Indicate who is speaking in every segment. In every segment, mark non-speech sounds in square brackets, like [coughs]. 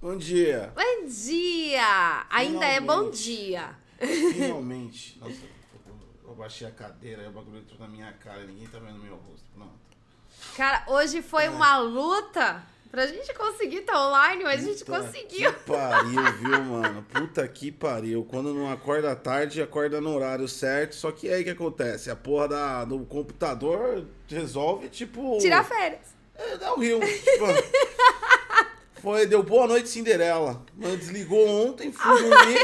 Speaker 1: Bom
Speaker 2: [laughs]
Speaker 1: dia!
Speaker 2: Bom dia! Ainda é bom
Speaker 1: Finalmente.
Speaker 2: dia.
Speaker 1: Finalmente! Nossa, eu baixei a cadeira, aí o bagulho entrou na minha cara, ninguém tá vendo meu rosto. Pronto.
Speaker 2: Cara, hoje foi
Speaker 1: É.
Speaker 2: uma luta pra gente conseguir tá online, mas a gente
Speaker 1: Puta
Speaker 2: conseguiu.
Speaker 1: Que pariu, viu, mano? Puta que pariu. Quando não acorda à tarde, acorda no horário certo. Só que aí que acontece? A porra da- do computador resolve, tipo.
Speaker 2: Tirar férias. [laughs]
Speaker 1: É, dá o rio. Tipo, foi, deu boa noite, Cinderela. Mas desligou ontem, fui
Speaker 2: [laughs]
Speaker 1: dormir.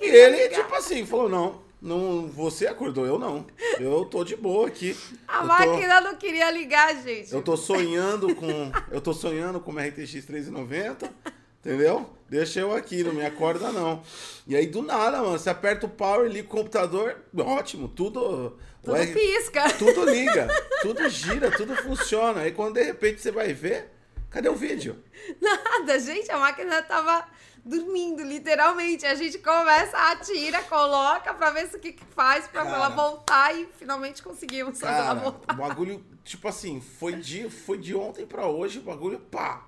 Speaker 1: E ele,
Speaker 2: tá
Speaker 1: tipo assim, falou: não, não, você acordou, eu não. Eu tô de boa aqui.
Speaker 2: A
Speaker 1: eu tô-
Speaker 2: máquina não queria ligar, gente.
Speaker 1: eu tô sonhando com. Eu tô sonhando com uma RTX 390, entendeu? Deixa eu aqui, não me acorda não. E aí do nada, mano, você aperta o power, liga o computador, ótimo, tudo.
Speaker 2: Tudo
Speaker 1: o R-
Speaker 2: pisca. [laughs]
Speaker 1: tudo liga, tudo gira, tudo funciona. Aí quando de repente você vai ver, cadê o vídeo?
Speaker 2: Nada, gente. A máquina tava dormindo, literalmente. A gente começa, atira, coloca pra ver se o que, que faz pra
Speaker 1: Cara.
Speaker 2: ela voltar e finalmente conseguimos fazer ela
Speaker 1: Cara,
Speaker 2: voltar.
Speaker 1: o bagulho, tipo assim, foi de, foi de ontem pra hoje, o bagulho, pá.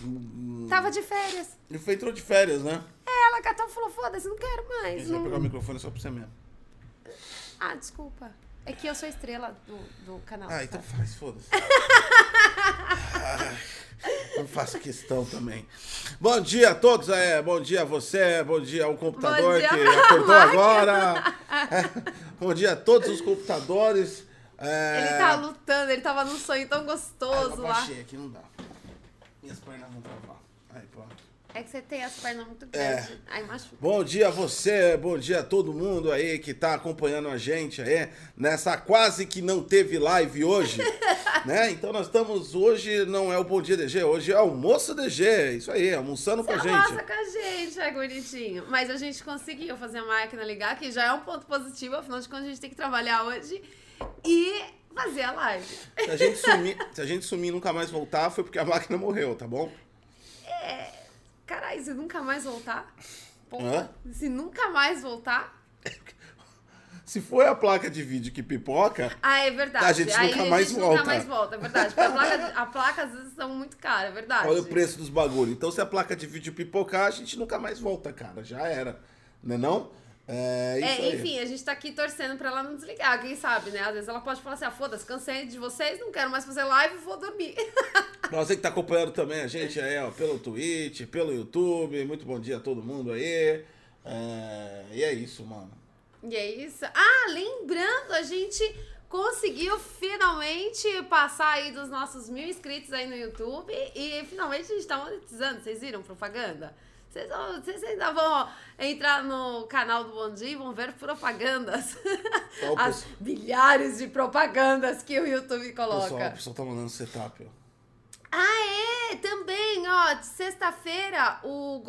Speaker 1: hum.
Speaker 2: Tava de férias.
Speaker 1: Ele foi, entrou de férias, né?
Speaker 2: Ela catou e falou: foda-se, não quero mais.
Speaker 1: Ele vai
Speaker 2: Não...
Speaker 1: pegar o microfone só pra você mesmo.
Speaker 2: Ah, desculpa. É que eu sou a estrela do, do canal.
Speaker 1: Ah, então faz, foda-se.
Speaker 2: [laughs]
Speaker 1: Ah, Não faço questão também. Bom dia a todos, é, bom dia a você, bom dia ao computador
Speaker 2: Bom dia
Speaker 1: que
Speaker 2: pra
Speaker 1: acordou
Speaker 2: máquina. [laughs]
Speaker 1: agora. É, bom dia a todos os computadores. É,
Speaker 2: Ele tá lutando, ele tava num sonho tão
Speaker 1: ah, eu
Speaker 2: gostoso lá.
Speaker 1: abaixei aqui, não dá. Minhas pernas vão travar. Aí, pronto.
Speaker 2: É que você tem as pernas muito grandes. Aí machuca.
Speaker 1: Bom dia a você, bom dia a todo mundo aí que tá acompanhando a gente aí nessa quase que não teve live hoje, né? Então nós estamos hoje não é o Bom Dia DG, hoje é almoço DG, é isso aí, almoçando com a
Speaker 2: Nossa,
Speaker 1: gente.
Speaker 2: Tá com a gente, é bonitinho. Mas a gente conseguiu fazer a máquina ligar, que já é um ponto positivo, afinal de contas a gente tem que trabalhar hoje e fazer a live.
Speaker 1: Se a gente sumir, se a gente sumir e nunca mais voltar foi porque a máquina morreu, tá bom?
Speaker 2: Caralho, se nunca mais voltar. Porra.
Speaker 1: Hã?
Speaker 2: Se nunca mais voltar.
Speaker 1: Se foi a placa de vídeo que pipoca,
Speaker 2: Ah, é verdade.
Speaker 1: A gente
Speaker 2: Aí
Speaker 1: nunca mais
Speaker 2: gente
Speaker 1: volta.
Speaker 2: nunca mais volta, é verdade. Porque a placa, a placa às vezes são muito cara, é verdade.
Speaker 1: olha o preço dos bagulhos. Então se a placa de vídeo pipocar, a gente nunca mais volta, cara, já era, né não? É, isso
Speaker 2: É,
Speaker 1: aí.
Speaker 2: enfim, a gente tá aqui torcendo pra ela não desligar, quem sabe, né? Às vezes ela pode falar assim, ah, foda-se, cansei de vocês, não quero mais fazer live, vou dormir. [laughs]
Speaker 1: Pra você que tá acompanhando também a gente aí, ó, pelo Twitch, pelo YouTube, muito bom dia a todo mundo aí. É, E é isso, mano.
Speaker 2: e é isso. Ah, lembrando, a gente conseguiu finalmente passar aí dos nossos mil inscritos aí no YouTube e finalmente a gente tá monetizando, vocês viram propaganda? Vocês, vão- vocês ainda vão entrar no canal do Bom Dia e vão ver propagandas.
Speaker 1: Ó, o
Speaker 2: [laughs] As
Speaker 1: pessoal-
Speaker 2: milhares de propagandas que o YouTube
Speaker 1: O
Speaker 2: coloca.
Speaker 1: pessoal, o pessoal tá mandando setup, ó.
Speaker 2: Ah, é! Também, ó, de sexta-feira, o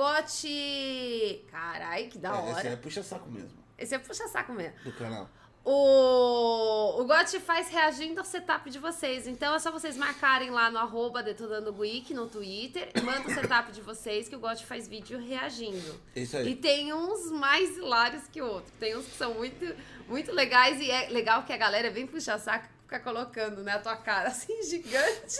Speaker 2: Gote. Carai, que da
Speaker 1: É, esse aí é
Speaker 2: hora.
Speaker 1: puxa saco mesmo
Speaker 2: Esse é puxa-saco mesmo.
Speaker 1: do canal.
Speaker 2: O, o Gote faz reagindo ao setup de vocês. Então é só vocês marcarem lá no arroba Detonando Geek no Twitter. e Manda o setup de vocês que o Gote faz vídeo reagindo.
Speaker 1: É isso
Speaker 2: E
Speaker 1: aí.
Speaker 2: tem uns mais hilários que outros. Tem uns que são muito, muito legais e é legal que a galera vem puxar saco e fica colocando, né, a tua cara assim gigante.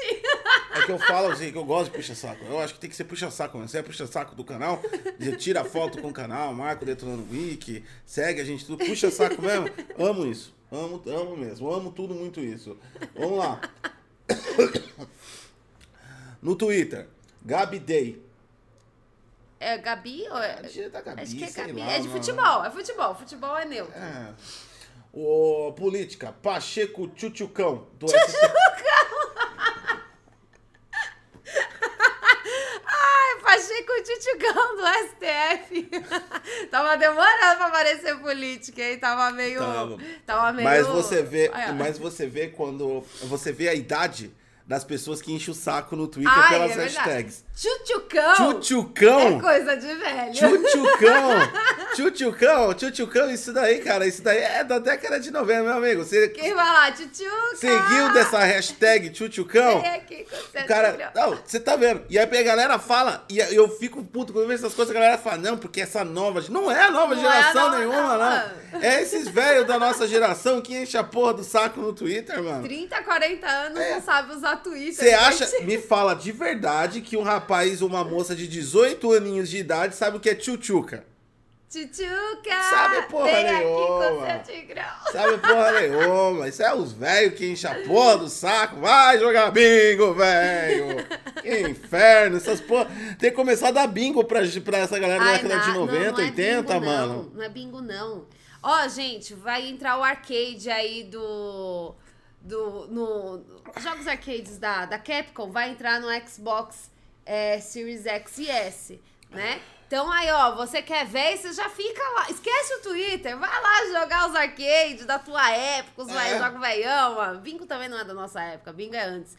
Speaker 1: É que eu falo assim, que eu gosto de puxa saco. Eu acho que tem que ser puxa saco, né? Se é puxa saco do canal, já tira foto com o canal, marca o Detonando Wiki, segue a gente, tudo. Puxa saco mesmo. Amo isso. Amo, amo mesmo. Amo tudo muito isso. Vamos lá. No Twitter, Gabi Day.
Speaker 2: É Gabi ou é...
Speaker 1: Acho que é da Gabi,
Speaker 2: Acho que é
Speaker 1: sei
Speaker 2: Gabi.
Speaker 1: lá,
Speaker 2: é de
Speaker 1: mano.
Speaker 2: futebol, é futebol. Futebol é neutro.
Speaker 1: É. O política, Pacheco Tchutchucão. Do ST...
Speaker 2: Ai, Pacheco Titigão do STF. [laughs] tava demorando pra aparecer política, hein? Tava meio...
Speaker 1: Tava.
Speaker 2: Tava, meio...
Speaker 1: Mas você vê,
Speaker 2: Aí, ó.
Speaker 1: mas você vê quando você vê a idade das pessoas que enchem o saco no Twitter
Speaker 2: Ai,
Speaker 1: pelas
Speaker 2: é verdade.
Speaker 1: hashtags.
Speaker 2: Tchutchucão é
Speaker 1: Tchutchucão.
Speaker 2: coisa de velho.
Speaker 1: Tchutchucão. Tchutchucão, tchutchucão, isso daí, cara, isso daí é da década de 90, meu amigo. Você
Speaker 2: Quem vai lá? Tchutchucão.
Speaker 1: seguiu dessa hashtag tchutchucão?
Speaker 2: É, quem consegue,
Speaker 1: O cara,
Speaker 2: entendeu?
Speaker 1: não, você tá vendo. E aí a galera fala, e eu fico puto quando eu vejo essas coisas, a galera fala, não, porque essa nova. Não é a nova
Speaker 2: Não é a
Speaker 1: geração
Speaker 2: nova,
Speaker 1: nenhuma, não.
Speaker 2: não.
Speaker 1: É esses velhos da nossa geração que enche a porra do saco no Twitter, mano.
Speaker 2: 30, 40 anos não sabe usar Twitter.
Speaker 1: É. Você
Speaker 2: gente.
Speaker 1: acha. Me fala de verdade que um país, uma moça de 18 aninhos de idade sabe o que é tchutchuca.
Speaker 2: Tchutchuca!
Speaker 1: Sabe porra
Speaker 2: Vem
Speaker 1: nenhuma.
Speaker 2: aqui com seu tigrão.
Speaker 1: Sabe porra nenhuma. Isso é os velhos que enchem a porra do saco. Vai jogar bingo, velho. Que inferno. Essas porra. Tem que começar a dar bingo pra, pra essa galera da
Speaker 2: Ai,
Speaker 1: década de
Speaker 2: na- não,
Speaker 1: 90,
Speaker 2: não é
Speaker 1: 80,
Speaker 2: bingo,
Speaker 1: mano.
Speaker 2: Não, não é bingo, não. Ó, gente, vai entrar o arcade aí do. do no, jogos arcades da, da Capcom, vai entrar no Xbox é, Series X e S, né? Então aí, ó, você quer ver, você já fica lá. Esquece o Twitter, vai lá jogar os arcades da tua época, os
Speaker 1: É.
Speaker 2: vai, joga o veião, ó. Bingo também não é da nossa época, bingo é antes.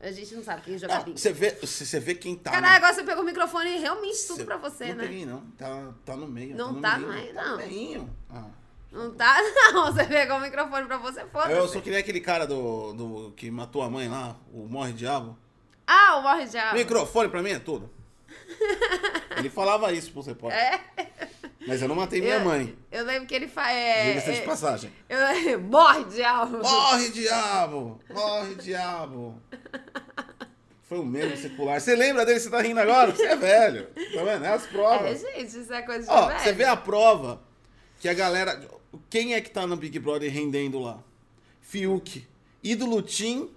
Speaker 2: A gente não sabe quem joga
Speaker 1: Não,
Speaker 2: bingo.
Speaker 1: você vê, você você vê quem tá.
Speaker 2: Caralho, agora você pegou o microfone e realmente tudo
Speaker 1: Cê-
Speaker 2: pra você,
Speaker 1: não
Speaker 2: né?
Speaker 1: peguei, não. Tá, tá no meio.
Speaker 2: Não
Speaker 1: no
Speaker 2: tá
Speaker 1: meio,
Speaker 2: mais,
Speaker 1: tá
Speaker 2: não.
Speaker 1: no meinho. Ah.
Speaker 2: Não tá, [laughs] não. Você pegou o microfone pra você, foda
Speaker 1: Eu sou que nem aquele cara do, do que matou a mãe lá, o Morre Diabo.
Speaker 2: Ah, o Morre já.
Speaker 1: Microfone pra mim é
Speaker 2: [laughs]
Speaker 1: tudo. Ele falava isso pro repórter.
Speaker 2: É?
Speaker 1: Mas eu não matei minha
Speaker 2: Eu-
Speaker 1: mãe.
Speaker 2: Eu lembro que ele faz.
Speaker 1: Diga-se de
Speaker 2: É, é,
Speaker 1: passagem.
Speaker 2: eu, [laughs] morre, diabo.
Speaker 1: Morre, diabo! Morre, diabo! Foi um meme circular. Você lembra dele? Você tá rindo agora? Você é velho. Tá vendo? É as
Speaker 2: É,
Speaker 1: provas.
Speaker 2: gente, isso é coisa de
Speaker 1: Ó,
Speaker 2: velho.
Speaker 1: você vê a prova que a galera. Quem é que tá no Big Brother rendendo lá? Fiuk. Ídolo Tim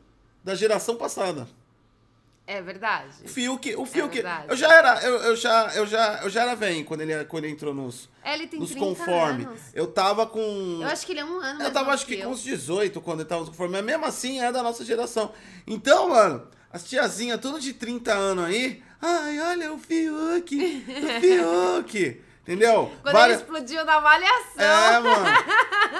Speaker 1: da geração passada.
Speaker 2: É verdade.
Speaker 1: O Fiuk, o Fiuk.
Speaker 2: É verdade.
Speaker 1: eu já era, eu, eu já, eu já, eu já era velho quando ele, quando ele entrou nos,
Speaker 2: É, Ele tem
Speaker 1: nos
Speaker 2: 30
Speaker 1: conforme.
Speaker 2: anos.
Speaker 1: Eu tava com
Speaker 2: Eu acho que ele é um ano.
Speaker 1: eu
Speaker 2: mais
Speaker 1: tava
Speaker 2: novo
Speaker 1: acho que com
Speaker 2: eu.
Speaker 1: uns 18 quando eu tava no conforme, mas mesmo assim é da nossa geração. Então, mano, as tiazinhas, tudo de 30 anos aí. Ai, olha o Fiuk,
Speaker 2: [laughs]
Speaker 1: o Fiuk. Entendeu?
Speaker 2: Quando
Speaker 1: Várias-
Speaker 2: ele explodiu na malhação.
Speaker 1: É, mano.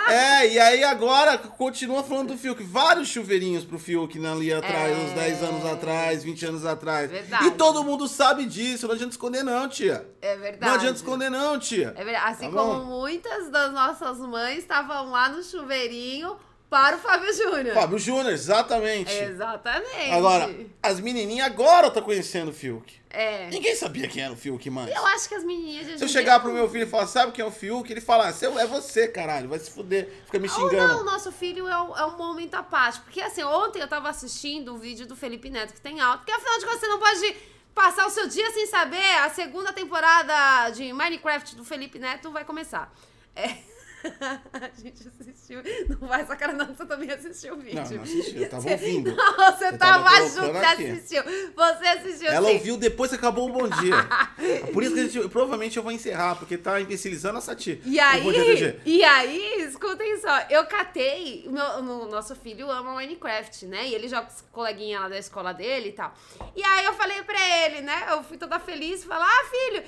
Speaker 1: É, e aí agora continua falando do Fiuk. Vários chuveirinhos pro Fiuk né, ali atrás,
Speaker 2: É.
Speaker 1: uns 10 anos atrás, 20 anos atrás.
Speaker 2: Verdade.
Speaker 1: E todo mundo sabe disso, não adianta esconder não, tia.
Speaker 2: É verdade.
Speaker 1: Não adianta esconder não, tia.
Speaker 2: É verdade. Assim
Speaker 1: Tá
Speaker 2: como
Speaker 1: bom?
Speaker 2: muitas das nossas mães estavam lá no chuveirinho para o Fábio
Speaker 1: [laughs]
Speaker 2: Júnior.
Speaker 1: Fábio Júnior, exatamente.
Speaker 2: Exatamente.
Speaker 1: Agora, as menininhas agora tá conhecendo o Fiuk.
Speaker 2: É.
Speaker 1: Ninguém sabia quem era o Fiuk mais.
Speaker 2: Eu acho que as menininhas de hoje
Speaker 1: Se eu
Speaker 2: em
Speaker 1: chegar
Speaker 2: dia-
Speaker 1: pro meu filho e falar, sabe quem é o Fiuk? Ele fala, "Ah, seu, é você, caralho, vai se fuder. Fica me
Speaker 2: Ou Oh, não,
Speaker 1: xingando.
Speaker 2: nosso filho é um, é um momento à parte. Porque assim, ontem eu tava assistindo um vídeo do Felipe Neto que tem alto. Porque afinal de contas, você não pode passar o seu dia sem saber. A segunda temporada de Minecraft do Felipe Neto vai começar. É. [laughs] A gente assistiu. Não vai essa cara, não, você também assistiu o vídeo.
Speaker 1: não assisti, eu tava
Speaker 2: Você-
Speaker 1: ouvindo.
Speaker 2: [laughs] Não, você
Speaker 1: Eu tava
Speaker 2: tava
Speaker 1: colocando
Speaker 2: junto, você
Speaker 1: aqui.
Speaker 2: assistiu. Você assistiu
Speaker 1: Ela
Speaker 2: sim.
Speaker 1: ouviu depois que acabou o Bom Dia.
Speaker 2: [laughs]
Speaker 1: Por isso que a gente, provavelmente eu vou encerrar, porque tá imbecilizando essa tia.
Speaker 2: E
Speaker 1: O Bom Dia
Speaker 2: aí,
Speaker 1: DG.
Speaker 2: e aí, escutem só, eu catei, o meu, o nosso filho ama Minecraft, né? E ele joga com os coleguinha lá da escola dele e tal. E aí eu falei pra ele, né? Eu fui toda feliz, falar, ah, filho,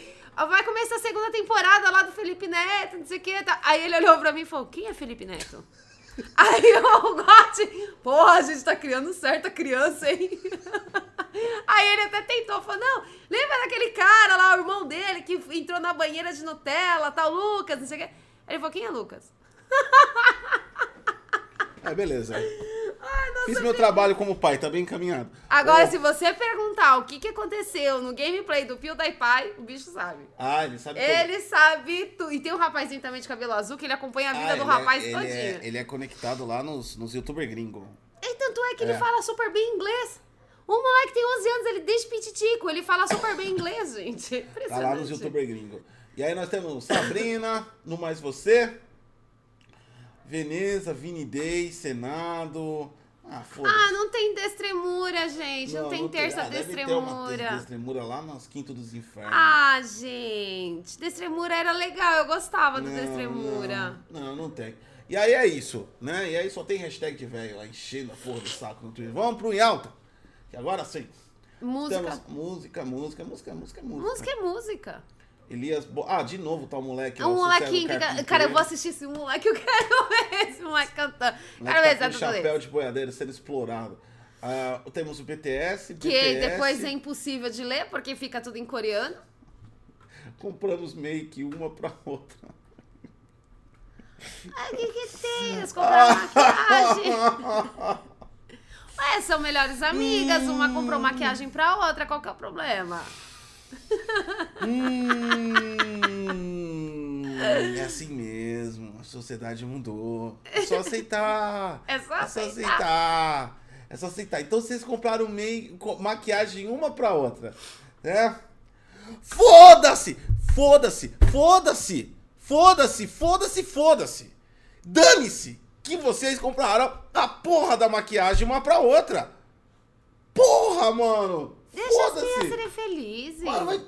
Speaker 2: vai começar a segunda temporada lá do Felipe Neto, não sei o que. Tá. Aí ele olhou pra mim e falou, quem é Felipe Neto? Aí [laughs] o Gotti, porra, a gente tá criando certa criança, hein? [laughs] Aí ele até tentou, falou, não, lembra daquele cara lá, o irmão dele, que entrou na banheira de Nutella, tal, Lucas, não sei o quê. Aí ele falou, quem é Lucas?
Speaker 1: É,
Speaker 2: [laughs]
Speaker 1: beleza.
Speaker 2: Ah,
Speaker 1: Fiz meu trabalho como pai, tá bem encaminhado.
Speaker 2: Agora,
Speaker 1: Ó,
Speaker 2: se você perguntar o que, que aconteceu no gameplay do PewDiePie, o bicho sabe.
Speaker 1: Ah, ele sabe tudo.
Speaker 2: Ele sabe tudo. E tem um rapazinho também de cabelo azul que ele acompanha a vida
Speaker 1: Ah,
Speaker 2: do
Speaker 1: ele é-
Speaker 2: rapaz
Speaker 1: ele
Speaker 2: todinho.
Speaker 1: É, ele é conectado lá nos, nos youtuber gringo.
Speaker 2: E tanto é que ele
Speaker 1: É.
Speaker 2: fala super bem inglês. O moleque tem 11 anos, ele desde pititico, ele fala super bem inglês, gente. [laughs] Impressionante.
Speaker 1: Tá lá nos youtuber gringo. E aí nós temos Sabrina, [laughs] no Mais Você, Veneza, Vini Day, Senado. Ah, foda-se.
Speaker 2: Ah, não tem destremura, gente. Não, tem terça
Speaker 1: Ah, deve ter uma terça
Speaker 2: destremura.
Speaker 1: destremura lá nos Quinto dos Infernos.
Speaker 2: Ah, gente. Destremura era legal, eu gostava do destremura.
Speaker 1: Não, não, não tem. E aí é isso, né? E aí só tem hashtag de velho lá enchendo a porra do saco no Twitter. Vamos pro em alta. Que agora sim.
Speaker 2: Música.
Speaker 1: Temos música, música, música, música, música.
Speaker 2: Música é música.
Speaker 1: Elias. Bo... Ah, de novo tá o moleque.
Speaker 2: É
Speaker 1: lá,
Speaker 2: um
Speaker 1: o
Speaker 2: molequinho
Speaker 1: Sossego
Speaker 2: que. ca-
Speaker 1: Carpinteiro.
Speaker 2: Cara, eu vou assistir esse moleque, eu [laughs] quero ver esse moleque cantando.
Speaker 1: O
Speaker 2: Quero ver
Speaker 1: moleque tá
Speaker 2: essa
Speaker 1: com
Speaker 2: é tudo
Speaker 1: chapéu
Speaker 2: dele.
Speaker 1: de boiadeiro sendo explorado. Ah, temos o BTS,
Speaker 2: Que
Speaker 1: BTS.
Speaker 2: depois é impossível de ler, porque fica tudo em coreano.
Speaker 1: Compramos meio que uma pra outra. [laughs]
Speaker 2: Ah, o que, que tem? Eles compraram maquiagem.
Speaker 1: [laughs]
Speaker 2: Ué, são melhores amigas, uma comprou maquiagem pra outra, qual que é o problema?
Speaker 1: Hum, é assim mesmo. A sociedade mudou. É só aceitar.
Speaker 2: É só
Speaker 1: É só
Speaker 2: aceitar.
Speaker 1: aceitar. É só aceitar. Então vocês compraram meio, co- maquiagem uma pra outra. É. Foda-se! Foda-se! Foda-se! Foda-se! Foda-se! Foda-se! Dane-se que vocês compraram a porra da maquiagem uma pra outra! Porra, mano!
Speaker 2: Deixa as crianças
Speaker 1: Foda-se!
Speaker 2: serem felizes.
Speaker 1: Mano, mas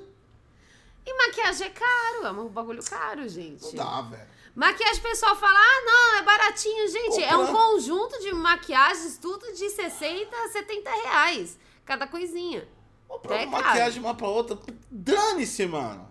Speaker 2: E maquiagem é caro, é um bagulho caro, gente.
Speaker 1: não dá, velho.
Speaker 2: Maquiagem, o pessoal fala, ah, não, é baratinho, gente. É um
Speaker 1: Comprar.
Speaker 2: conjunto de maquiagens, tudo de 60 a 70 reais. Cada coisinha.
Speaker 1: Comprar
Speaker 2: É
Speaker 1: uma
Speaker 2: caro.
Speaker 1: maquiagem uma pra outra. Dane-se, mano!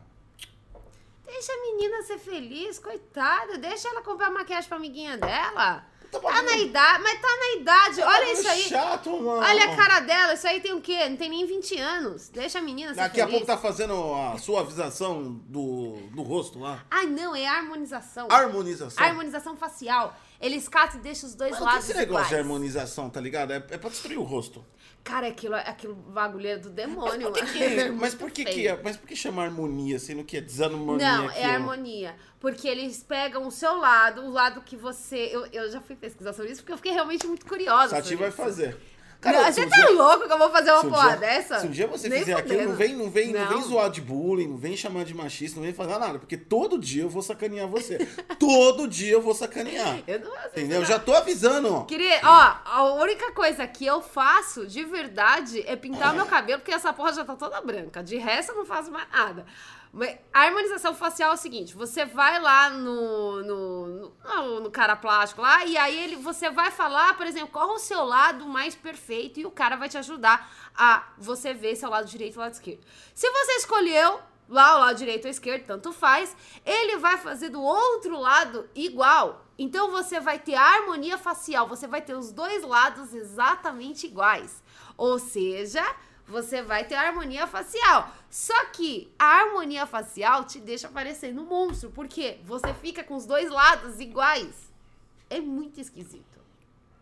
Speaker 2: Deixa a menina ser feliz, coitada. Deixa ela comprar maquiagem pra amiguinha dela.
Speaker 1: Tá
Speaker 2: Tá na idade, mas tá na idade. Olha isso aí.
Speaker 1: chato, mano.
Speaker 2: Olha a cara dela. Isso aí tem o quê? Não tem nem 20 anos. Deixa a menina ser
Speaker 1: Daqui a
Speaker 2: feliz.
Speaker 1: pouco tá fazendo a suavização do, do rosto lá.
Speaker 2: Ai, não, é harmonização.
Speaker 1: Harmonização.
Speaker 2: Harmonização facial. Eles catam e deixam os dois
Speaker 1: Mas não tem
Speaker 2: lados
Speaker 1: esse negócio de
Speaker 2: iguais.
Speaker 1: harmonização, tá ligado? É, é pra destruir o rosto.
Speaker 2: Cara, aquilo, aquilo bagulho é do demônio.
Speaker 1: Por que-
Speaker 2: mano. É
Speaker 1: [laughs] mas
Speaker 2: muito
Speaker 1: por que,
Speaker 2: feio.
Speaker 1: que é- mas por que chama harmonia, sendo que é desarmonia?
Speaker 2: Não,
Speaker 1: aquilo?
Speaker 2: é harmonia. Porque eles pegam o seu lado, o lado que você. Eu, eu já fui pesquisar sobre isso porque eu fiquei realmente muito curiosa.
Speaker 1: Sati
Speaker 2: sobre
Speaker 1: vai
Speaker 2: isso.
Speaker 1: fazer.
Speaker 2: Não,
Speaker 1: se
Speaker 2: você
Speaker 1: um
Speaker 2: tá
Speaker 1: dia-
Speaker 2: louco que eu vou fazer uma
Speaker 1: se um
Speaker 2: porra
Speaker 1: dia-
Speaker 2: dessa?
Speaker 1: Se um dia você
Speaker 2: Nem
Speaker 1: fizer aquilo,
Speaker 2: fudendo.
Speaker 1: não vem, não, vem, não. vem
Speaker 2: Não.
Speaker 1: zoar de bullying, não vem chamar de machista, não vem falar nada, porque todo dia eu vou sacanear você. todo dia eu vou sacanear.
Speaker 2: [laughs] Eu não vou fazer
Speaker 1: Entendeu?
Speaker 2: isso,
Speaker 1: Já tô avisando, ó.
Speaker 2: não. Queria, ó, a única coisa que eu faço de verdade é pintar o meu cabelo, porque essa porra já tá toda branca. De resto, eu não faço mais nada. Mas a harmonização facial é o seguinte: você vai lá no, no, no- no, no cara plástico lá, e aí ele, você vai falar, por exemplo, qual o seu lado mais perfeito, e o cara vai te ajudar a você ver seu lado direito e lado esquerdo. Se você escolheu lá o lado direito ou esquerdo, tanto faz, ele vai fazer do outro lado igual. Então você vai ter a harmonia facial, você vai ter os dois lados exatamente iguais. Ou seja, você vai ter a harmonia facial. Só que a harmonia facial te deixa parecendo um monstro, porque você fica com os dois lados iguais. É muito esquisito.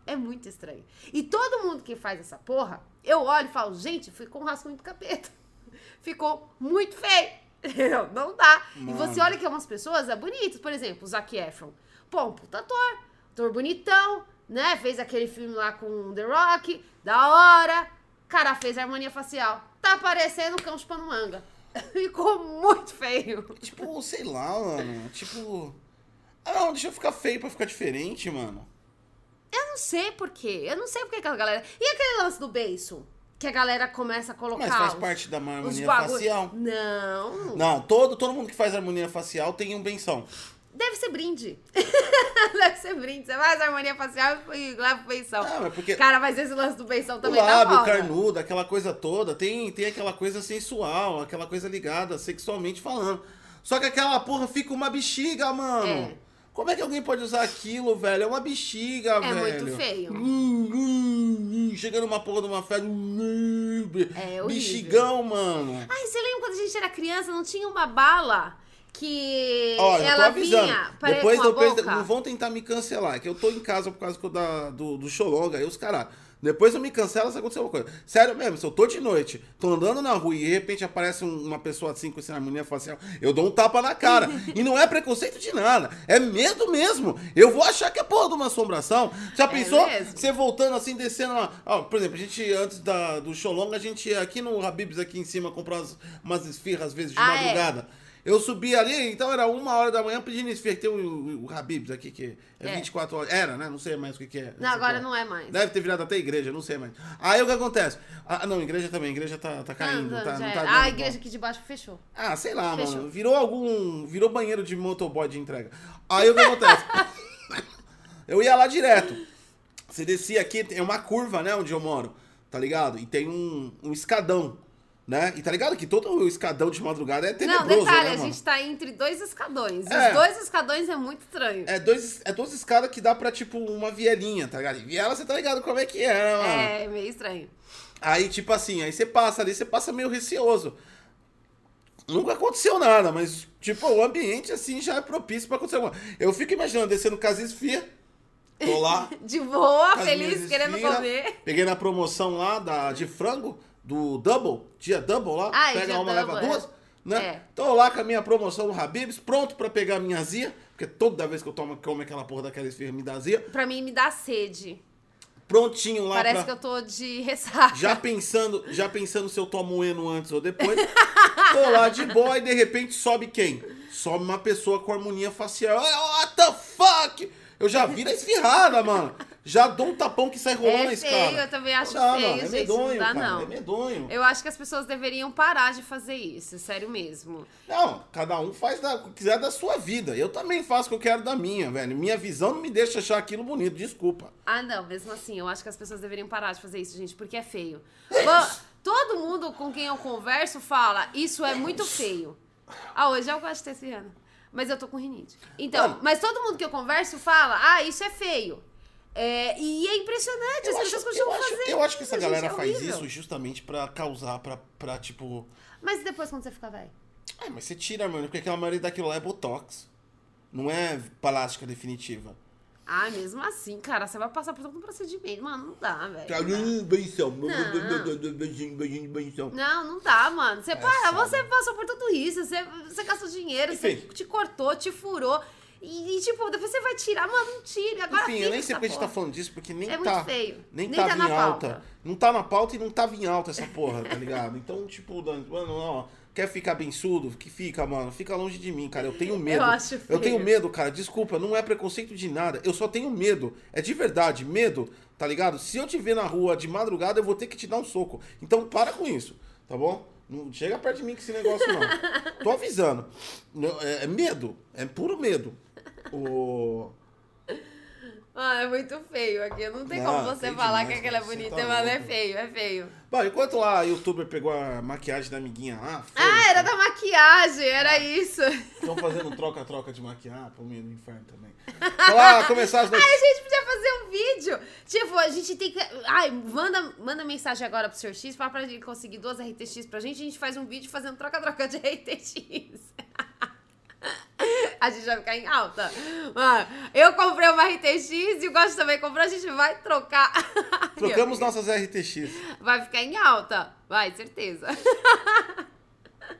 Speaker 2: É muito estranho. E todo mundo que faz essa porra, eu olho e falo, gente, ficou um rascunho do capeta. [laughs] Ficou muito feio. [laughs] Entendeu? Não dá. E
Speaker 1: Mano.
Speaker 2: você olha que algumas pessoas é bonitas, por exemplo, o Zac Efron. Pô, um puta ator, ator bonitão, né? Fez aquele filme lá com o The Rock, da hora. Cara, fez harmonia facial. Tá parecendo um cão chupando manga. [laughs] Ficou muito feio.
Speaker 1: Tipo, sei lá, mano. Tipo. Ah, não, deixa eu ficar feio pra ficar diferente, mano.
Speaker 2: Eu não sei por quê. Eu não sei por que que a galera. E aquele lance do beiço? Que a galera começa a colocar.
Speaker 1: Mas faz
Speaker 2: os-
Speaker 1: parte da
Speaker 2: os
Speaker 1: harmonia
Speaker 2: bagulho-
Speaker 1: facial.
Speaker 2: Não.
Speaker 1: Não, todo, todo mundo que faz harmonia facial tem um benção.
Speaker 2: Deve ser brinde. [laughs] Deve ser brinde. Você faz a harmonia facial e leva pro beição.
Speaker 1: Ah, mas porque-
Speaker 2: Cara, mas esse lance do beição
Speaker 1: O
Speaker 2: também tá
Speaker 1: lábio,
Speaker 2: foda.
Speaker 1: carnudo, aquela coisa toda, tem, tem aquela coisa sensual, aquela coisa ligada, sexualmente falando. Só que aquela porra fica uma bexiga, mano.
Speaker 2: É.
Speaker 1: Como é que alguém pode usar aquilo, velho? É uma bexiga,
Speaker 2: É
Speaker 1: velho.
Speaker 2: muito feio.
Speaker 1: Hum, hum, hum, Chega numa porra de uma festa. hum,
Speaker 2: É horrível.
Speaker 1: Bexigão, mano.
Speaker 2: Ai, você lembra quando a gente era criança, não tinha uma bala que
Speaker 1: Olha,
Speaker 2: ela
Speaker 1: eu tô avisando.
Speaker 2: vinha pare-
Speaker 1: depois
Speaker 2: com a
Speaker 1: depois
Speaker 2: boca?
Speaker 1: não vão tentar me cancelar, que eu tô em casa por causa que eu da, do, do Xolonga e os caras. Depois eu me cancela se acontecer alguma coisa. Sério mesmo, se eu tô de noite, tô andando na rua e de repente aparece um- uma pessoa assim com essa harmonia facial, eu dou um tapa na
Speaker 2: [laughs]
Speaker 1: cara. e não é preconceito de nada, é medo mesmo. Eu vou achar que é porra de uma assombração. Já pensou?
Speaker 2: É mesmo.
Speaker 1: Você voltando assim, descendo lá. Ó, por exemplo, a gente, antes da, do Xolonga, a gente ia aqui no Habibs aqui em cima comprar umas, umas esfirras às vezes de
Speaker 2: Ah, é.
Speaker 1: madrugada. Eu subi ali, então era uma hora da manhã pedindo esfirra. Tem o, o, o Habibs aqui, que é,
Speaker 2: É.
Speaker 1: 24 horas. Era, né? Não sei mais o que, que é.
Speaker 2: Não, agora não é mais.
Speaker 1: Deve ter virado até igreja, não sei mais. Aí o que acontece? Ah, não, igreja também. Igreja tá, tá caindo.
Speaker 2: Não, não,
Speaker 1: tá,
Speaker 2: já
Speaker 1: não tá
Speaker 2: era.
Speaker 1: dando
Speaker 2: ah,
Speaker 1: bom.
Speaker 2: a igreja aqui de baixo fechou.
Speaker 1: Ah, sei lá,
Speaker 2: Fechou.
Speaker 1: mano. Virou algum. Virou banheiro de motoboy de entrega. Aí o que acontece? [laughs] eu ia lá direto. Você descia aqui, é uma curva, né, onde eu moro, tá ligado? E tem um, um escadão, né? E tá ligado que todo o escadão de madrugada é tenebroso,
Speaker 2: Não, detalhe,
Speaker 1: né,
Speaker 2: a
Speaker 1: mano?
Speaker 2: gente tá entre dois escadões. E
Speaker 1: É.
Speaker 2: Os dois escadões é muito estranho.
Speaker 1: É, dois, é duas escadas que dá pra, tipo, uma vielinha, tá ligado? E viela, você tá ligado como é que é, né, mano?
Speaker 2: É, meio estranho.
Speaker 1: Aí, tipo assim, aí você passa ali, você passa meio receoso. Nunca aconteceu nada, mas, tipo, o ambiente, assim, já é propício pra acontecer alguma coisa. Eu fico imaginando, descendo casa esfia, tô
Speaker 2: [laughs]
Speaker 1: lá.
Speaker 2: De boa,
Speaker 1: com as
Speaker 2: Tá feliz,
Speaker 1: minhas
Speaker 2: querendo
Speaker 1: esfirra,
Speaker 2: comer.
Speaker 1: Peguei na promoção lá da, de frango, do Double, dia Double lá,
Speaker 2: Ah, é
Speaker 1: pega
Speaker 2: dia
Speaker 1: uma,
Speaker 2: double,
Speaker 1: leva duas.
Speaker 2: é.
Speaker 1: Né?
Speaker 2: É.
Speaker 1: Tô lá com a minha promoção do Habibs, pronto pra pegar a minha azia, porque toda vez que eu tomo, como aquela porra daquela esfirra me dá azia.
Speaker 2: Pra mim, me dá sede.
Speaker 1: prontinho lá pra-
Speaker 2: Parece que eu tô de ressaca.
Speaker 1: Já pensando, já pensando se eu tô moendo antes ou depois. Tô lá de boa e de repente sobe quem? Sobe uma pessoa com harmonia facial. Ah, What the fuck? Eu já viro a esfirrada, mano. Já dou um tapão que sai rolando
Speaker 2: É
Speaker 1: na escada.
Speaker 2: feio, eu também acho feio,
Speaker 1: É
Speaker 2: gente, não
Speaker 1: medonho,
Speaker 2: dá,
Speaker 1: cara.
Speaker 2: não.
Speaker 1: É medonho.
Speaker 2: [laughs] Eu acho que as pessoas deveriam parar de fazer isso, sério mesmo.
Speaker 1: Não, cada um faz da- o que quiser da sua vida. Eu também faço o que eu quero da minha, velho. Minha visão não me deixa achar aquilo bonito, desculpa.
Speaker 2: Ah, não, mesmo assim, eu acho que as pessoas deveriam parar de fazer isso, gente, porque é feio. Bom, todo mundo com quem eu converso fala, isso é muito feio. Ah, hoje eu gosto desse ano, mas eu tô com rinite. Então,
Speaker 1: Mano.
Speaker 2: mas todo mundo que eu converso fala, ah, isso é feio. É, e é impressionante, as pessoas
Speaker 1: eu,
Speaker 2: continuam
Speaker 1: acho,
Speaker 2: fazendo.
Speaker 1: eu acho que essa
Speaker 2: gente,
Speaker 1: galera
Speaker 2: é
Speaker 1: faz
Speaker 2: horrível.
Speaker 1: isso justamente pra causar, pra, pra tipo.
Speaker 2: Mas depois, quando você fica velho?
Speaker 1: Ah, mas você tira, mano, porque aquela maioria daquilo lá é botox. Não é plástica definitiva.
Speaker 2: Ah, mesmo assim, cara, você vai passar por todo um procedimento. Mano, não dá, velho. não dá.
Speaker 1: Hum, Benção.
Speaker 2: Não.
Speaker 1: Beijinho, beijinho, benção.
Speaker 2: Não, não dá, mano.
Speaker 1: É
Speaker 2: Você, para-
Speaker 1: sabe.
Speaker 2: você passou por tudo isso, você, você gastou dinheiro, você
Speaker 1: Enfim.
Speaker 2: te cortou, te furou. E, e, tipo, depois você vai tirar, mano, não tira. Agora
Speaker 1: Enfim,
Speaker 2: fica
Speaker 1: eu nem sei
Speaker 2: essa
Speaker 1: porque a gente tá
Speaker 2: porra.
Speaker 1: falando disso, porque nem
Speaker 2: É muito
Speaker 1: tá.
Speaker 2: feio.
Speaker 1: Nem,
Speaker 2: Nem
Speaker 1: tava
Speaker 2: tá na
Speaker 1: em alta.
Speaker 2: pauta.
Speaker 1: Não tá na pauta e não tava em alta essa porra, tá ligado? Então, tipo, Dani, mano, ó, quer ficar bençudo? Que fica, mano. Fica longe de mim, cara. Eu tenho medo.
Speaker 2: Eu acho
Speaker 1: Eu tenho
Speaker 2: feio.
Speaker 1: medo, cara. Desculpa, não é preconceito de nada. Eu só tenho medo. É de verdade, medo, tá ligado? Se eu te ver na rua de madrugada, eu vou ter que te dar um soco. Então, para com isso, tá bom? Não chega perto de mim com esse negócio, não. Tô avisando. Não, É, é medo. É puro medo. O...
Speaker 2: Ah, é muito feio aqui. Não tem
Speaker 1: Não,
Speaker 2: como você
Speaker 1: feio
Speaker 2: falar
Speaker 1: demais,
Speaker 2: que aquela é
Speaker 1: cara. Você
Speaker 2: bonita,
Speaker 1: tá
Speaker 2: mas é
Speaker 1: louco.
Speaker 2: feio, é feio.
Speaker 1: Bom, enquanto lá a youtuber pegou a maquiagem da amiguinha lá,
Speaker 2: Ah, era da maquiagem,
Speaker 1: Ah.
Speaker 2: era isso. A
Speaker 1: estão fazendo troca-troca de maquiagem, ah, pro meio do inferno também. Vai lá, começar as notícias.
Speaker 2: gente podia fazer um vídeo. Tipo, a gente tem que. Ai, manda, manda mensagem agora pro Sr. X, fala pra ele conseguir duas RTX pra gente. A gente faz um vídeo fazendo troca-troca de RTX. [laughs] A gente vai ficar em alta. Mano, eu comprei uma RTX e o Gosto também comprou, a gente vai trocar. [laughs]
Speaker 1: Trocamos nossas RTX.
Speaker 2: Vai ficar em alta. Vai, certeza.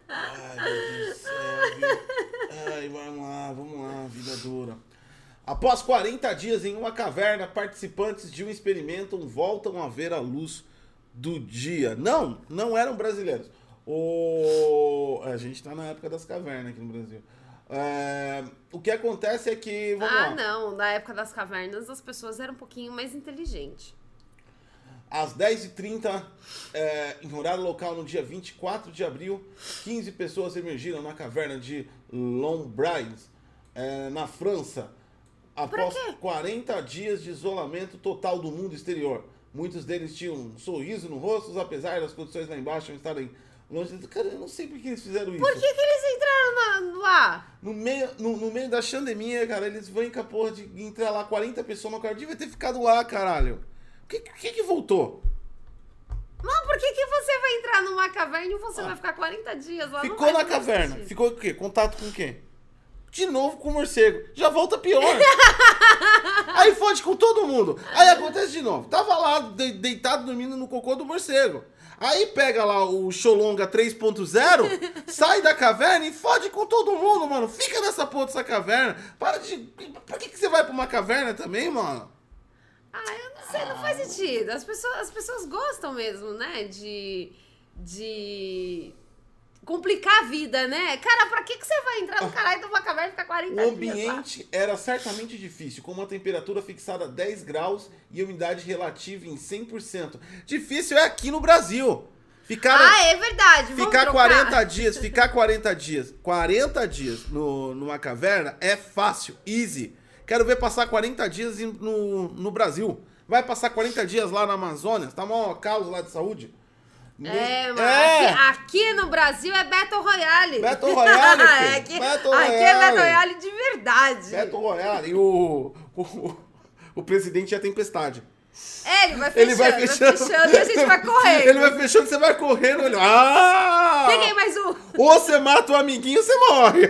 Speaker 1: Ai, meu Deus do céu, viu? Ai, vamos lá, vamos lá, vida dura. Após 40 dias em uma caverna, participantes de um experimento voltam a ver a luz do dia. Não, não eram brasileiros. O... A gente tá na época das cavernas aqui no Brasil. É, O que acontece é que. Vamos
Speaker 2: Ah,
Speaker 1: lá.
Speaker 2: não. Na época das cavernas, as pessoas eram um pouquinho mais inteligentes.
Speaker 1: Às 10h30, é, em horário local, no dia 24 de abril, 15 pessoas emergiram na caverna de Lombrides, é, na França, após 40 dias de isolamento total do mundo exterior. Muitos deles tinham um sorriso no rosto, apesar das condições lá embaixo estarem longe. Cara, eu não sei por que eles fizeram isso.
Speaker 2: Por que, que eles entraram na- lá?
Speaker 1: No meio, no, no meio da chandemia, cara, eles vão com a porra de entrar lá 40 pessoas no cara. Devia ter ficado lá, caralho. Por que, por que, que voltou?
Speaker 2: Mano, por que, que você vai entrar numa caverna e você vai ficar 40 dias lá? Não
Speaker 1: Ficou
Speaker 2: vai
Speaker 1: na
Speaker 2: fazer
Speaker 1: caverna.
Speaker 2: sentido.
Speaker 1: Ficou o quê? Contato com quem? De novo com o morcego. Já volta pior. Aí fode com todo mundo. Aí acontece de novo. Tava lá de- deitado dormindo no cocô do morcego. Aí pega lá o Xolonga 3.0, sai da caverna e fode com todo mundo, mano. Fica nessa porra dessa caverna. Para de. Por que, que você vai pra uma caverna também, mano?
Speaker 2: Ah, eu não sei, não faz sentido. As pessoas, as pessoas gostam mesmo, né? De. De. Complicar a vida, né? Cara, pra que, que você vai entrar no caralho de uma caverna e ficar 40
Speaker 1: Ah. O
Speaker 2: dias? lá?
Speaker 1: ambiente era certamente difícil, com uma temperatura fixada a 10 graus e umidade relativa em 100%. Difícil é aqui no Brasil. Ficar,
Speaker 2: Ah, é verdade. Vamos
Speaker 1: ficar
Speaker 2: trocar.
Speaker 1: 40 dias, ficar 40 dias, 40 dias no, numa caverna é fácil, easy. Quero ver passar 40 dias em- no, no Brasil. Vai passar 40 dias lá na Amazônia, tá mó caos lá de saúde.
Speaker 2: É, mano.
Speaker 1: É.
Speaker 2: Aqui, aqui no Brasil é Battle Royale.
Speaker 1: Battle Royale, filho.
Speaker 2: [laughs] é, aqui,
Speaker 1: Battle
Speaker 2: aqui é
Speaker 1: Royale.
Speaker 2: Battle Royale de verdade.
Speaker 1: Beto Royale É, e o, [laughs] o, o presidente é tempestade.
Speaker 2: É, ele vai fechando,
Speaker 1: Ele vai fechando.
Speaker 2: e a gente vai
Speaker 1: [laughs]
Speaker 2: correndo.
Speaker 1: Ele vai fechando, você vai correndo. Ele... Ah!
Speaker 2: Peguei mais um.
Speaker 1: [laughs] Ou você mata o amiguinho, você morre.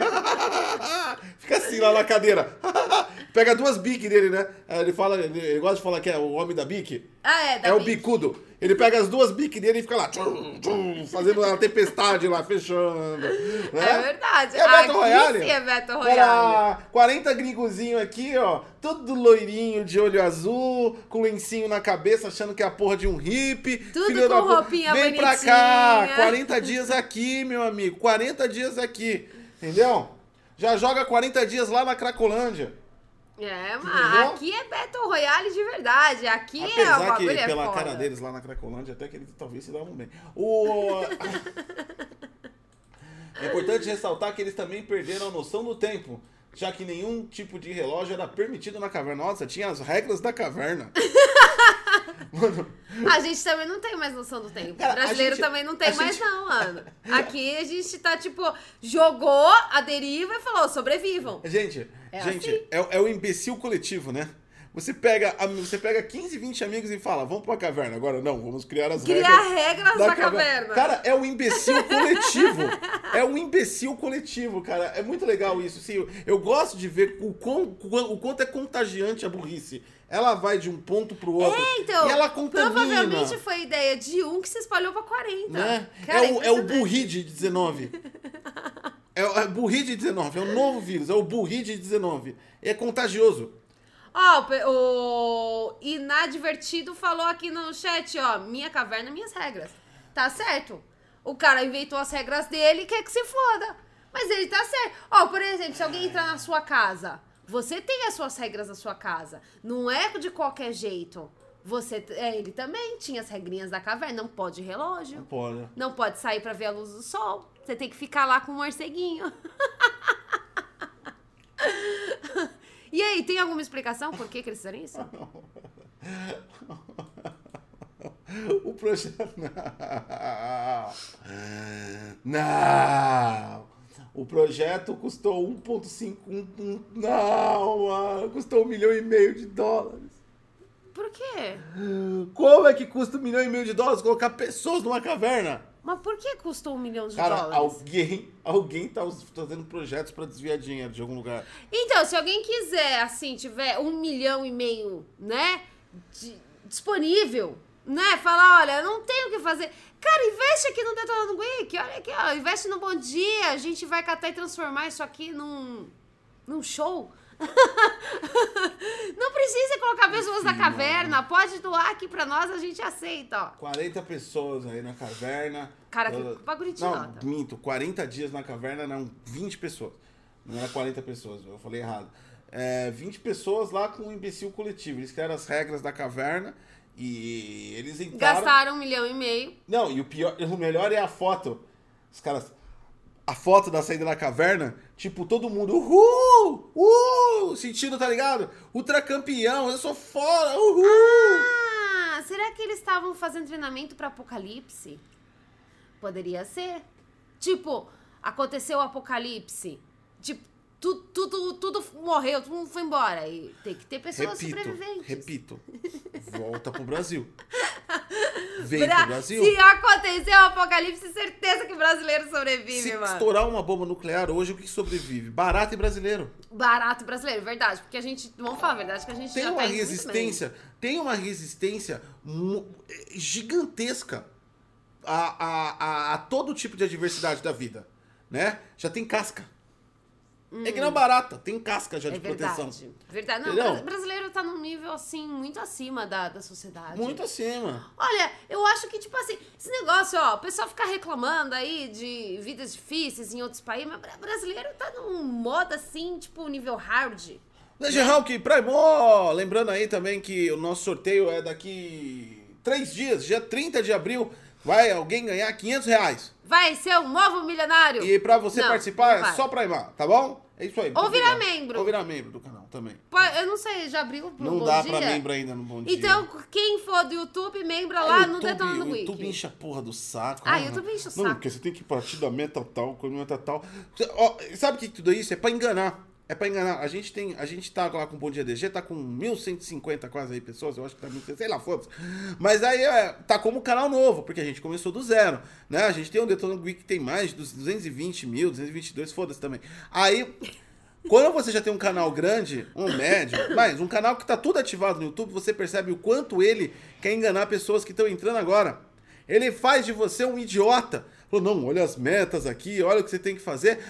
Speaker 1: Fica assim lá na cadeira. [laughs] Pega duas biques dele, né? Aí Ele fala, ele ele gosta de falar que é o homem da bique.
Speaker 2: Ah, é, da
Speaker 1: é o
Speaker 2: Bic.
Speaker 1: bicudo. Ele pega as duas biques dele e fica lá, tchum, tchum, fazendo uma tempestade lá, fechando. né?
Speaker 2: É verdade.
Speaker 1: É Battle
Speaker 2: Aqui
Speaker 1: Royale.
Speaker 2: sim é Battle
Speaker 1: Era 40 gringozinho aqui, ó, todo loirinho, de olho azul, com lencinho na cabeça, achando que é a porra de um hippie.
Speaker 2: Tudo
Speaker 1: Filho da
Speaker 2: com
Speaker 1: pu-
Speaker 2: roupinha
Speaker 1: Vem pra cá,
Speaker 2: bonitinha.
Speaker 1: 40 dias aqui, meu amigo, 40 dias aqui, entendeu? Já joga 40 dias lá na Cracolândia.
Speaker 2: É,
Speaker 1: Entendeu?
Speaker 2: mas aqui é Battle Royale de verdade. Aqui é o
Speaker 1: Apesar que
Speaker 2: bagulho é
Speaker 1: pela
Speaker 2: foda.
Speaker 1: cara deles lá na Cracolândia, até que eles talvez se davam bem.
Speaker 2: [laughs]
Speaker 1: O... é importante ressaltar que eles também perderam a noção do tempo, já que nenhum tipo de relógio era permitido na caverna. Nossa, tinha as regras da caverna.
Speaker 2: A gente também não tem mais noção do tempo.
Speaker 1: Cara,
Speaker 2: o brasileiro
Speaker 1: a gente-
Speaker 2: também não tem
Speaker 1: a
Speaker 2: mais,
Speaker 1: gente- [laughs]
Speaker 2: não, mano. Aqui a gente tá, tipo, jogou a deriva e falou, sobrevivam.
Speaker 1: Gente,
Speaker 2: É
Speaker 1: gente,
Speaker 2: assim.
Speaker 1: é, é o imbecil coletivo, né? Você pega, am- você pega 15, 20 amigos e fala, vamos pra caverna. Agora não, vamos criar as
Speaker 2: Criar
Speaker 1: regras.
Speaker 2: regras da, caverna.
Speaker 1: Cara, é um imbecil coletivo. é um imbecil coletivo, cara. É muito legal isso. Assim, eu, eu gosto de ver o, quão- o quanto é contagiante a burrice. Ela vai de um ponto pro outro.
Speaker 2: É, então,
Speaker 1: e ela contamina.
Speaker 2: provavelmente foi ideia de um que se espalhou pra 40.
Speaker 1: né? é, o,
Speaker 2: Cara,
Speaker 1: é o
Speaker 2: impressionante.
Speaker 1: burri de 19. É, o- é burri de 19. É o novo vírus. É o burri de 19. É contagioso.
Speaker 2: Ó, o pe- o Inadvertido falou aqui no chat, ó, minha caverna, minhas regras. Tá certo. O cara inventou as regras dele e quer que se foda. Mas ele tá certo. Ó, por exemplo, se alguém entrar na sua casa, você tem as suas regras da sua casa. Não é de qualquer jeito. Você, é, ele também tinha as regrinhas da caverna. Não pode relógio.
Speaker 1: Pô, né?
Speaker 2: Não pode sair pra ver a luz do sol. Você tem que ficar lá com o morceguinho. [laughs] E aí, tem alguma explicação por que, que eles fizeram isso?
Speaker 1: O projeto. [laughs] Não! Não! O projeto custou 1,5. um- um- Não, mano! Custou um milhão e meio de dólares.
Speaker 2: Por quê?
Speaker 1: Como é que custa um milhão e meio de dólares colocar pessoas numa caverna?
Speaker 2: Mas por que custou um milhão de
Speaker 1: Cara,
Speaker 2: dólares?
Speaker 1: alguém, alguém tá us- fazendo projetos pra desviar dinheiro de algum lugar.
Speaker 2: Então, se alguém quiser, assim, tiver um milhão e meio, né? de- disponível, né? Falar, olha, eu não tenho o que fazer. Cara, investe aqui no Detonando Week. Olha aqui, ó. Investe no Bom Dia. A gente vai catar e transformar isso aqui num, num show. [laughs] não precisa colocar pessoas na
Speaker 1: Não.
Speaker 2: caverna. Pode doar aqui pra nós, a gente aceita, ó.
Speaker 1: 40 pessoas aí na caverna.
Speaker 2: Cara, que
Speaker 1: Toda-
Speaker 2: bagulho de
Speaker 1: Não,
Speaker 2: nota.
Speaker 1: minto. 40 dias na caverna eram 20 pessoas. Não era 40 pessoas, eu falei errado. É, 20 pessoas lá com um imbecil coletivo. Eles criaram as regras da caverna e eles entraram...
Speaker 2: Gastaram um milhão e meio.
Speaker 1: Não, e o pior, [laughs] o melhor é a foto. Os caras. A foto da saída da caverna, tipo, todo mundo, uhul! Uhul! Sentindo, tá ligado? Ultracampeão, eu sou fora, uhul!
Speaker 2: Ah, será que eles estavam fazendo treinamento para apocalipse? Poderia ser. Tipo, aconteceu o apocalipse. Tipo, tu- tudo, tudo morreu, todo mundo foi embora. E tem que ter pessoas
Speaker 1: repito,
Speaker 2: sobreviventes.
Speaker 1: repito. Volta pro Brasil.
Speaker 2: [laughs]
Speaker 1: Vem
Speaker 2: Pra-
Speaker 1: pro Brasil.
Speaker 2: Se aconteceu o apocalipse, certeza que brasileiro sobrevive,
Speaker 1: Se
Speaker 2: mano.
Speaker 1: estourar uma bomba nuclear hoje, o que sobrevive? Barato e brasileiro.
Speaker 2: Barato brasileiro, verdade. Porque a gente, vamos falar a verdade, que a gente
Speaker 1: Tem
Speaker 2: já
Speaker 1: uma
Speaker 2: tá indo muito bem.
Speaker 1: resistência, tem uma resistência mu- gigantesca a, a, a, a todo tipo de adversidade da vida, né? Já tem casca. É que não é barata, tem casca já
Speaker 2: Hum. É
Speaker 1: de
Speaker 2: verdade.
Speaker 1: proteção.
Speaker 2: Verdade. Não,
Speaker 1: Entendeu?
Speaker 2: bra- brasileiro tá num nível, assim, muito acima da, da sociedade.
Speaker 1: Muito acima.
Speaker 2: Olha, eu acho que, tipo assim, esse negócio, ó, o pessoal fica reclamando aí de vidas difíceis em outros países, mas bra- brasileiro tá num modo assim, tipo, nível hard.
Speaker 1: Legion Hulk Primo! Lembrando aí também que o nosso sorteio é daqui três dias, dia 30 de abril. Vai alguém ganhar 500 reais.
Speaker 2: Vai ser um novo milionário!
Speaker 1: E pra você
Speaker 2: Não,
Speaker 1: participar
Speaker 2: não
Speaker 1: é
Speaker 2: vai.
Speaker 1: só primar, tá bom? É isso aí. muito
Speaker 2: Ou virar
Speaker 1: obrigado.
Speaker 2: membro.
Speaker 1: Ou virar membro do canal também.
Speaker 2: Pô, Eu não sei, já abriu pro
Speaker 1: Não
Speaker 2: Bom
Speaker 1: dá
Speaker 2: Dia?
Speaker 1: pra membro ainda no Bom Dia.
Speaker 2: Então, quem for do YouTube, membra
Speaker 1: Ah,
Speaker 2: lá tá no
Speaker 1: YouTube,
Speaker 2: Detonando
Speaker 1: O
Speaker 2: Week.
Speaker 1: YouTube enche a porra do saco.
Speaker 2: Ah,
Speaker 1: né?
Speaker 2: YouTube enche o
Speaker 1: Não,
Speaker 2: saco.
Speaker 1: porque você tem que partir da meta tal, com a meta tal. Você- ó, sabe o que tudo isso? É pra enganar. É pra enganar. A gente tem. A gente tá lá com o Bom Dia DG, tá com 1150 quase aí pessoas, eu acho que tá 1100, sei lá, foda-se. Mas aí é, tá como canal novo, porque a gente começou do zero, né? A gente tem um Detonando Week que tem mais de 220 mil, 222, foda-se também. Aí Quando você já tem um canal grande, um médio, mas um canal que tá tudo ativado no YouTube, você percebe o quanto ele quer enganar pessoas que estão entrando agora. Ele faz de você um idiota. Falou, não, olha as metas aqui, olha o que você tem que fazer,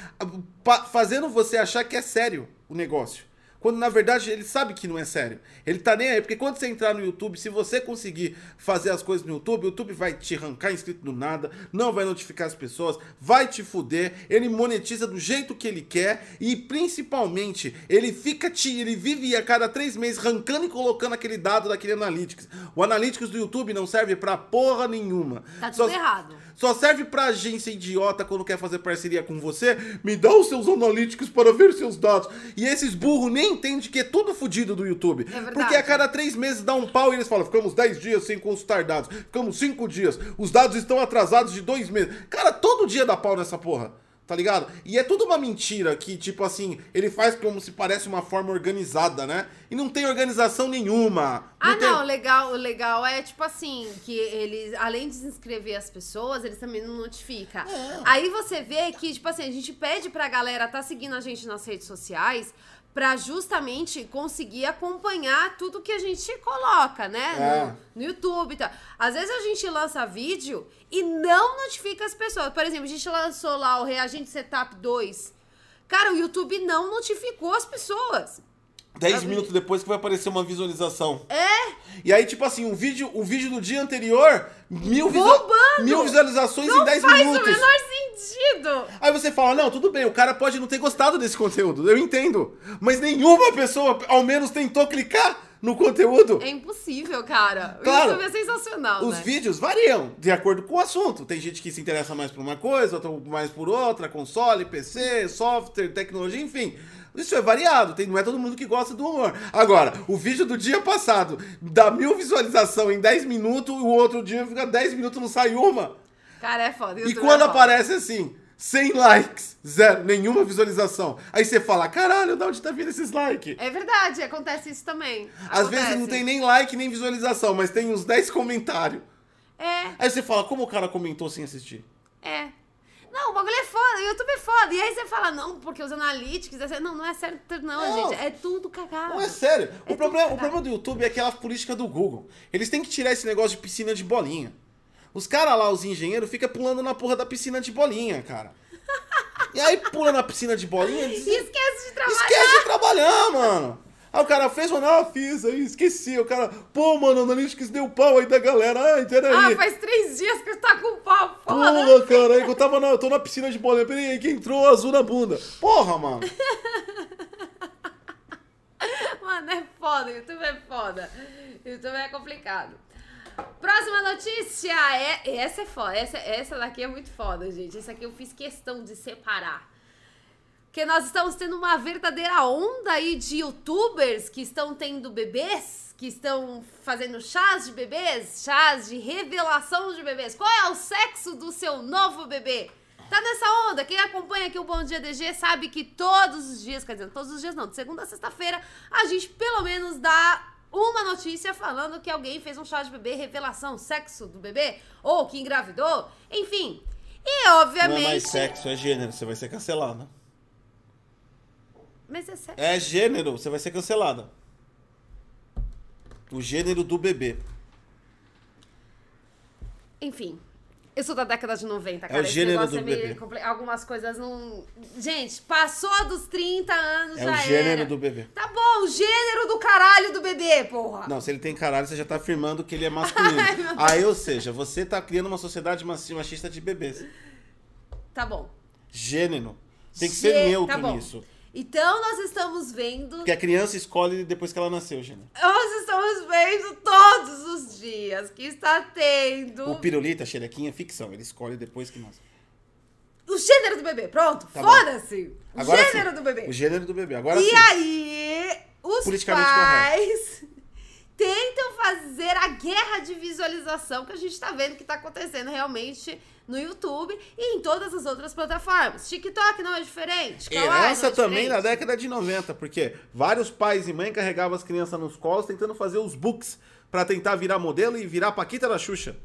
Speaker 1: pa- fazendo você achar que é sério o negócio. Quando na verdade ele sabe que não é sério. Ele tá nem aí, porque quando você entrar no YouTube, se você conseguir fazer as coisas no YouTube, o YouTube vai te arrancar inscrito do nada, não vai notificar as pessoas, vai te fuder, ele monetiza do jeito que ele quer e principalmente ele fica te. ele vive a cada três meses arrancando e colocando aquele dado daquele Analytics. O Analytics do YouTube não serve pra porra nenhuma.
Speaker 2: Tá
Speaker 1: Só-
Speaker 2: tudo errado.
Speaker 1: só serve pra agência idiota quando quer fazer parceria com você. Me dá os seus analíticos para ver seus dados. E esses burros nem entendem que é tudo fodido do YouTube.
Speaker 2: É verdade.
Speaker 1: Porque a cada três meses dá um pau e eles falam: ficamos 10 dias sem consultar dados, ficamos 5 dias, os dados estão atrasados de dois meses. Cara, todo dia dá pau nessa porra. Tá ligado? E é tudo uma mentira que, tipo assim, ele faz como se parece uma forma organizada, né? E não tem organização nenhuma.
Speaker 2: Ah,
Speaker 1: tem-
Speaker 2: não, o legal, o legal é tipo assim, que eles, além de inscrever as pessoas, eles também não notificam.
Speaker 1: É.
Speaker 2: Aí você vê que, tipo assim, a gente pede pra galera tá seguindo a gente nas redes sociais pra justamente conseguir acompanhar tudo que a gente coloca, né?
Speaker 1: É.
Speaker 2: No- no YouTube e tal. Às vezes a gente lança vídeo e não notifica as pessoas. Por exemplo, a gente lançou lá o Reagente Setup 2. Cara, o YouTube não notificou as pessoas.
Speaker 1: 10
Speaker 2: Sabe?
Speaker 1: minutos depois que vai aparecer uma visualização. É? E aí, tipo assim, um vídeo, o vídeo do dia anterior, mil, visua-
Speaker 2: Bombando!
Speaker 1: mil visualizações em 10
Speaker 2: Faz o
Speaker 1: minutos.
Speaker 2: menor sentido.
Speaker 1: Aí você fala, não, tudo bem, o cara pode não ter gostado desse conteúdo, eu entendo. Mas nenhuma pessoa, ao menos, tentou clicar no conteúdo.
Speaker 2: É impossível, cara.
Speaker 1: Claro.
Speaker 2: O YouTube é sensacional,
Speaker 1: Os
Speaker 2: né?
Speaker 1: vídeos variam de acordo com o assunto. Tem gente que se interessa mais por uma coisa, outra mais por outra, console, PC, software, tecnologia, enfim. Isso é variado, tem, não é todo mundo que gosta do humor. Agora, o vídeo do dia passado dá mil visualização em 10 minutos, o outro dia fica 10 minutos não sai uma.
Speaker 2: Cara, é foda. o
Speaker 1: E
Speaker 2: YouTube
Speaker 1: quando
Speaker 2: é foda.
Speaker 1: aparece assim, 100 likes, zero, nenhuma visualização. Aí você fala, caralho, de onde tá vindo esses likes?
Speaker 2: É verdade, acontece isso também.
Speaker 1: Às vezes não
Speaker 2: Acontece.
Speaker 1: tem nem like, nem visualização, mas tem uns 10 comentários.
Speaker 2: É,
Speaker 1: Aí você fala, como o cara comentou sem assistir?
Speaker 2: é. Não, o bagulho é foda, o YouTube é foda. E aí você fala, não, porque os analíticos... é sério. Não, não é sério, não,
Speaker 1: Não.
Speaker 2: gente. É tudo cagado.
Speaker 1: Não, é sério. O,
Speaker 2: É
Speaker 1: problema,
Speaker 2: tudo
Speaker 1: o problema do YouTube é aquela política do Google. Eles têm que tirar esse negócio de piscina de bolinha. Os caras lá, os engenheiros, ficam pulando na porra da piscina de bolinha, cara. E aí pula na piscina de bolinha
Speaker 2: E [laughs]
Speaker 1: eles
Speaker 2: Esquece de trabalhar.
Speaker 1: Esquece de trabalhar, mano. Aí o cara fez, mano, ah, fiz aí, esqueci. O cara, pô, mano, analytics deu pau aí da galera. Ai, peraí.
Speaker 2: Ah, faz três dias que tá com pau, foda.
Speaker 1: Pula, cara, aí que eu tava na, eu tô na piscina de bolinha. Peraí, que entrou azul na bunda. Porra, mano.
Speaker 2: Mano, é foda, YouTube é foda. YouTube é complicado. Próxima notícia é. Essa é foda. Essa, essa daqui é muito foda, gente. Essa aqui eu fiz questão de separar. Porque nós estamos tendo uma verdadeira onda aí de youtubers que estão tendo bebês, que estão fazendo chás de bebês, chás de revelação de bebês. Qual é o sexo do seu novo bebê? Tá nessa onda. Quem acompanha aqui o Bom Dia DG sabe que todos os dias, quer dizer, todos os dias não, de segunda a sexta-feira, a gente pelo menos dá uma notícia falando que alguém fez um chá de bebê, revelação, sexo do bebê, ou que engravidou, enfim. E obviamente.
Speaker 1: é gênero, você vai ser cancelada.
Speaker 2: Mas é sexo.
Speaker 1: É gênero, você vai ser cancelada. O gênero do bebê.
Speaker 2: Enfim. Eu sou da década de 90, cara.
Speaker 1: o gênero
Speaker 2: Esse negócio
Speaker 1: do
Speaker 2: é meio
Speaker 1: bebê.
Speaker 2: compli- Algumas coisas não. Gente, passou dos 30 anos,
Speaker 1: É
Speaker 2: já
Speaker 1: o gênero
Speaker 2: era.
Speaker 1: do bebê.
Speaker 2: Tá bom, o gênero do caralho do bebê, porra.
Speaker 1: Não, se ele tem caralho, você já tá afirmando que ele é masculino.
Speaker 2: Ah. [laughs] Ai, meu Deus.
Speaker 1: Aí, ou seja, você tá criando uma sociedade maci- machista de bebês.
Speaker 2: Tá bom.
Speaker 1: Gênero. Tem que
Speaker 2: Gê-
Speaker 1: ser neutro
Speaker 2: tá bom.
Speaker 1: nisso.
Speaker 2: Então nós estamos vendo.
Speaker 1: Porque a criança escolhe depois que ela nasceu, gênero.
Speaker 2: Nós estamos vendo todos os dias que está tendo.
Speaker 1: O pirulito, a xerequinha, é ficção. Ele escolhe depois que nasce.
Speaker 2: O gênero do bebê, pronto.
Speaker 1: Tá bom.
Speaker 2: Foda-se. O
Speaker 1: Agora
Speaker 2: gênero
Speaker 1: sim.
Speaker 2: do bebê.
Speaker 1: O gênero do bebê. Agora
Speaker 2: E
Speaker 1: sim.
Speaker 2: aí, os
Speaker 1: Politicamente
Speaker 2: pais [laughs] tentam fazer a guerra de visualização que a gente tá vendo que tá acontecendo realmente no YouTube e em todas as outras plataformas. TikTok não é diferente. Kawaii não é
Speaker 1: Herança também na
Speaker 2: diferente.
Speaker 1: década de 90, porque vários pais e mãe carregavam as crianças nos colos tentando fazer os books pra tentar virar modelo e virar Paquita da Xuxa.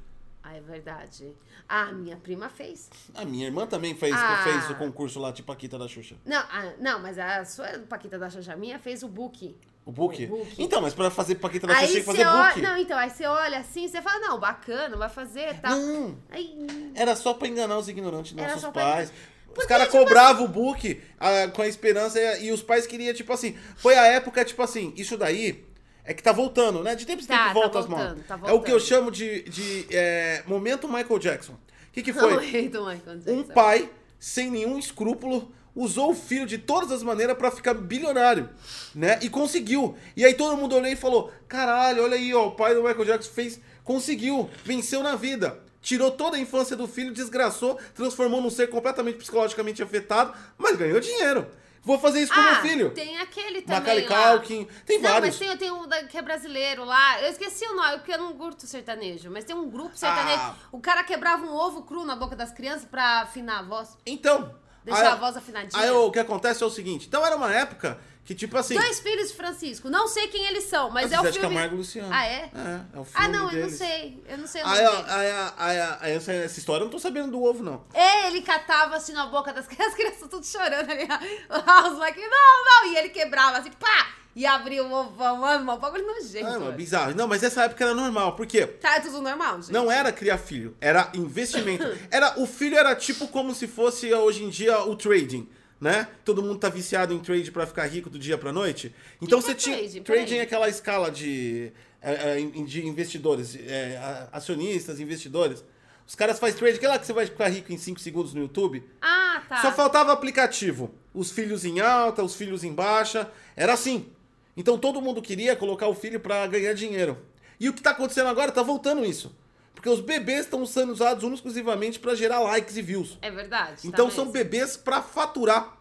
Speaker 2: Ah, é verdade. A minha prima fez.
Speaker 1: A minha irmã também fez,
Speaker 2: Ah.
Speaker 1: fez o concurso lá, tipo a Quita da Xuxa.
Speaker 2: Não, a- não, mas a sua Paquita da Xuxa minha fez o book.
Speaker 1: O book?
Speaker 2: O book.
Speaker 1: Então, mas pra fazer Paquita da Xuxa
Speaker 2: Aí
Speaker 1: tinha que
Speaker 2: você
Speaker 1: fazer
Speaker 2: olha.
Speaker 1: book.
Speaker 2: Não, tá. então, aí você olha assim, você fala, não, bacana, vai fazer tal.
Speaker 1: Não.
Speaker 2: Aí,
Speaker 1: Era só pra enganar os ignorantes dos
Speaker 2: Era
Speaker 1: nossos
Speaker 2: só pra-
Speaker 1: pais. Os
Speaker 2: Porque,
Speaker 1: caras
Speaker 2: tipo
Speaker 1: cobravam o book ah, com a esperança e, e os pais queriam, tipo assim. Foi a época, tipo assim, isso daí é que tá voltando, né? De tempo em
Speaker 2: Tá,
Speaker 1: tempo
Speaker 2: tá
Speaker 1: volta as
Speaker 2: voltando,
Speaker 1: mãos.
Speaker 2: tá
Speaker 1: é o que eu
Speaker 2: voltando.
Speaker 1: chamo de, de é, momento Michael Jackson. O
Speaker 2: [laughs]
Speaker 1: que, que
Speaker 2: o
Speaker 1: foi?
Speaker 2: rei do Michael
Speaker 1: Um
Speaker 2: Jackson.
Speaker 1: pai, sem nenhum escrúpulo, usou o filho de todas as maneiras pra ficar bilionário, né? E conseguiu. E aí todo mundo olhou e falou: caralho, olha aí, ó, o pai do Michael Jackson fez, conseguiu, venceu na vida. Tirou toda a infância do filho, desgraçou, transformou num ser completamente psicologicamente afetado, mas ganhou dinheiro. Vou fazer isso com
Speaker 2: ah,
Speaker 1: Tipo, meu filho.
Speaker 2: tem aquele também
Speaker 1: Macaulay
Speaker 2: lá.
Speaker 1: Culkin, tem
Speaker 2: não,
Speaker 1: vários.
Speaker 2: mas tem, tem um da- que é brasileiro lá. Eu esqueci o nome, porque eu não curto sertanejo. Mas tem um grupo sertanejo.
Speaker 1: Ah.
Speaker 2: O cara quebrava um ovo cru na boca das crianças pra afinar a voz.
Speaker 1: Então.
Speaker 2: Deixar
Speaker 1: aí-
Speaker 2: a voz afinadinha.
Speaker 1: Aí o que acontece é o seguinte: então era uma época que, tipo assim.
Speaker 2: Dois filhos de Francisco. Não sei quem eles são, mas é o
Speaker 1: Zé de
Speaker 2: filme...
Speaker 1: Camargo e Luciano.
Speaker 2: Ah, é?
Speaker 1: É, é o filme.
Speaker 2: ah, não, eu não
Speaker 1: deles. Ah, é,
Speaker 2: sei. Eu não sei o nome
Speaker 1: Aí, ó,
Speaker 2: dele.
Speaker 1: aí, ó, aí, ó, aí, ah, é, essa, essa história eu não tô sabendo do ovo, não.
Speaker 2: É, ele catava assim na boca das [laughs] crianças, as crianças tudo chorando ali. ó. Os moleques, não, não. E ele quebrava assim, pá! E abria o ovão, mano, o bagulho nojento.
Speaker 1: Ah, mas
Speaker 2: mano.
Speaker 1: bizarro. Não, mas essa época era normal. Por quê?
Speaker 2: Tá, é tudo normal, gente.
Speaker 1: Não era criar filho, era
Speaker 2: [laughs]
Speaker 1: investimento. Era, o filho era tipo como se fosse hoje em dia o trading, né? Todo mundo tá viciado em trade pra ficar rico do dia pra noite. Então
Speaker 2: que
Speaker 1: você
Speaker 2: é
Speaker 1: tinha.
Speaker 2: trading? Peraí.
Speaker 1: Trading é aquela escala de, é, é, de investidores, é, a- acionistas, investidores. Os caras fazem trade, aquela que você vai ficar rico em 5 segundos no YouTube.
Speaker 2: Ah, tá.
Speaker 1: Só faltava aplicativo. Os filhos em alta, os filhos em baixa. Era assim. Então todo mundo queria colocar o filho pra ganhar dinheiro. E o que tá acontecendo agora tá voltando isso. Porque os bebês estão sendo usados única e exclusivamente pra gerar likes e views.
Speaker 2: É verdade. tá
Speaker 1: Então
Speaker 2: mesmo.
Speaker 1: são bebês pra faturar.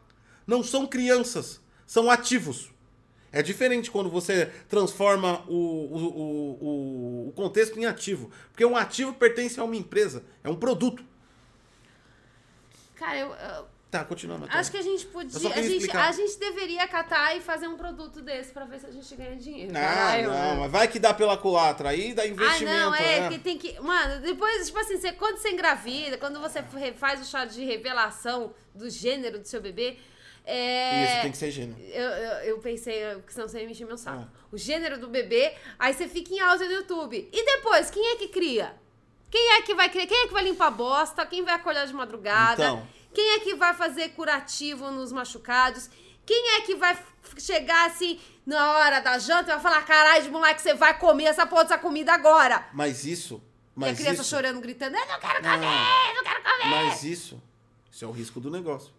Speaker 1: Não são crianças, são ativos. É diferente quando você transforma o, o- o- o- o contexto em ativo. Porque um ativo pertence a uma empresa, é um produto.
Speaker 2: Cara, eu, eu
Speaker 1: Tá, continua, Matheus.
Speaker 2: acho que a gente
Speaker 1: Eu só
Speaker 2: podia. A
Speaker 1: queria
Speaker 2: gente,
Speaker 1: explicar.
Speaker 2: a gente deveria catar e fazer um produto desse pra ver se a gente ganha dinheiro.
Speaker 1: Ah,
Speaker 2: Caralho,
Speaker 1: não,
Speaker 2: mano.
Speaker 1: mas vai que dá pela culatra, aí dá
Speaker 2: Ah,
Speaker 1: investimento,
Speaker 2: não, é,
Speaker 1: né?
Speaker 2: porque tem que. Mano, depois, tipo assim, você, quando você engravida, quando você re- faz o chá de revelação do gênero do seu bebê. É...
Speaker 1: Isso, tem que ser gênio.
Speaker 2: Eu, eu, eu pensei, eu- que senão você ia me encher meu saco.
Speaker 1: Ah.
Speaker 2: O gênero do bebê, aí você fica em áudio no YouTube. E depois, quem é que cria? Quem é que vai criar? Quem é que vai limpar a bosta? Quem vai acordar de madrugada?
Speaker 1: Então.
Speaker 2: Quem é que vai fazer curativo nos machucados? Quem é que vai f- chegar assim na hora da janta e vai falar: caralho, de moleque, você vai comer essa porra dessa comida agora?
Speaker 1: Mas isso,
Speaker 2: e a
Speaker 1: mas
Speaker 2: criança
Speaker 1: isso, Ah.
Speaker 2: chorando, é. gritando: eu não quero
Speaker 1: Não.
Speaker 2: comer, não quero comer.
Speaker 1: mas isso, isso é o risco do negócio.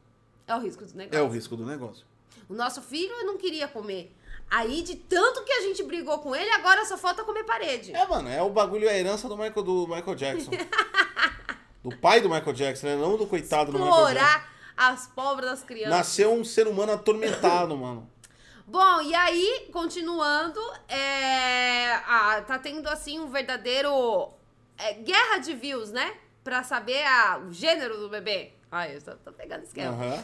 Speaker 2: É o risco do negócio.
Speaker 1: É o risco do negócio.
Speaker 2: O nosso filho não queria comer. Aí, de tanto que a gente brigou com ele, agora só falta comer parede.
Speaker 1: É, mano, é o bagulho, é a herança do Michael, do Michael
Speaker 2: [laughs]
Speaker 1: Jackson. do pai do Michael Jackson, né? Não do coitado do Michael Jackson.
Speaker 2: Explorar as pobres das crianças.
Speaker 1: Nasceu um ser humano atormentado, mano.
Speaker 2: Bom, e aí, continuando, é, a- tá tendo assim um verdadeiro é, guerra de views, né? Pra saber a- o gênero do bebê. Ai, eu só tô pegando esquema.
Speaker 1: Aham.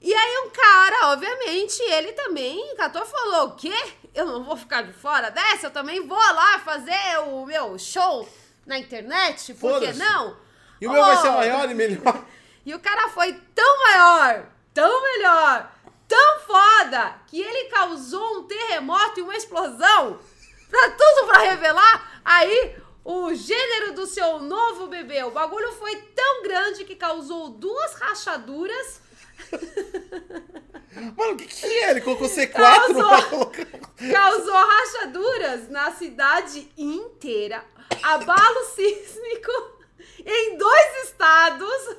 Speaker 2: E aí um cara, obviamente, ele também catou e falou, o quê? Eu não vou ficar de fora dessa? Eu também vou lá fazer o meu show na internet? Por que
Speaker 1: Foda-se.
Speaker 2: não?
Speaker 1: E o meu vai ser
Speaker 2: Oh,
Speaker 1: maior e melhor. [laughs]
Speaker 2: E o cara foi tão maior, tão melhor, tão foda, que ele causou um terremoto e uma explosão. Pra tudo pra revelar aí o gênero do seu novo bebê. O bagulho foi tão grande que causou duas rachaduras
Speaker 1: Mano, o que que é? Ele colocou C4 pra
Speaker 2: Causou.
Speaker 1: colocar...
Speaker 2: causou rachaduras na cidade inteira, abalo sísmico em dois estados.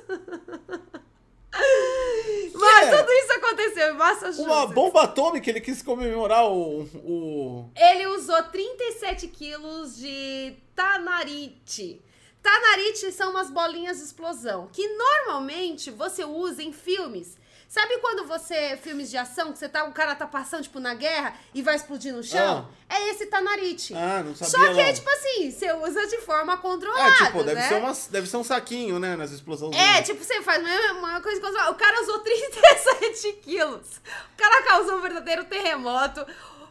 Speaker 2: Mas
Speaker 1: É.
Speaker 2: tudo isso aconteceu em Massachusetts.
Speaker 1: Uma bomba atômica, ele quis comemorar o... o...
Speaker 2: Ele usou 37 quilos de tanarite. Tanarite são umas bolinhas de explosão que normalmente você usa em filmes. Sabe quando você filmes de ação que você tá, o cara tá passando tipo na guerra e vai explodir no chão? É esse tanarite.
Speaker 1: Ah, não sabia
Speaker 2: Só que é
Speaker 1: não.
Speaker 2: tipo assim, você usa de forma
Speaker 1: É,
Speaker 2: controlada,
Speaker 1: tipo, deve,
Speaker 2: né?
Speaker 1: ser uma, deve ser um saquinho, né? Nas explosões.
Speaker 2: É, tipo, você faz uma, uma coisa contra... O cara usou [laughs] 37 quilos. O cara causou um verdadeiro terremoto.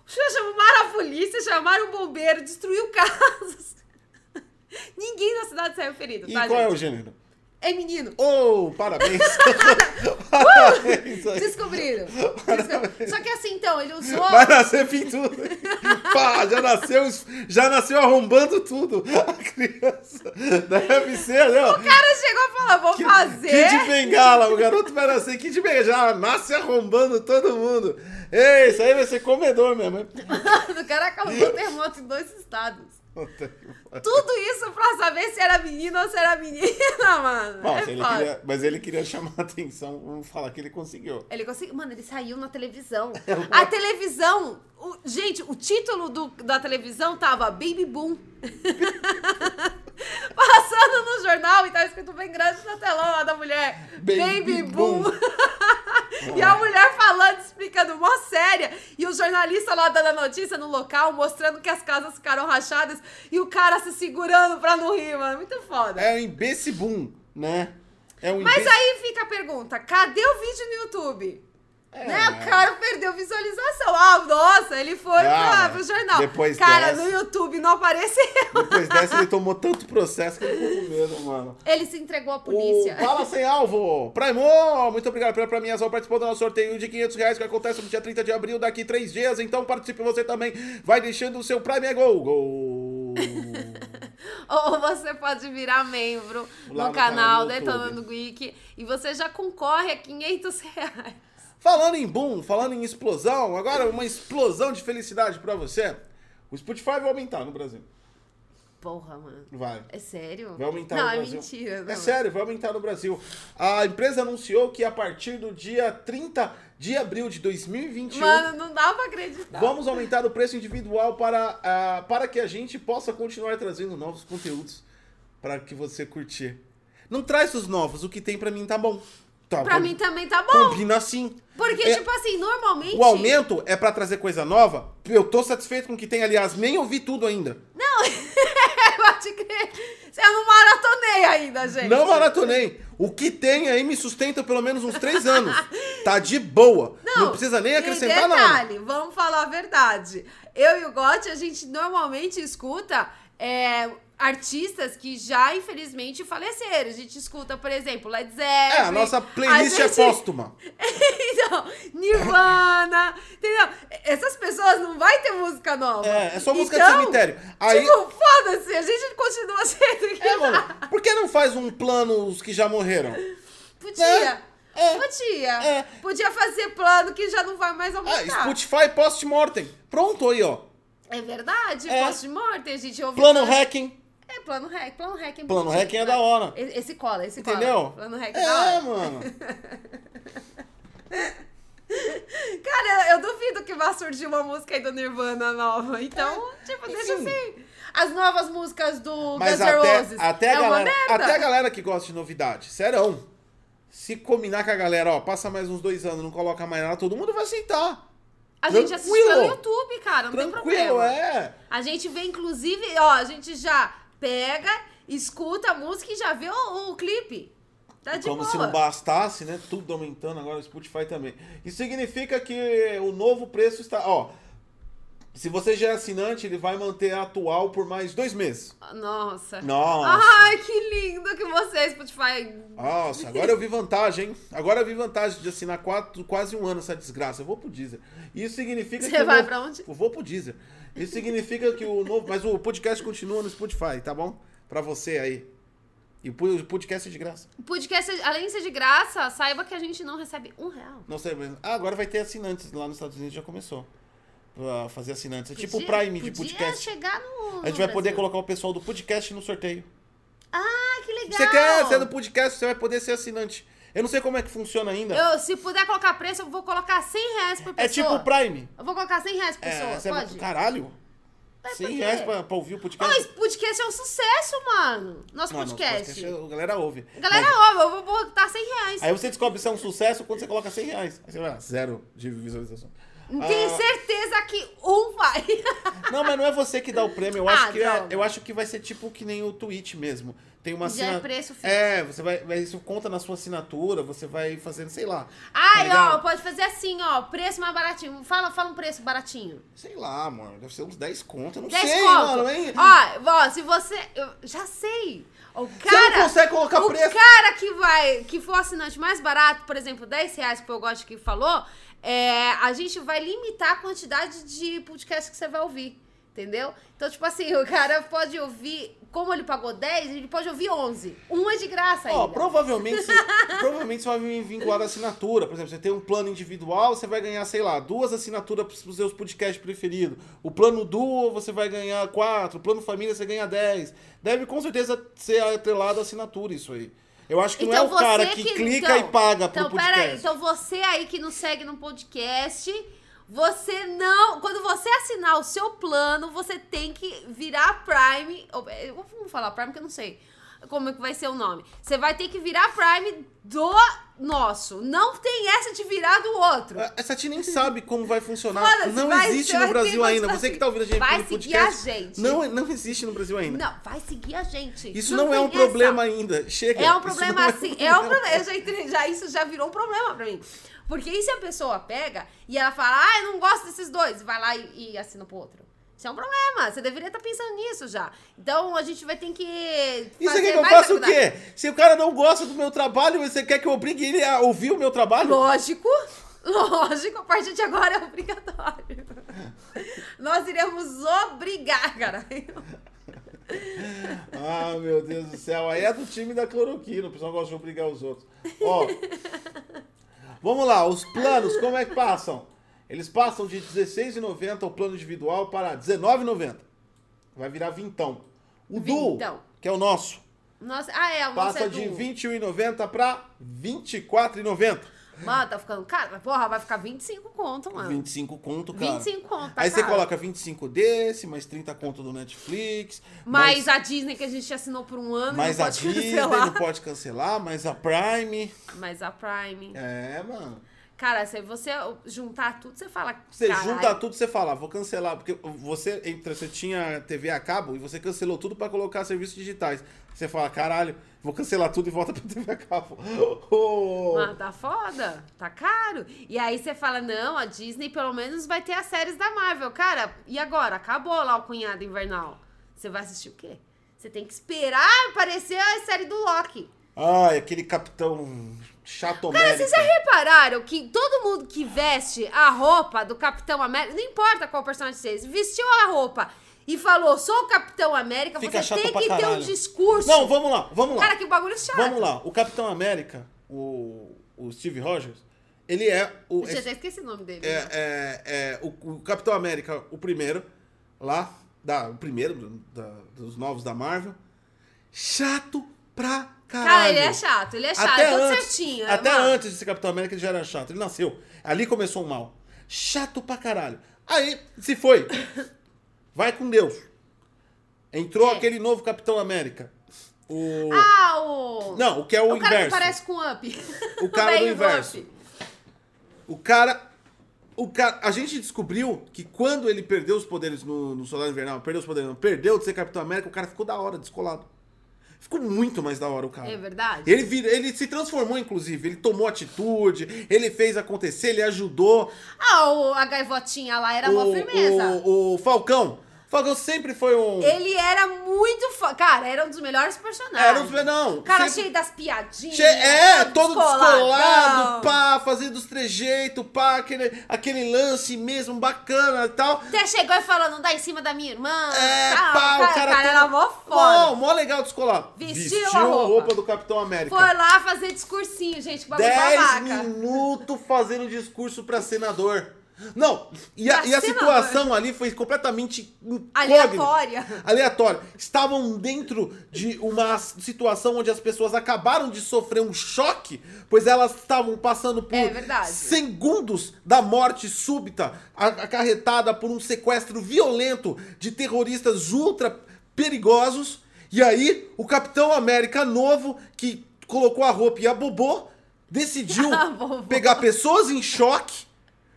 Speaker 2: Chamaram a polícia, chamaram o bombeiro, destruiu um [laughs] casas. Ninguém da cidade saiu ferido,
Speaker 1: E
Speaker 2: tá,
Speaker 1: qual é o
Speaker 2: gente?
Speaker 1: gênero?
Speaker 2: É menino.
Speaker 1: Oh,
Speaker 2: [laughs]
Speaker 1: parabéns!
Speaker 2: Uh,
Speaker 1: parabéns! aí. [laughs]
Speaker 2: Descobriram. Descobriram. Só que assim, então, ele usou...
Speaker 1: Vai nascer pintura. Pá, já nasceu, já nasceu arrombando tudo. A criança deve ser, né? ó.
Speaker 2: O cara chegou e falou, vou fazer...
Speaker 1: Kid Bengala, o garoto vai nascer Kid Bengala, já nasce arrombando todo mundo. Ei, isso aí vai ser comedor mesmo. hein?
Speaker 2: [laughs] o cara causou terremoto em dois estados.
Speaker 1: Puta que pariu.
Speaker 2: Tudo isso pra saber se era menino ou se era menina, [laughs] mano.
Speaker 1: Bom,
Speaker 2: é
Speaker 1: se ele
Speaker 2: foda.
Speaker 1: queria- mas ele queria chamar a atenção, vamos falar que ele conseguiu.
Speaker 2: Ele conseguiu. Mano, ele saiu na [laughs] televisão. A televisão. o- gente, o título do- da televisão tava Baby Boom. [laughs] Passando no jornal e tava escrito bem grande na telão lá da mulher.
Speaker 1: Baby
Speaker 2: Baby,
Speaker 1: Boom.
Speaker 2: Boom. [laughs] e a mulher falando, explicando, mó séria. E o jornalista lá dando a notícia no local, mostrando que as casas ficaram rachadas. E o cara se segurando pra não rir, mano. Muito foda.
Speaker 1: É um imbecibum, né? É um
Speaker 2: Mas
Speaker 1: imbe-
Speaker 2: aí fica a pergunta: cadê o vídeo no YouTube?
Speaker 1: É,
Speaker 2: né?
Speaker 1: né?
Speaker 2: O cara perdeu visualização. Ah, nossa, ele foi
Speaker 1: Ah,
Speaker 2: pra-
Speaker 1: né?
Speaker 2: pro jornal.
Speaker 1: Depois
Speaker 2: cara,
Speaker 1: dessa-
Speaker 2: no YouTube não apareceu.
Speaker 1: Depois dessa ele tomou tanto processo que ele ficou com medo, mano.
Speaker 2: Ele se entregou à
Speaker 1: O
Speaker 2: polícia.
Speaker 1: Bala Sem Alvo, Primo, muito obrigado pela premiação, participou do nosso sorteio de 500 reais que acontece no dia 30 de abril, daqui três dias, então participe você também, vai deixando o seu Prime é gol,
Speaker 2: [laughs]
Speaker 1: gol.
Speaker 2: [laughs] Ou você pode virar membro
Speaker 1: Lá
Speaker 2: no,
Speaker 1: no canal
Speaker 2: canal
Speaker 1: do YouTube.
Speaker 2: Detonando Geek e você já concorre a 500 reais.
Speaker 1: falando em boom, falando em explosão, agora uma explosão de felicidade pra você, o Spotify vai aumentar no Brasil,
Speaker 2: Porra, mano.
Speaker 1: vai.
Speaker 2: É sério?
Speaker 1: Vai aumentar
Speaker 2: não,
Speaker 1: no
Speaker 2: é
Speaker 1: Brasil.
Speaker 2: mentira.
Speaker 1: É
Speaker 2: não.
Speaker 1: sério, vai aumentar no Brasil. A empresa anunciou que a partir do dia 30 de abril de 2021...
Speaker 2: Mano, não dá pra acreditar.
Speaker 1: Vamos aumentar o preço individual para, ah, para que a gente possa continuar trazendo novos conteúdos para que você curtir. Não traz os novos, o que tem pra mim tá bom. Tá,
Speaker 2: Pra
Speaker 1: com-
Speaker 2: mim também tá bom.
Speaker 1: combina assim.
Speaker 2: Porque,
Speaker 1: É,
Speaker 2: tipo assim, normalmente.
Speaker 1: O aumento é pra trazer coisa nova. Eu tô satisfeito com o que tem, aliás, nem ouvi tudo ainda.
Speaker 2: [laughs] Pode crer. Eu não maratonei ainda, gente.
Speaker 1: Não maratonei. O que tem aí me sustenta pelo menos uns três
Speaker 2: [laughs]
Speaker 1: anos. Tá de boa. Não, precisa nem acrescentar
Speaker 2: e
Speaker 1: nada.
Speaker 2: detalhe, vamos falar a verdade. Eu e o Gotti, a gente normalmente escuta é, artistas que já, infelizmente, faleceram. A gente escuta, por exemplo, Led Zeppelin.
Speaker 1: É, a nossa playlist é
Speaker 2: gente-
Speaker 1: póstuma.
Speaker 2: [laughs] então, Nirvana, entendeu? Essas pessoas não vai ter música nova.
Speaker 1: É, é só música de
Speaker 2: Então,
Speaker 1: cemitério. Aí,
Speaker 2: [laughs] Tipo, foda-se, a gente
Speaker 1: [laughs]
Speaker 2: continua sendo que
Speaker 1: É, mano, por que não faz um plano os que já morreram?
Speaker 2: podia.
Speaker 1: É, é,
Speaker 2: podia.
Speaker 1: é.
Speaker 2: Podia fazer plano que já não vai mais
Speaker 1: Ah,
Speaker 2: aumentar.
Speaker 1: Spotify post-mortem. Pronto aí, ó.
Speaker 2: É verdade,
Speaker 1: É.
Speaker 2: post mortem, a gente ouve.
Speaker 1: Plano hacking.
Speaker 2: É, plano hack, plano hack é
Speaker 1: Plano
Speaker 2: bonitinho,
Speaker 1: hacking é
Speaker 2: né?
Speaker 1: da hora.
Speaker 2: E- Esse cola, esse cola.
Speaker 1: Entendeu?
Speaker 2: Plano hack é, da
Speaker 1: É,
Speaker 2: hora. [laughs]
Speaker 1: mano.
Speaker 2: Cara, eu duvido que vá surgir uma música aí do Nirvana nova. Então, tipo, deixa
Speaker 1: enfim.
Speaker 2: assim. As novas músicas do
Speaker 1: É. Mas
Speaker 2: Guns N'
Speaker 1: até,
Speaker 2: Roses.
Speaker 1: até,
Speaker 2: é
Speaker 1: a
Speaker 2: uma
Speaker 1: galera,
Speaker 2: merda.
Speaker 1: até a galera que gosta de novidade, serão. Se combinar com a galera, ó, passa mais uns dois anos, não coloca mais nada, todo mundo vai aceitar.
Speaker 2: A gente assiste pelo
Speaker 1: Tranquilo.
Speaker 2: YouTube, cara, não tem
Speaker 1: Tranquilo,
Speaker 2: problema.
Speaker 1: é.
Speaker 2: A gente vê, inclusive, ó, a gente já pega, escuta a música e já vê o, o clipe. Tá de
Speaker 1: É Como
Speaker 2: boa.
Speaker 1: se não bastasse, né? Tudo aumentando agora o Spotify também. Isso significa que o novo preço está. Ó, se você já é assinante, ele vai manter atual por mais dois meses.
Speaker 2: Nossa.
Speaker 1: Nossa!
Speaker 2: Ai, que lindo que você é, Spotify.
Speaker 1: Nossa, agora eu vi vantagem, hein? Agora eu vi vantagem de assinar quatro, quase um ano essa desgraça. Eu vou pro Deezer. Isso significa que.
Speaker 2: Você
Speaker 1: o
Speaker 2: vai
Speaker 1: novo-
Speaker 2: pra onde?
Speaker 1: Eu vou pro Deezer. Isso significa que o novo. Mas o podcast continua no Spotify, tá bom? Pra você aí. E o po- o podcast é de graça.
Speaker 2: O podcast, além de ser de graça, saiba que a gente não recebe um real.
Speaker 1: Não sei, mas ah, agora vai ter assinantes lá nos Estados Unidos já começou pra fazer assinantes. É tipo o
Speaker 2: Podia-
Speaker 1: Prime de
Speaker 2: podia
Speaker 1: podcast.
Speaker 2: chegar no.
Speaker 1: A gente vai poder colocar o pessoal do podcast no sorteio.
Speaker 2: Ah, que legal!
Speaker 1: Se você quer ser do podcast, você vai poder ser assinante. Eu não sei como é que funciona ainda.
Speaker 2: Eu, se puder colocar preço, eu vou colocar 100 reais por pessoa.
Speaker 1: É tipo o Prime.
Speaker 2: Eu vou colocar 100 reais por
Speaker 1: É,
Speaker 2: pessoa,
Speaker 1: você vai-
Speaker 2: pode?
Speaker 1: Caralho!
Speaker 2: Vai
Speaker 1: 100
Speaker 2: poder.
Speaker 1: reais pra, pra ouvir o
Speaker 2: Ó,
Speaker 1: podcast.
Speaker 2: esse podcast é um sucesso, mano. Nosso
Speaker 1: Não, não,
Speaker 2: podcast.
Speaker 1: a galera ouve.
Speaker 2: Galera,
Speaker 1: Mas-
Speaker 2: ó, eu vou botar 100 reais.
Speaker 1: Aí você descobre se é um sucesso quando você coloca 100 reais. Aí você vai lá, zero de visualização.
Speaker 2: Tenho
Speaker 1: Ah,
Speaker 2: certeza que um vai.
Speaker 1: Não, mas não é você que dá o prêmio. Eu acho,
Speaker 2: Ah,
Speaker 1: que, é-
Speaker 2: droga.
Speaker 1: eu acho que vai ser tipo que nem o Twitch mesmo. Tem uma
Speaker 2: Já é
Speaker 1: assina-
Speaker 2: preço fixo.
Speaker 1: É, você vai, vai- Isso conta na sua assinatura, você vai fazendo, sei lá.
Speaker 2: Ai,
Speaker 1: legal?
Speaker 2: ó, pode fazer assim, ó. Preço mais baratinho. Fala, fala um preço baratinho.
Speaker 1: Sei lá, amor. Deve ser uns 10 conto. Eu não
Speaker 2: 10
Speaker 1: sei,
Speaker 2: conto.
Speaker 1: mano. Hein?
Speaker 2: Ó, ó, se você. Eu já sei. O
Speaker 1: você não
Speaker 2: cara.
Speaker 1: consegue colocar
Speaker 2: o
Speaker 1: preço.
Speaker 2: cara que vai. Que for assinante mais barato, por exemplo, 10 reais, que foi o Gosto que falou, é, a gente vai limitar a quantidade de podcast que você vai ouvir. Entendeu? Então, tipo assim, o cara pode ouvir. Como ele pagou 10, ele pode ouvir 11. Um é de graça ainda.
Speaker 1: Ó, provavelmente,
Speaker 2: [laughs]
Speaker 1: provavelmente você vai vir vinculado à assinatura. Por exemplo, você tem um plano individual, você vai ganhar, sei lá, duas assinaturas para os seus podcasts preferidos. O plano duo, você vai ganhar quatro. O plano família, você ganha dez. Deve com certeza ser atrelado à assinatura isso aí. Eu acho que não é o cara que, clica e
Speaker 2: então-
Speaker 1: paga
Speaker 2: então,
Speaker 1: pro podcast.
Speaker 2: Peraí, então você aí que nos segue no podcast, você não. Quando você assinar o seu plano, você tem que virar Prime. ou, eh, eu Vou falar Prime que eu não sei como é que vai ser o nome. Você vai ter que virar Prime do nosso. Não tem essa de virar do outro.
Speaker 1: Ah, Essa tia nem sabe como vai funcionar.
Speaker 2: Foda-se,
Speaker 1: Não
Speaker 2: vai,
Speaker 1: existe
Speaker 2: você
Speaker 1: no
Speaker 2: vai ter
Speaker 1: Brasil
Speaker 2: que
Speaker 1: ainda.
Speaker 2: continuar
Speaker 1: Você que tá ouvindo a gente
Speaker 2: Vai
Speaker 1: pelo
Speaker 2: seguir
Speaker 1: podcast.
Speaker 2: a gente.
Speaker 1: Não, não existe no Brasil ainda.
Speaker 2: Não, vai seguir a gente.
Speaker 1: Isso não, é
Speaker 2: tem
Speaker 1: um
Speaker 2: essa.
Speaker 1: problema ainda. Chega.
Speaker 2: É um
Speaker 1: Isso
Speaker 2: problema
Speaker 1: não
Speaker 2: assim, é um problema. Eu já entrei, já, isso já virou um problema pra mim. Porque e se a pessoa pega e ela fala, ah, eu não gosto desses dois, vai lá e, e assina pro outro? Isso é um problema, você deveria estar pensando nisso já. Então a gente vai ter que.
Speaker 1: Isso
Speaker 2: fazer
Speaker 1: aqui que eu
Speaker 2: mais
Speaker 1: faço o
Speaker 2: faculdade.
Speaker 1: quê? Se o cara não gosta do meu trabalho, você quer que eu obrigue ele a ouvir o meu trabalho?
Speaker 2: Lógico, [laughs] lógico, a partir de agora é obrigatório. Nós iremos obrigar, caralho.
Speaker 1: Ah, meu Deus do céu. Aí é do time da cloroquina. O pessoal gosta de obrigar os outros. Ó, vamos lá. Os planos, como é que passam? Eles passam de R$16,90 o plano individual para R$19,90. Vai virar vintão. O duo,
Speaker 2: Vintão.
Speaker 1: que é o nosso,
Speaker 2: Nossa, ah, é, o nosso
Speaker 1: passa
Speaker 2: é
Speaker 1: de
Speaker 2: do-
Speaker 1: R$21,90 para R$24,90.
Speaker 2: Mano, tá ficando caro, mas porra, vai ficar 25 conto, mano.
Speaker 1: 25 conto, cara.
Speaker 2: 25 conto, tá
Speaker 1: Aí você
Speaker 2: caro.
Speaker 1: coloca 25 desse, mais 30 conto do Netflix.
Speaker 2: Mas a Disney que a gente assinou por um ano
Speaker 1: mais
Speaker 2: um não
Speaker 1: a
Speaker 2: pode
Speaker 1: Disney,
Speaker 2: cancelar.
Speaker 1: não pode cancelar, mais a Prime.
Speaker 2: Mas a Prime.
Speaker 1: É, mano.
Speaker 2: Cara, se você juntar tudo, você fala.
Speaker 1: Você
Speaker 2: "Caralho".
Speaker 1: junta tudo, você fala, vou cancelar. Porque você, entra, você tinha TV a cabo e você cancelou tudo pra colocar serviços digitais. Você fala, caralho, vou cancelar tudo e volta pra TV a cabo. [laughs] Oh.
Speaker 2: Mas tá foda, tá caro. E aí você fala: não, a Disney pelo menos vai ter as séries da Marvel. Cara, e agora? Acabou lá o Cunhado Invernal. Você vai assistir o quê? Você tem que esperar aparecer a série do Loki.
Speaker 1: Ai, aquele capitão chato
Speaker 2: Cara, vocês já
Speaker 1: América.
Speaker 2: repararam que todo mundo que veste a roupa do Capitão América, não importa qual personagem vocês, vestiu a roupa e falou, sou o Capitão América,
Speaker 1: Fica
Speaker 2: você
Speaker 1: chato
Speaker 2: tem
Speaker 1: pra
Speaker 2: que ter um
Speaker 1: caralho.
Speaker 2: discurso.
Speaker 1: Não, vamos lá, vamos lá.
Speaker 2: Cara, que bagulho chato.
Speaker 1: Vamos lá, o Capitão América, o, o Steve Rogers, ele é o.
Speaker 2: Eu já até esqueci o nome dele.
Speaker 1: é,
Speaker 2: né?
Speaker 1: é, é, o, o Capitão América, o primeiro, lá, da, o primeiro do- da- dos novos da Marvel. Chato pra caralho.
Speaker 2: Cara, ele é chato, ele é chato, é tudo certinho.
Speaker 1: Até
Speaker 2: mano.
Speaker 1: antes de ser Capitão América, ele já era chato. Ele nasceu. Ali começou o mal. Chato pra caralho. Aí, se
Speaker 2: [laughs]
Speaker 1: foi. Vai com Deus. Entrou
Speaker 2: É.
Speaker 1: aquele novo Capitão América. O.
Speaker 2: Ah, o...
Speaker 1: Não, o que é o,
Speaker 2: o
Speaker 1: inverso.
Speaker 2: cara que parece com o Up. [laughs]
Speaker 1: O cara do
Speaker 2: velho
Speaker 1: inverso.
Speaker 2: Up.
Speaker 1: O cara. O cara. A gente descobriu que quando ele perdeu os poderes no, no Soldado Invernal, perdeu os poderes, não, perdeu de ser Capitão América, o cara ficou da hora, descolado. Ficou muito mais da hora o cara.
Speaker 2: É verdade?
Speaker 1: Ele, vira, ele se transformou, inclusive. Ele tomou atitude, ele fez acontecer, ele ajudou.
Speaker 2: Ah, o, a gaivotinha lá era É uma
Speaker 1: o,
Speaker 2: firmeza.
Speaker 1: o, o Falcão. Falcão sempre foi um.
Speaker 2: Ele era muito fã. Cara, era um dos melhores personagens.
Speaker 1: Era um dos me- não,
Speaker 2: O cara
Speaker 1: sempre-
Speaker 2: cheio das piadinhas.
Speaker 1: Che- é,
Speaker 2: todo
Speaker 1: todo
Speaker 2: descoladão.
Speaker 1: descolado, pá, fazendo os trejeitos, pá, aquele, aquele lance mesmo bacana e tal.
Speaker 2: Até chegou e falou, não dá em cima da minha irmã.
Speaker 1: É,
Speaker 2: tal.
Speaker 1: pá, o cara, todo-
Speaker 2: era mó foda.
Speaker 1: Mó, mó legal descolar.
Speaker 2: Vestiu a
Speaker 1: a
Speaker 2: roupa.
Speaker 1: roupa do Capitão América.
Speaker 2: Foi lá fazer discursinho, gente, que bagulho babaca.
Speaker 1: Dez minutos fazendo discurso pra senador. Não, e a,
Speaker 2: Pra
Speaker 1: e a
Speaker 2: senador.
Speaker 1: situação ali foi completamente incógnita.
Speaker 2: Aleatória.
Speaker 1: Aleatória. Estavam dentro de uma situação onde as pessoas acabaram de sofrer um choque, pois elas estavam passando por
Speaker 2: É verdade.
Speaker 1: segundos da morte súbita, a- acarretada por um sequestro violento de terroristas ultra perigosos. E aí, o Capitão América novo, que colocou a roupa e a bobô, decidiu
Speaker 2: [laughs] A bobô.
Speaker 1: pegar pessoas em choque,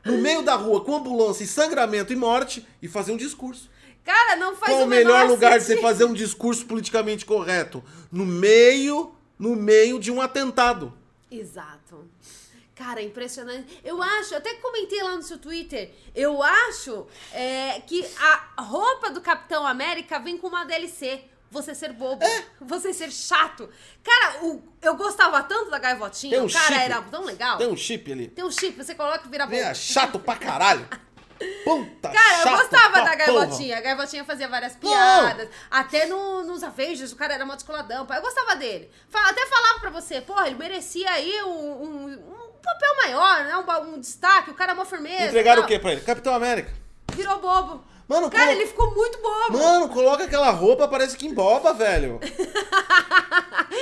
Speaker 1: no meio da rua com ambulância e sangramento e morte e fazer um discurso.
Speaker 2: Cara, não faz
Speaker 1: Qual o
Speaker 2: menor
Speaker 1: melhor lugar de você
Speaker 2: sentido.
Speaker 1: fazer um discurso politicamente correto? No meio, no meio de um atentado.
Speaker 2: Exato. Cara, impressionante. Eu acho, eu até comentei lá no seu Twitter, eu acho é, que a roupa do Capitão América vem com uma DLC. Você ser bobo,
Speaker 1: É.
Speaker 2: você ser chato. Cara, o- eu gostava tanto da
Speaker 1: Tem
Speaker 2: gaivotinha,
Speaker 1: um
Speaker 2: o cara
Speaker 1: chip.
Speaker 2: era tão legal.
Speaker 1: Tem
Speaker 2: Tem um,
Speaker 1: um chip ali.
Speaker 2: chip, você coloca e vira bobo.
Speaker 1: É chato pra
Speaker 2: [laughs]
Speaker 1: caralho. Puta
Speaker 2: Cara, eu
Speaker 1: Tá chato
Speaker 2: gostava
Speaker 1: pra
Speaker 2: da
Speaker 1: porra.
Speaker 2: gaivotinha. A gaivotinha fazia várias piadas. Até no- nos Avengers, o cara era mó descoladão. pá. Eu gostava dele. Fa- até falava pra você, porra, ele merecia aí um, um- um papel maior, né? Um, ba- um destaque. O cara é mó firmeza.
Speaker 1: Entregaram o
Speaker 2: tal.
Speaker 1: quê pra ele? Capitão América.
Speaker 2: Virou bobo.
Speaker 1: Mano,
Speaker 2: cara,
Speaker 1: colo-
Speaker 2: ele ficou muito bobo.
Speaker 1: Mano, coloca aquela roupa, parece que emboba,
Speaker 2: [laughs]
Speaker 1: velho.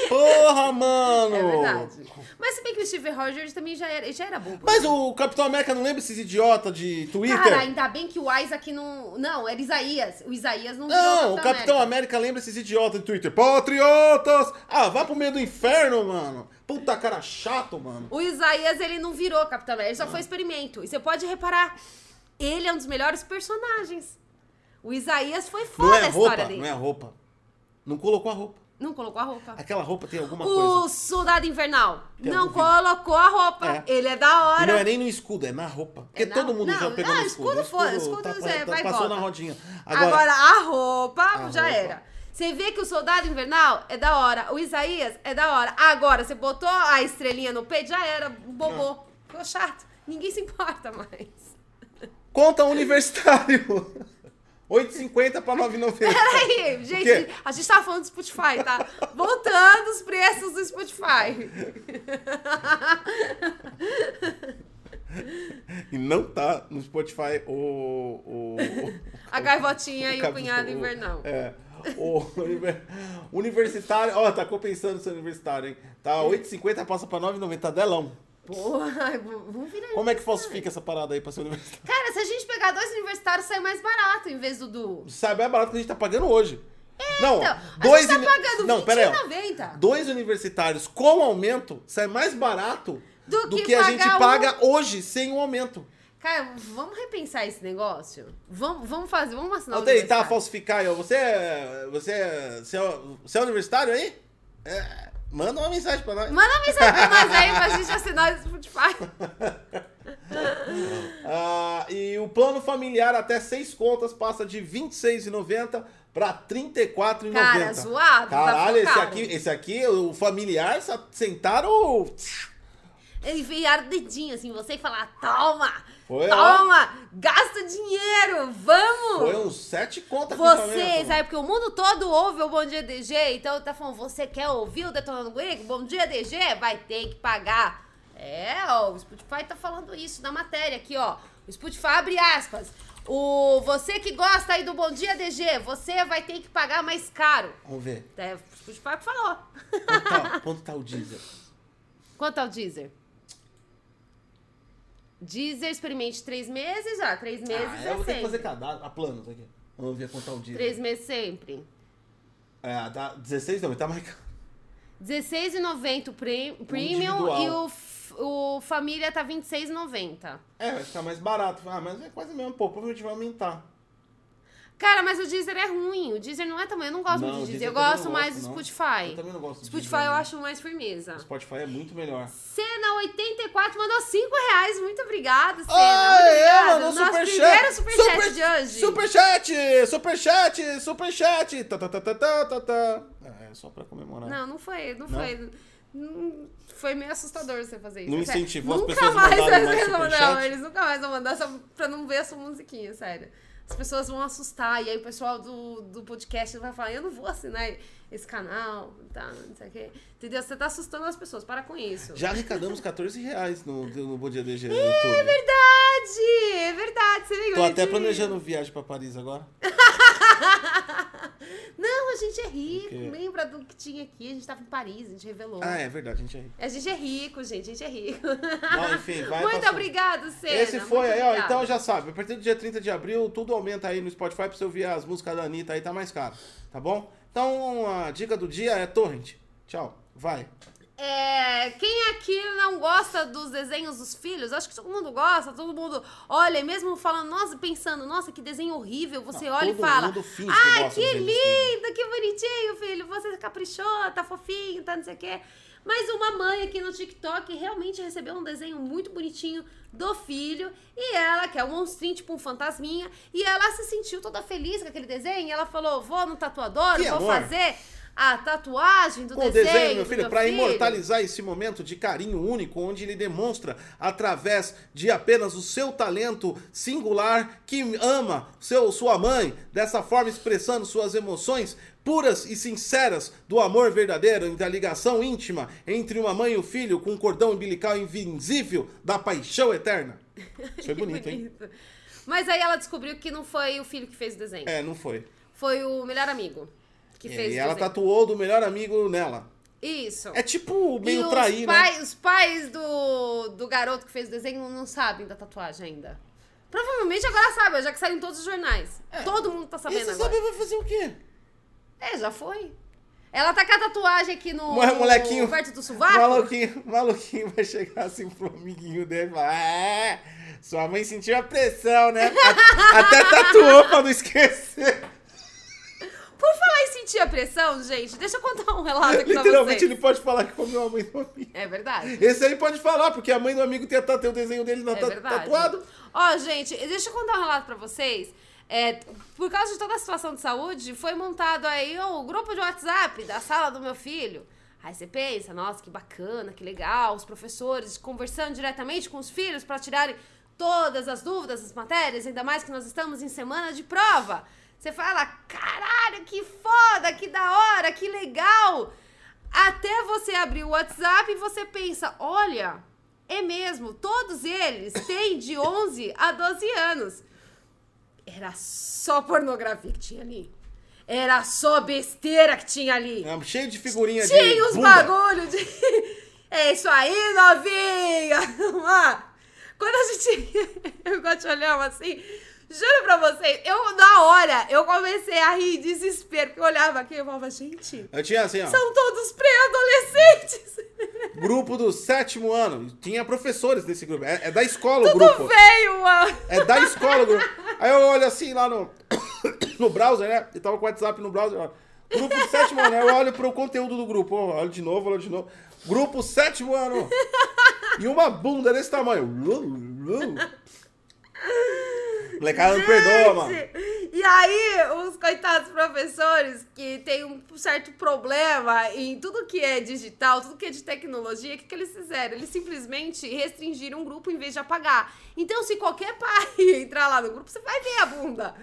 Speaker 1: Porra, mano.
Speaker 2: É verdade. Mas se bem que o Steve Rogers também já era, já era bobo.
Speaker 1: Mas o Capitão América não lembra esses idiota de Twitter?
Speaker 2: Cara, ainda bem que o Isaac não... Não, era Isaías. O Isaías não virou
Speaker 1: Não, o Capitão América lembra esses idiotas de Twitter. Patriotas! Ah, vá pro meio do inferno, mano. Puta cara chato, mano.
Speaker 2: O Isaías, ele não virou Capitão América, ele só foi experimento. E você pode reparar, ele é um dos melhores personagens. O Isaías foi foda
Speaker 1: Não é
Speaker 2: a
Speaker 1: roupa,
Speaker 2: história dele.
Speaker 1: não é roupa. Não colocou a roupa.
Speaker 2: Não colocou a roupa.
Speaker 1: Aquela roupa tem alguma
Speaker 2: O
Speaker 1: coisa.
Speaker 2: Soldado Invernal
Speaker 1: Tem
Speaker 2: não
Speaker 1: algum
Speaker 2: colocou a roupa.
Speaker 1: É.
Speaker 2: Ele é da
Speaker 1: E não
Speaker 2: hora.
Speaker 1: é nem no escudo, é na roupa. Porque
Speaker 2: na-
Speaker 1: todo mundo
Speaker 2: não,
Speaker 1: já pegou
Speaker 2: não,
Speaker 1: no escudo.
Speaker 2: escudo foda, escudo
Speaker 1: tá-
Speaker 2: é,
Speaker 1: tá-
Speaker 2: vai e
Speaker 1: Passou
Speaker 2: volta.
Speaker 1: na rodinha.
Speaker 2: Agora,
Speaker 1: Agora,
Speaker 2: a roupa
Speaker 1: A
Speaker 2: já
Speaker 1: roupa.
Speaker 2: era. Você vê que o Soldado Invernal é da hora. O Isaías é da hora. Agora, você botou a estrelinha no peito, já era. Bobô. Ficou chato. Ninguém se importa mais.
Speaker 1: conta universitário. [laughs] 8,50 pra 9,90.
Speaker 2: Peraí, gente,
Speaker 1: quê?
Speaker 2: a gente tava falando do Spotify, tá? Voltando os preços do Spotify.
Speaker 1: E não tá no Spotify o. o,
Speaker 2: A gaivotinha e o
Speaker 1: cap-
Speaker 2: cunhado invernal.
Speaker 1: É. O univer- universitário. Ó, tá compensando seu universitário, hein? Tá 8,50, passa pra 9,90. tá Delão.
Speaker 2: Porra, v- vamos virar.
Speaker 1: Como é que falsifica essa parada aí pra ser universitário?
Speaker 2: Cara, se a gente pegar dois universitários, sai mais barato em vez do do.
Speaker 1: Sabe, é barato que a gente tá pagando hoje. não,
Speaker 2: Então,
Speaker 1: dois.
Speaker 2: a gente
Speaker 1: uni-
Speaker 2: tá pagando
Speaker 1: não, pera aí, ó.
Speaker 2: 20,90.
Speaker 1: Dois universitários com aumento sai mais barato
Speaker 2: Do que
Speaker 1: a gente
Speaker 2: pagar um-
Speaker 1: paga hoje sem o aumento.
Speaker 2: Cara, vamos repensar esse negócio? Vamos, vamos fazer, vamos assinar
Speaker 1: Vou tentar
Speaker 2: universitário.
Speaker 1: falsificar tá aí, ó. Você é. Você é. Você é, você é universitário aí? É, manda uma mensagem pra nós.
Speaker 2: Manda uma mensagem pra nós aí pra gente assinar o
Speaker 1: [laughs]
Speaker 2: Spotify.
Speaker 1: Ah, e o plano familiar até seis contas passa de R$ 26,90 pra R$ 34,90.
Speaker 2: Cara, zoado, tá
Speaker 1: Caralho, esse
Speaker 2: caro.
Speaker 1: aqui, esse aqui, o familiar, sa- sentaram.
Speaker 2: enfiar o dedinho assim, você e falar: toma!
Speaker 1: Foi, ó.
Speaker 2: toma! Gasta dinheiro! Vamos!
Speaker 1: Foi uns sete contas
Speaker 2: Vocês, aí, porque o mundo todo ouve o Bom Dia DG, então tá falando, você quer ouvir o Detonando Geek? Bom Dia DG? Vai ter que pagar. É, ó, o Spotify tá falando isso na matéria aqui, ó. O Spotify abre aspas. O você que gosta aí do Bom Dia DG, você vai ter que pagar mais caro.
Speaker 1: Vamos ver.
Speaker 2: É, o Spotify que falou.
Speaker 1: Quanto
Speaker 2: [laughs]
Speaker 1: tá, quanto tá o diesel?
Speaker 2: Quanto ao Deezer? Deezer experimente três meses, ah, três meses
Speaker 1: ah, eu
Speaker 2: é
Speaker 1: vou ter que fazer
Speaker 2: sempre.
Speaker 1: cadastro. A planos aqui. Vamos ver quanto tá o diesel.
Speaker 2: Três meses sempre.
Speaker 1: É, dá 16 não, tá marcado.
Speaker 2: R$16,90 o pre- premium
Speaker 1: Um individual.
Speaker 2: e o, f- o família tá R$26,90.
Speaker 1: É, vai ficar mais barato. Ah, mas é quase mesmo, pô. Provavelmente vai aumentar.
Speaker 2: Cara, mas o Deezer é ruim. O Deezer não é também. Eu não gosto
Speaker 1: Não,
Speaker 2: muito
Speaker 1: o
Speaker 2: do
Speaker 1: Deezer
Speaker 2: Deezer.
Speaker 1: é
Speaker 2: Eu
Speaker 1: também
Speaker 2: gosto
Speaker 1: não
Speaker 2: mais do
Speaker 1: gosto, não.
Speaker 2: Spotify.
Speaker 1: Eu também não gosto do
Speaker 2: Spotify
Speaker 1: Deezer,
Speaker 2: eu
Speaker 1: não.
Speaker 2: acho mais firmeza.
Speaker 1: O Spotify é muito melhor.
Speaker 2: Cena84 mandou 5 reais. Muito obrigada, Cena. Muito
Speaker 1: Aê,
Speaker 2: obrigada.
Speaker 1: mandou
Speaker 2: Nosso
Speaker 1: superchat.
Speaker 2: primeiro superchat
Speaker 1: Super-
Speaker 2: de hoje.
Speaker 1: Superchat! Superchat! Superchat! Tá, tá, tá, tá, tá, tá, tá. É, é só pra comemorar.
Speaker 2: Não, não foi. Não,
Speaker 1: Não?
Speaker 2: foi. Hum, Foi meio assustador você fazer isso.
Speaker 1: Não
Speaker 2: é sério.
Speaker 1: incentivou as
Speaker 2: Nunca
Speaker 1: pessoas a
Speaker 2: mais [laughs]
Speaker 1: mandarem
Speaker 2: as
Speaker 1: mais
Speaker 2: pessoas-
Speaker 1: superchat?
Speaker 2: Não, eles nunca mais vão mandar só pra não ver essa musiquinha, sério. As pessoas vão assustar e aí o pessoal do, do podcast vai falar: eu não vou assinar esse canal, tá, não sei o quê. Entendeu? Você tá assustando as pessoas, para com isso.
Speaker 1: Já arrecadamos 14 reais no, no Bom Dia DG no YouTube.
Speaker 2: É Verdade! É verdade, você ligou.
Speaker 1: Tô
Speaker 2: eu
Speaker 1: até
Speaker 2: te-
Speaker 1: planejando viagem pra Paris agora.
Speaker 2: Não, a gente é rico.
Speaker 1: O quê?
Speaker 2: Lembra do que tinha aqui? A gente tava em Paris, a gente revelou.
Speaker 1: Ah, é verdade, a gente aí.
Speaker 2: A gente é rico, gente, a gente é rico.
Speaker 1: Não, enfim, vai
Speaker 2: Muito
Speaker 1: passou.
Speaker 2: obrigado, Senna.
Speaker 1: Esse foi
Speaker 2: muito
Speaker 1: aí, ó.
Speaker 2: obrigada.
Speaker 1: Então já sabe, a partir do dia 30 de abril, tudo aumenta aí no Spotify pra você ouvir as músicas da Anitta aí, tá mais caro, tá bom? Então a dica do dia é torrent. Tchau, vai.
Speaker 2: É, quem aqui não gosta dos desenhos dos filhos? Acho que todo mundo gosta, todo mundo olha, e mesmo falando, nossa, pensando, nossa, que desenho horrível. Você
Speaker 1: Não,
Speaker 2: olha e
Speaker 1: todo
Speaker 2: fala:
Speaker 1: mundo finge que
Speaker 2: Ai,
Speaker 1: gosta
Speaker 2: que
Speaker 1: dos desenhos dos
Speaker 2: lindo, que bonitinho, filho. Você caprichou, tá fofinho, tá não sei o quê. Mas uma mãe aqui no TikTok realmente recebeu um desenho muito bonitinho do filho. E ela, que é um monstrinho, tipo um fantasminha, e ela se sentiu toda feliz com aquele desenho. E ela falou: vou no tatuador,
Speaker 1: Que
Speaker 2: vou
Speaker 1: amor.
Speaker 2: fazer a tatuagem do
Speaker 1: Com o
Speaker 2: desenho,
Speaker 1: desenho, meu
Speaker 2: do
Speaker 1: filho,
Speaker 2: meu
Speaker 1: para imortalizar esse momento de carinho único, onde ele demonstra, através de apenas o seu talento singular, que ama seu, sua mãe, dessa forma expressando suas emoções puras e sinceras do amor verdadeiro e da ligação íntima entre uma mãe e o filho, com um cordão umbilical invisível da paixão eterna. Isso
Speaker 2: [laughs]
Speaker 1: foi
Speaker 2: Que
Speaker 1: É bonito, hein?
Speaker 2: bonito. Mas aí ela descobriu que não foi o filho que fez o desenho.
Speaker 1: É, não foi.
Speaker 2: Foi o melhor amigo que
Speaker 1: E
Speaker 2: fez o
Speaker 1: ela
Speaker 2: desenho.
Speaker 1: tatuou do melhor amigo nela.
Speaker 2: Isso.
Speaker 1: É tipo
Speaker 2: e
Speaker 1: meio
Speaker 2: os,
Speaker 1: trair, né?
Speaker 2: pais, os pais do, do garoto que fez o desenho não sabem da tatuagem ainda. Provavelmente agora sabem, já que saiu em todos os jornais.
Speaker 1: É.
Speaker 2: Todo mundo tá
Speaker 1: E
Speaker 2: sabendo
Speaker 1: você
Speaker 2: agora.
Speaker 1: sabe vai fazer o quê?
Speaker 2: É, já foi. Ela tá com a tatuagem aqui no...
Speaker 1: Mo- molequinho.
Speaker 2: Perto do sovaco.
Speaker 1: Maluquinho, maluquinho vai chegar assim pro amiguinho dele e falar: É, sua mãe sentiu a pressão,
Speaker 2: [laughs]
Speaker 1: né? A- Até tatuou pra não esquecer.
Speaker 2: Por falar em sentir a pressão, gente, deixa eu contar um relato aqui
Speaker 1: Literalmente
Speaker 2: pra vocês.
Speaker 1: ele pode falar que comeu a mãe do amigo.
Speaker 2: É verdade.
Speaker 1: Esse aí pode falar, porque a mãe do amigo tem, a tatu- tem o desenho dele na
Speaker 2: É
Speaker 1: ta-
Speaker 2: verdade.
Speaker 1: tá tatuado.
Speaker 2: Ó, gente, deixa eu contar um relato pra vocês. É, por causa de toda a situação de saúde, foi montado aí o grupo de WhatsApp da sala do meu filho. Aí você pensa, nossa, que bacana, que legal, os professores conversando diretamente com os filhos pra tirarem todas as dúvidas, as matérias, ainda mais que nós estamos em semana de prova. Você fala, caralho, que foda, que da hora, que legal. Até você abrir o WhatsApp e você pensa, olha, é mesmo, todos eles têm de 11 a 12 anos. Era só pornografia que tinha ali. Era só besteira que tinha ali.
Speaker 1: É, Cheio de figurinha de
Speaker 2: Tinha os
Speaker 1: bunda.
Speaker 2: bagulho de. [laughs] É isso aí, novinha! [laughs] Vamos lá. Quando a gente. [laughs] Eu gosto de olhar uma assim. Juro pra vocês, eu, na hora, eu comecei a rir em desespero, porque eu olhava aqui e eu falava, gente,
Speaker 1: Eu tinha assim, ó.
Speaker 2: são todos pré-adolescentes!
Speaker 1: Grupo do sétimo ano. Tinha professores desse grupo. É, é da escola [laughs] o
Speaker 2: Tudo
Speaker 1: grupo.
Speaker 2: feio, mano!
Speaker 1: É da escola, grupo. Aí eu olho assim lá no, [coughs] no browser, né? Eu tava com o WhatsApp no browser. Ó. Grupo do sétimo ano. Aí eu olho pro conteúdo do grupo. ó, olho de novo, olho de novo. Grupo sétimo ano. E uma bunda desse tamanho. Lu, lu. Molecada não perdoa, mano.
Speaker 2: E aí, os coitados professores que têm um certo problema em tudo que é digital, tudo que é de tecnologia, o que, que eles fizeram? Eles simplesmente restringiram um grupo em vez de apagar. Então, se qualquer pai [laughs] entrar lá no grupo, você vai ver a bunda.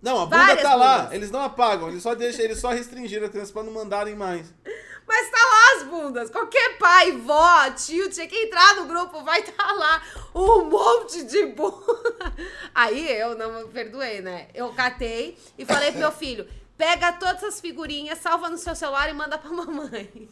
Speaker 1: Não, a bunda
Speaker 2: Várias
Speaker 1: tá lá.
Speaker 2: bundas.
Speaker 1: Eles não apagam. Eles só deixam, eles só restringiram a criança pra não mandarem mais.
Speaker 2: Mas tá lá as bundas. Qualquer pai, vó, tio, tinha que entrar no grupo, vai tá lá um monte de bunda. Aí eu não me perdoei, né? Eu catei e falei pro meu filho: pega todas as figurinhas, salva no seu celular e manda pra mamãe.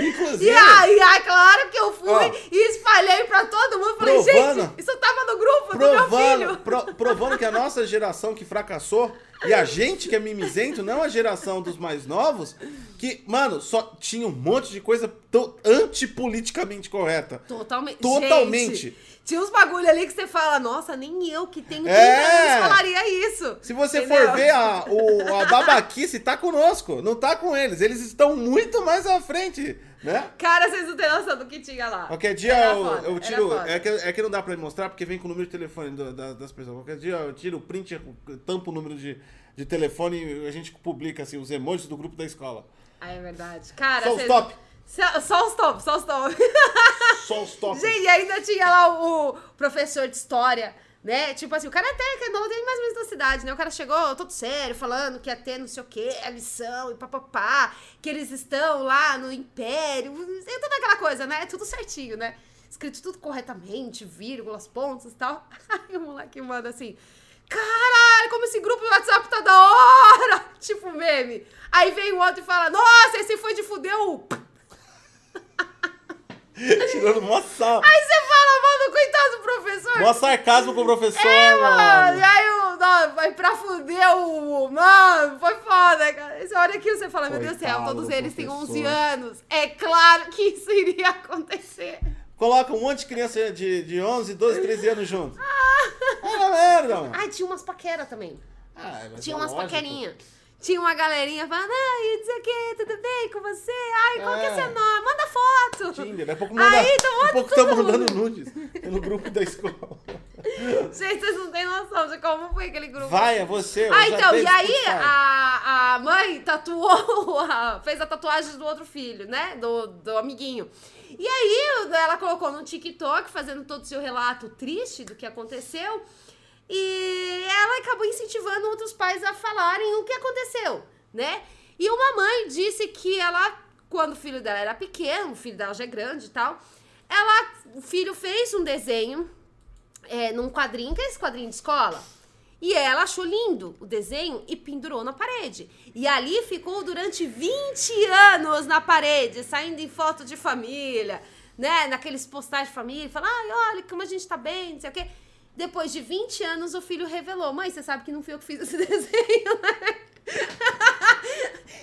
Speaker 1: Inclusive.
Speaker 2: E aí, é claro que eu fui
Speaker 1: Ó.
Speaker 2: e espalhei pra todo mundo. Falei,
Speaker 1: Provando.
Speaker 2: gente, isso tava no grupo do é meu
Speaker 1: provando,
Speaker 2: filho.
Speaker 1: pro- provando que a nossa geração que fracassou e a gente que é mimizento, não a geração dos mais novos, que, mano, só tinha um monte de coisa to- antipoliticamente correta.
Speaker 2: Totalmente.
Speaker 1: Totalmente.
Speaker 2: Gente, tinha uns bagulho ali que você fala, nossa, nem eu que tenho 30
Speaker 1: É.
Speaker 2: anos falaria isso.
Speaker 1: Se você
Speaker 2: Entendeu?
Speaker 1: for ver a, o, a babaquice, tá conosco, não tá com eles. Eles estão muito mais à frente, né?
Speaker 2: Cara, vocês não têm noção do que tinha lá.
Speaker 1: Qualquer dia
Speaker 2: Era
Speaker 1: eu,
Speaker 2: foda,
Speaker 1: eu
Speaker 2: era
Speaker 1: tiro.
Speaker 2: foda.
Speaker 1: É que, é que não dá pra mostrar porque vem com o número de telefone do- da- das pessoas. Qualquer dia eu tiro o print, eu tampo o número de, de telefone e a gente publica assim, os emojis do grupo da escola.
Speaker 2: Ah, é verdade. Cara,
Speaker 1: Só os
Speaker 2: vocês-
Speaker 1: top.
Speaker 2: Só- Só os top, só os top.
Speaker 1: Só os top.
Speaker 2: Gente, e ainda tinha lá o professor de história, né? Tipo assim, o cara até que é novo, tem mais ou menos da cidade, né? O cara chegou todo sério, falando que ia ter não sei o quê, a lição e papapá, que eles estão lá no império, e toda aquela coisa, né? Tudo certinho, né? Escrito tudo corretamente, vírgulas, pontos e tal. [laughs] Aí o moleque manda assim. Caralho, como esse grupo do WhatsApp tá da hora! [laughs] Tipo meme. Aí vem o outro e fala: Nossa, esse foi de fudeu!
Speaker 1: Tá Tirando mó sal.
Speaker 2: Aí você fala, mano, coitado do professor.
Speaker 1: Mó sarcasmo com o professor,
Speaker 2: É, mano.
Speaker 1: mano.
Speaker 2: E aí, o, não, vai pra fuder o. Mano, foi foda, cara. Mas olha aqui, você fala, meu Deus do céu,
Speaker 1: Coitado
Speaker 2: todos
Speaker 1: do
Speaker 2: eles têm
Speaker 1: professor.
Speaker 2: 11 anos. É claro que isso iria acontecer.
Speaker 1: Coloca um monte de criança de, de 11, 12, 13 anos junto.
Speaker 2: Ah.
Speaker 1: É uma merda, mano.
Speaker 2: Ai, Ah, tinha umas paquera também.
Speaker 1: Ah, mas
Speaker 2: Tinha
Speaker 1: é
Speaker 2: umas
Speaker 1: lógico.
Speaker 2: paquerinhas. Tinha uma galerinha falando, ai, não sei o que, tudo bem com você? Ai, qual que é
Speaker 1: É.
Speaker 2: seu nome? Manda foto.
Speaker 1: Tinder, daqui a pouco manda.
Speaker 2: Aí, então,
Speaker 1: daqui a
Speaker 2: olha
Speaker 1: pouco
Speaker 2: tudo.
Speaker 1: tá mandando nudes no grupo da escola.
Speaker 2: Gente, vocês não têm noção de como foi aquele grupo.
Speaker 1: Vai, é você. eu
Speaker 2: Ah,
Speaker 1: já
Speaker 2: então,
Speaker 1: dei
Speaker 2: e
Speaker 1: esse
Speaker 2: aí
Speaker 1: putaco.
Speaker 2: a, a mãe tatuou, [laughs] a- fez a tatuagem do outro filho, né? Do, do amiguinho. E aí o- ela colocou no TikTok, fazendo todo o seu relato triste do que aconteceu. E ela acabou incentivando outros pais a falarem o que aconteceu, né? E uma mãe disse que ela, quando o filho dela era pequeno, o filho dela já é grande e tal, ela, o filho fez um desenho é, num quadrinho, que é esse quadrinho de escola. E ela achou lindo o desenho e pendurou na parede. E ali ficou durante 20 anos na parede, saindo em foto de família, né? Naqueles postais de família, fala, ai, olha como a gente tá bem, não sei o quê. Depois de 20 anos, o filho revelou: Mãe, você sabe que não fui eu que fiz esse [laughs] desenho, né? [laughs]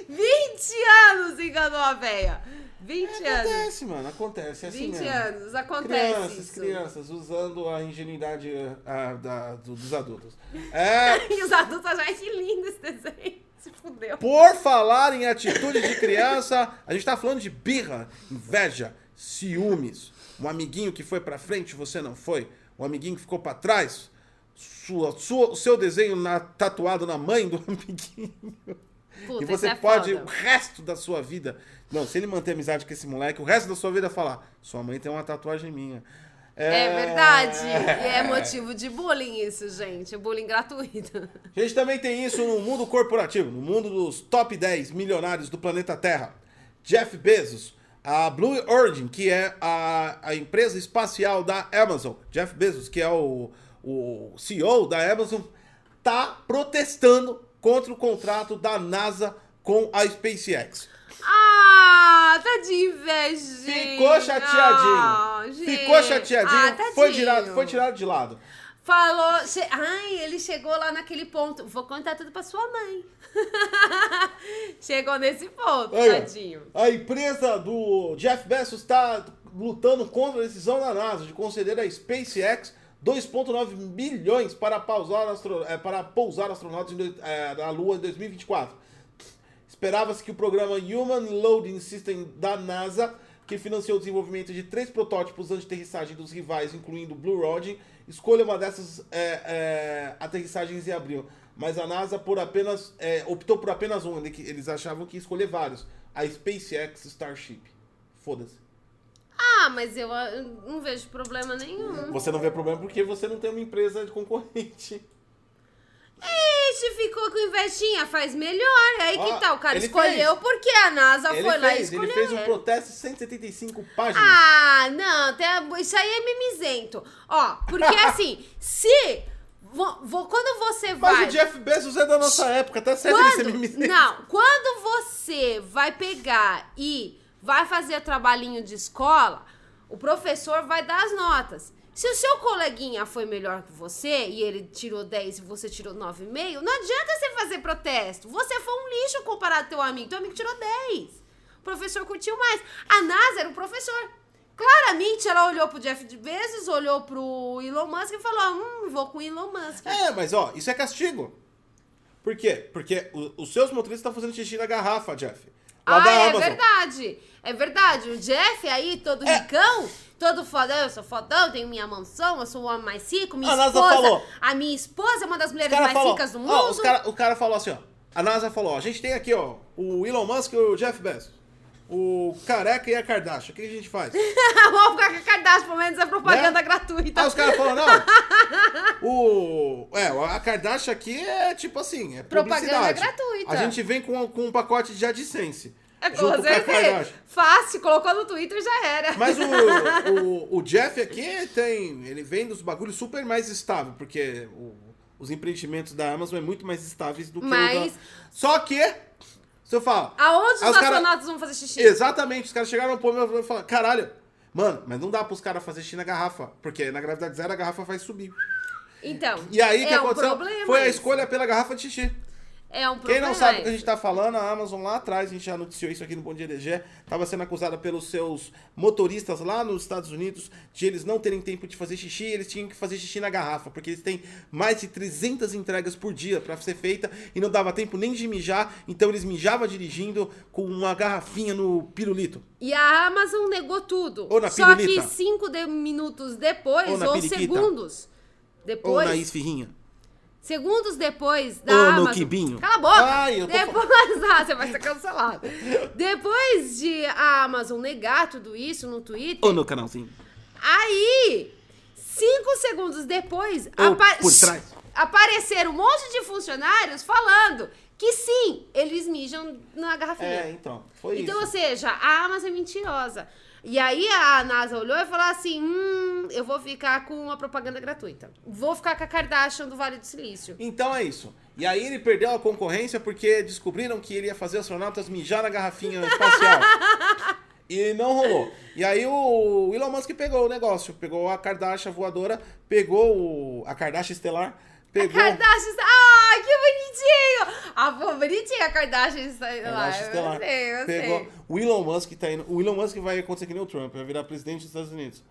Speaker 2: 20 anos enganou a véia. 20 anos.
Speaker 1: É, Acontece, mano, acontece. É assim
Speaker 2: 20
Speaker 1: mesmo.
Speaker 2: anos, acontece
Speaker 1: Crianças,
Speaker 2: isso.
Speaker 1: crianças, usando a ingenuidade ah, da- do- dos adultos. É,
Speaker 2: [laughs] E os adultos acham, ai, que lindo esse desenho. Se fudeu.
Speaker 1: por falar em atitude de criança, a gente tá falando de birra, inveja, ciúmes. Um amiguinho que foi pra frente, você não foi. Um amiguinho que ficou pra trás. Sua, sua- o seu desenho na- tatuado na mãe do [laughs] amiguinho.
Speaker 2: Puta,
Speaker 1: e você
Speaker 2: isso é
Speaker 1: pode, o
Speaker 2: foda.
Speaker 1: resto da sua vida. Não, se ele manter amizade com esse moleque, o resto da sua vida falar: Sua mãe tem uma tatuagem minha.
Speaker 2: É verdade. E é motivo de bullying isso, gente. Bullying gratuito.
Speaker 1: A gente também tem isso no mundo corporativo, no mundo dos top 10 milionários do planeta Terra. Jeff Bezos, a Blue Origin, que é a, a empresa espacial da Amazon. Jeff Bezos, que é o, o CEO da Amazon, tá protestando contra o contrato da NASA com a SpaceX.
Speaker 2: Ah, tá de invejinha.
Speaker 1: Ficou chateadinho.
Speaker 2: Ah,
Speaker 1: Ficou
Speaker 2: gente.
Speaker 1: chateadinho.
Speaker 2: Ah, tadinho.
Speaker 1: foi, tirado, foi tirado de lado.
Speaker 2: Falou. che- Ai, ele chegou lá naquele ponto. Vou contar tudo pra sua mãe. [laughs] chegou nesse ponto,
Speaker 1: Aí, ó.
Speaker 2: tadinho.
Speaker 1: a empresa do Jeff Bezos está lutando contra a decisão da NASA de conceder à SpaceX 2,9 milhões para, pausar astro- eh, para pousar astronautas em dois- eh, na Lua em 2024. Esperava-se que o programa Human Loading System da NASA, que financiou o desenvolvimento de três protótipos anti-aterrissagem dos rivais, incluindo o Blue Origin, escolha uma dessas é, é, aterrissagens em abril. Mas a NASA por apenas, é, optou por apenas uma, de que eles achavam que ia escolher vários. A SpaceX Starship. Foda-se.
Speaker 2: Ah, mas eu ah, eu não vejo problema nenhum.
Speaker 1: Você não vê problema porque você não tem uma empresa de concorrente.
Speaker 2: Ixi, ficou com invejinha, faz melhor. Aí
Speaker 1: Ó,
Speaker 2: que tal? O cara
Speaker 1: ele
Speaker 2: escolheu porque a NASA
Speaker 1: Ele
Speaker 2: foi lá e
Speaker 1: fez,
Speaker 2: escolheu.
Speaker 1: ele fez um
Speaker 2: ele.
Speaker 1: protesto de 175 páginas.
Speaker 2: Ah, não, até- isso aí é mimizento. Ó,
Speaker 1: [laughs]
Speaker 2: porque assim, se. vo- vo- quando você vai.
Speaker 1: Mas o Jeff Bezos é da nossa época, tá certo ele ser mimizento.
Speaker 2: Quando, não, quando você vai pegar e vai fazer trabalhinho de escola, o professor vai dar as notas. Se o seu coleguinha foi melhor que você e ele tirou 10 e você tirou 9,5, não adianta você fazer protesto. Você foi um lixo comparado ao teu amigo. Teu amigo tirou 10. O professor curtiu mais. A NASA era o professor. Claramente ela olhou pro Jeff Bezos, olhou pro Elon Musk e falou: "Hum, vou com o Elon Musk".
Speaker 1: É, mas ó, isso é castigo. Por quê? Porque o- os seus motoristas estão fazendo xixi na garrafa, Jeff. Lá
Speaker 2: ah,
Speaker 1: da
Speaker 2: é
Speaker 1: Amazon. É.
Speaker 2: verdade. É verdade. O Jeff aí, todo ricão, todo fodão, eu sou fodão, tenho minha mansão, eu sou o homem mais rico, minha
Speaker 1: A NASA
Speaker 2: esposa.
Speaker 1: falou.
Speaker 2: A minha esposa é uma das
Speaker 1: Os
Speaker 2: mulheres
Speaker 1: cara
Speaker 2: mais
Speaker 1: falou,
Speaker 2: ricas do mundo.
Speaker 1: ó, os
Speaker 2: [laughs]
Speaker 1: cara, o cara falou assim, ó. A NASA falou, ó, a gente tem aqui, ó, o Elon Musk e o Jeff Bezos. O Careca e a Kardashian. O que a gente
Speaker 2: [laughs]
Speaker 1: faz?
Speaker 2: Vamos ficar com a Kardashian, pelo menos é propaganda
Speaker 1: Né?
Speaker 2: gratuita.
Speaker 1: Aí os caras falaram, não.
Speaker 2: [laughs]
Speaker 1: O. É, a Kardashian aqui é tipo assim, é
Speaker 2: Propaganda
Speaker 1: publicidade.
Speaker 2: gratuita.
Speaker 1: A gente vem com, com um pacote de adicência.
Speaker 2: É
Speaker 1: junto
Speaker 2: com
Speaker 1: com a
Speaker 2: certeza.
Speaker 1: Kardashian.
Speaker 2: Fácil, colocou no Twitter já era.
Speaker 1: Mas o, o, o Jeff aqui tem. Ele vem dos bagulhos super mais estável, porque o- os empreendimentos da Amazon é muito mais estáveis do que o
Speaker 2: Mas-
Speaker 1: da...
Speaker 2: Ah,
Speaker 1: Só que, se eu falar.
Speaker 2: [laughs] Aonde os
Speaker 1: Aí os cara-
Speaker 2: astronautas vão fazer xixi?
Speaker 1: Exatamente, os caras chegaram no problema e falaram, caralho, mano, mas não dá pros caras fazer xixi na garrafa, porque na gravidade zero a garrafa vai subir.
Speaker 2: Então.
Speaker 1: E aí o que
Speaker 2: é um
Speaker 1: aconteceu
Speaker 2: problema
Speaker 1: foi a
Speaker 2: isso.
Speaker 1: escolha pela garrafa de xixi.
Speaker 2: É um
Speaker 1: Quem
Speaker 2: problema.
Speaker 1: não sabe o que a gente tá falando, a Amazon lá atrás, a gente já noticiou isso aqui no Bom Dia DG, tava sendo acusada pelos seus motoristas lá nos Estados Unidos de eles não terem tempo de fazer xixi, eles tinham que fazer xixi na garrafa, porque eles têm mais de 300 entregas por dia para ser feita e não dava tempo nem de mijar, então eles mijavam dirigindo com uma garrafinha no pirulito.
Speaker 2: E a Amazon negou tudo.
Speaker 1: Ou na
Speaker 2: Só que
Speaker 1: pirulita.
Speaker 2: cinco de- minutos depois,
Speaker 1: Ou
Speaker 2: ou,
Speaker 1: na periquita.
Speaker 2: segundos
Speaker 1: Ou na
Speaker 2: depois,
Speaker 1: esfirrinha.
Speaker 2: segundos depois da
Speaker 1: Ou no
Speaker 2: Amazon...
Speaker 1: quibinho.
Speaker 2: Cala a boca!
Speaker 1: Ai, eu tô
Speaker 2: depois... [laughs] ah, você vai ser cancelado. depois de a Amazon negar tudo isso no Twitter,
Speaker 1: Ou no canalzinho.
Speaker 2: aí, cinco segundos depois,
Speaker 1: Ou
Speaker 2: apa-
Speaker 1: por trás.
Speaker 2: apareceram um monte de funcionários falando que sim, eles mijam na garrafinha.
Speaker 1: É, então, foi
Speaker 2: Então,
Speaker 1: isso.
Speaker 2: ou seja, a Amazon é mentirosa. E aí a NASA olhou e falou assim: hum, eu vou ficar com uma propaganda gratuita. Vou ficar com a Kardashian do Vale do Silício.
Speaker 1: Então é isso. E aí ele perdeu a concorrência porque descobriram que ele ia fazer astronautas mijar na
Speaker 2: [laughs]
Speaker 1: garrafinha espacial. E não rolou. E aí o Elon Musk pegou o negócio, pegou a Kardashian voadora, pegou o- a Kardashian estelar, pegou
Speaker 2: Kardashian. Ai, que bonitinho! Ah, pô, bonitinha a Kardashian. sei lá,
Speaker 1: Kardashian
Speaker 2: Eu sei, eu
Speaker 1: pegou
Speaker 2: sei.
Speaker 1: o Elon Musk tá indo. O Elon Musk vai acontecer que nem o Trump, vai virar presidente dos Estados Unidos.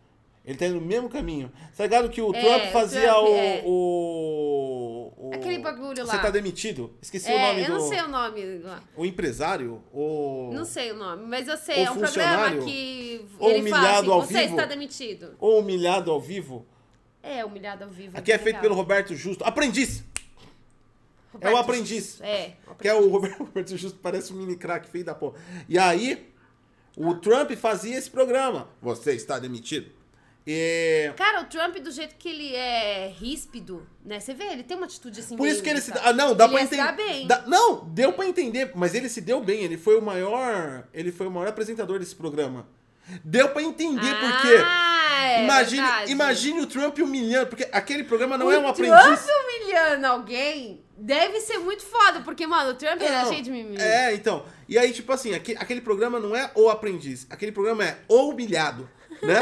Speaker 1: Ele tá indo no mesmo caminho. Tá ligado que o
Speaker 2: É,
Speaker 1: Trump
Speaker 2: o
Speaker 1: fazia
Speaker 2: Trump,
Speaker 1: o,
Speaker 2: é.
Speaker 1: o, o-
Speaker 2: Aquele bagulho lá.
Speaker 1: Você tá demitido? Esqueci o nome
Speaker 2: É, eu
Speaker 1: do.
Speaker 2: não sei o nome. lá.
Speaker 1: O empresário? O...
Speaker 2: Não sei o nome, mas eu sei.
Speaker 1: Ou
Speaker 2: é um programa
Speaker 1: funcionário,
Speaker 2: que
Speaker 1: ou
Speaker 2: ele fala assim:
Speaker 1: humilhado ao
Speaker 2: você
Speaker 1: vivo.
Speaker 2: está demitido.
Speaker 1: Ou humilhado ao vivo?
Speaker 2: É, humilhado ao vivo.
Speaker 1: Aqui é feito
Speaker 2: legal.
Speaker 1: pelo Roberto Justo. Aprendiz! É o
Speaker 2: Roberto
Speaker 1: aprendiz.
Speaker 2: É.
Speaker 1: Que é o Roberto, [laughs] Roberto Justo, parece um mini crack feio da porra. E aí, o Trump fazia esse programa. Você está demitido. E...
Speaker 2: Cara, o Trump, do jeito que ele é ríspido, né? Você vê, ele tem uma atitude assim.
Speaker 1: Por
Speaker 2: meio
Speaker 1: isso que ele se.
Speaker 2: irritada.
Speaker 1: Ah, não, dá
Speaker 2: ele
Speaker 1: pra
Speaker 2: ia se dar
Speaker 1: entender.
Speaker 2: bem.
Speaker 1: dá- Não, deu pra entender, mas ele se deu bem. Ele foi o maior. Ele foi o maior apresentador desse programa. Deu pra entender por quê.
Speaker 2: Ah, é
Speaker 1: imagine,
Speaker 2: verdade.
Speaker 1: imagine o Trump humilhando, porque aquele programa não
Speaker 2: o
Speaker 1: é um
Speaker 2: Trump
Speaker 1: aprendiz.
Speaker 2: humilhando alguém deve ser muito foda, porque, mano, o Trump era
Speaker 1: Não,
Speaker 2: cheio de mimimi.
Speaker 1: É, então. E aí, tipo assim, aque- aquele programa não é o aprendiz, aquele programa é o humilhado,
Speaker 2: [laughs]
Speaker 1: né?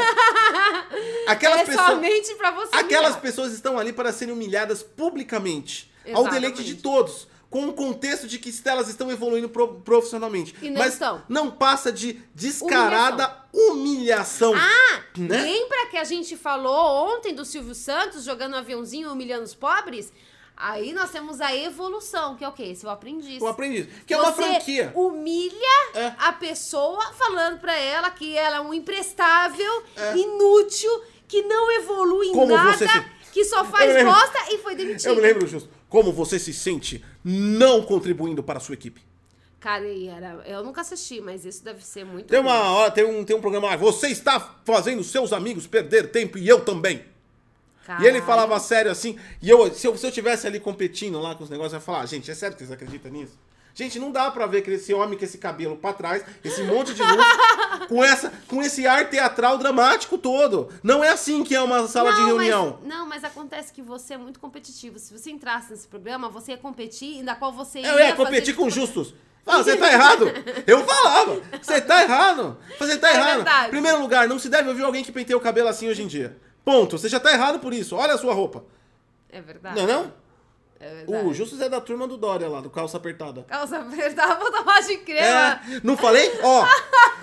Speaker 1: Aquelas
Speaker 2: É
Speaker 1: pessoas.
Speaker 2: somente pra você.
Speaker 1: Aquelas
Speaker 2: humilhar.
Speaker 1: pessoas estão ali para serem humilhadas publicamente, ao
Speaker 2: Exatamente.
Speaker 1: deleite de todos, com o contexto de que elas estão evoluindo pro- profissionalmente.
Speaker 2: E não
Speaker 1: Mas
Speaker 2: estão.
Speaker 1: não passa de descarada humilhação.
Speaker 2: Ah,
Speaker 1: Né?
Speaker 2: lembra que a gente falou ontem do Silvio Santos jogando um aviãozinho humilhando os pobres? Aí nós temos a evolução, que é o quê? Esse é o aprendiz.
Speaker 1: o aprendiz. Que é uma
Speaker 2: Você
Speaker 1: franquia.
Speaker 2: humilha
Speaker 1: É.
Speaker 2: a pessoa falando pra ela que ela é um imprestável, inútil, que não evolui em
Speaker 1: É. Como
Speaker 2: nada,
Speaker 1: você se-
Speaker 2: que só
Speaker 1: Eu
Speaker 2: faz
Speaker 1: lembro.
Speaker 2: bosta e foi demitido.
Speaker 1: Eu me lembro, Justo, como você se sente não contribuindo para a sua equipe.
Speaker 2: Cara, e era... eu nunca assisti, mas isso deve ser muito...
Speaker 1: Tem
Speaker 2: ruim.
Speaker 1: uma hora, tem um, tem um programa lá, você está fazendo seus amigos perder tempo e eu também. E ele
Speaker 2: Caralho.
Speaker 1: falava sério assim, e eu, se eu, se eu tivesse ali competindo lá com os negócios, eu ia falar, "Ah, gente, é sério que vocês acreditam nisso? Gente, não dá pra ver que esse homem com esse cabelo pra trás, esse monte de luz,
Speaker 2: [laughs]
Speaker 1: com, essa, com esse ar teatral dramático todo. Não é assim que é uma sala de
Speaker 2: Não, mas-
Speaker 1: reunião.
Speaker 2: não, mas acontece que você é muito competitivo. Se você entrasse nesse programa, você ia competir, da qual você ia
Speaker 1: Eu ia
Speaker 2: fazer tipo-
Speaker 1: competir
Speaker 2: de
Speaker 1: com justos. Ah, você tá errado. Eu falava. Você tá errado. Você tá
Speaker 2: É
Speaker 1: errado.
Speaker 2: verdade.
Speaker 1: Primeiro lugar, não se deve ouvir alguém que penteia o cabelo assim hoje em dia. Ponto. Você já tá errado por isso. Olha a sua roupa.
Speaker 2: É verdade.
Speaker 1: Não é não?
Speaker 2: É verdade.
Speaker 1: O Justus é da turma do Dória lá, do calça apertada.
Speaker 2: [laughs] Calça apertada, vou tomar de crema.
Speaker 1: É, não falei? Ó,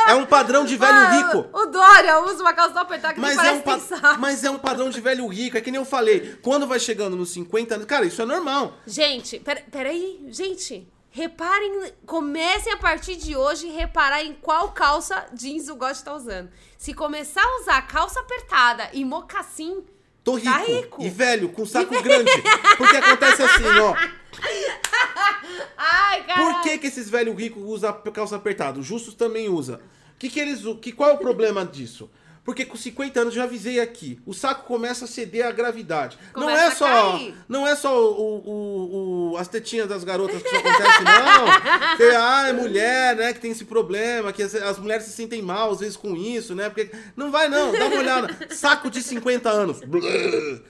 Speaker 1: é um padrão de velho
Speaker 2: Ah,
Speaker 1: rico.
Speaker 2: O, o Dória usa uma calça apertada que
Speaker 1: Mas
Speaker 2: não
Speaker 1: é, um
Speaker 2: parece
Speaker 1: pa-
Speaker 2: pensar.
Speaker 1: mas é um padrão de velho rico, é que nem eu falei. Quando vai chegando nos 50 anos. Cara, isso é normal.
Speaker 2: Gente, pera- peraí, gente. Reparem, comecem a partir de hoje reparar em qual calça jeans o Gotti tá usando. Se começar a usar calça apertada e mocassim,
Speaker 1: Tô rico.
Speaker 2: Tá rico.
Speaker 1: E velho, com saco grande. Porque acontece assim, ó.
Speaker 2: ai, cara.
Speaker 1: Por que, que esses velhos ricos usam calça apertada? O Justus também usa. Que que eles, u- que, qual é o problema disso? Porque com 50 anos, já avisei aqui, o saco começa a ceder à gravidade. não
Speaker 2: Começa
Speaker 1: é
Speaker 2: a
Speaker 1: só,
Speaker 2: cair.
Speaker 1: não é só o, o- o- as tetinhas das garotas que isso acontece,
Speaker 2: [laughs]
Speaker 1: não. Que, ah, é mulher, né, que tem esse problema, que as, as mulheres se sentem mal às vezes com isso, né? Porque não vai não, dá uma olhada. Saco de 50 anos.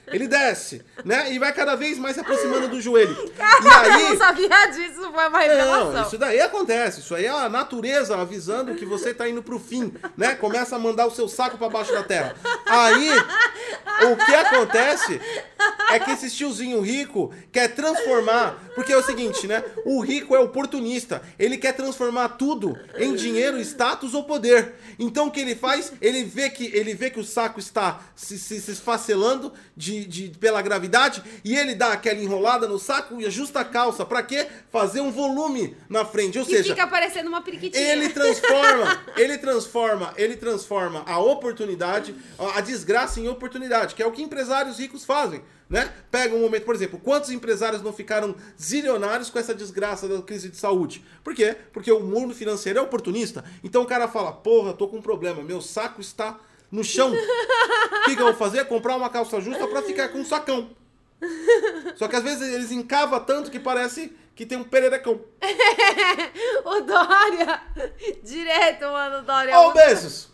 Speaker 1: Ele desce, né? E vai cada vez mais se aproximando do joelho. e aí,
Speaker 2: [laughs] Eu não sabia disso, foi uma revelação.
Speaker 1: não, isso daí acontece. Isso aí é a natureza avisando que você tá indo pro fim, né? Começa a mandar o seu saco pra baixo da terra. Aí, o que acontece É que esse tiozinho rico quer transformar. Porque é o seguinte, né? O rico é oportunista. Ele quer transformar tudo em dinheiro, status ou poder. Então o que ele faz? Ele vê que, ele vê que o saco está se, se, se esfacelando de, de, pela gravidade e ele dá aquela enrolada no saco e ajusta a calça. Pra quê? Fazer um volume na frente. Ou
Speaker 2: que
Speaker 1: seja,
Speaker 2: fica parecendo uma periquitinha.
Speaker 1: ele transforma, ele transforma, ele transforma a oportunidade, a a desgraça em oportunidade, que é o que empresários ricos fazem, né? Pega um momento, por exemplo, quantos empresários não ficaram zilionários com essa desgraça da crise de saúde? Por quê? Porque o mundo financeiro é oportunista. Então o cara fala: "Porra, tô com um problema, meu saco está no chão. O que, que eu vou fazer? Comprar uma calça justa pra ficar com um sacão." Só que às vezes eles encavam tanto que parece que tem um pererecão.
Speaker 2: O Dória. [laughs] Direto, mano, o Dória.
Speaker 1: Ó o Bezos!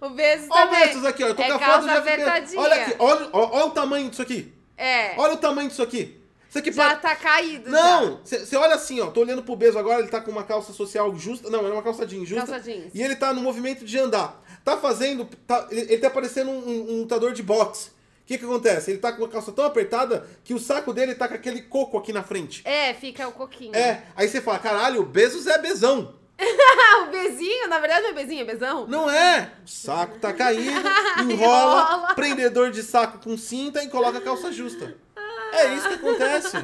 Speaker 2: O Bezos
Speaker 1: Ó o
Speaker 2: também.
Speaker 1: Bezos aqui, ó. Eu tô
Speaker 2: é
Speaker 1: com a foto
Speaker 2: calça
Speaker 1: já fiquei...
Speaker 2: apertadinha.
Speaker 1: Olha aqui, olha, ó- ó o tamanho disso aqui.
Speaker 2: É.
Speaker 1: Olha o tamanho disso aqui. Isso aqui
Speaker 2: já
Speaker 1: pare-
Speaker 2: tá caído.
Speaker 1: Não! Você olha assim, ó. Tô olhando pro Bezo agora, ele tá com uma calça social justa. Não, era uma calça jeans justa.
Speaker 2: Calça jeans.
Speaker 1: E ele tá no movimento de andar. Tá fazendo. tá- ele, ele tá parecendo um, um- um lutador de boxe. O que que acontece? Ele tá com uma calça tão apertada que o saco dele tá com aquele coco aqui na frente.
Speaker 2: Já. É, fica o coquinho.
Speaker 1: É, aí você fala, caralho, o Bezos é bezão.
Speaker 2: [laughs] Ah, o bezinho, na verdade não é bezinho, é bezão?
Speaker 1: Não é! O saco tá caído,
Speaker 2: [laughs]
Speaker 1: enrola,
Speaker 2: Enrola.
Speaker 1: prendedor de saco com cinta e coloca a calça justa.
Speaker 2: Ah.
Speaker 1: É isso que acontece.
Speaker 2: [gasps]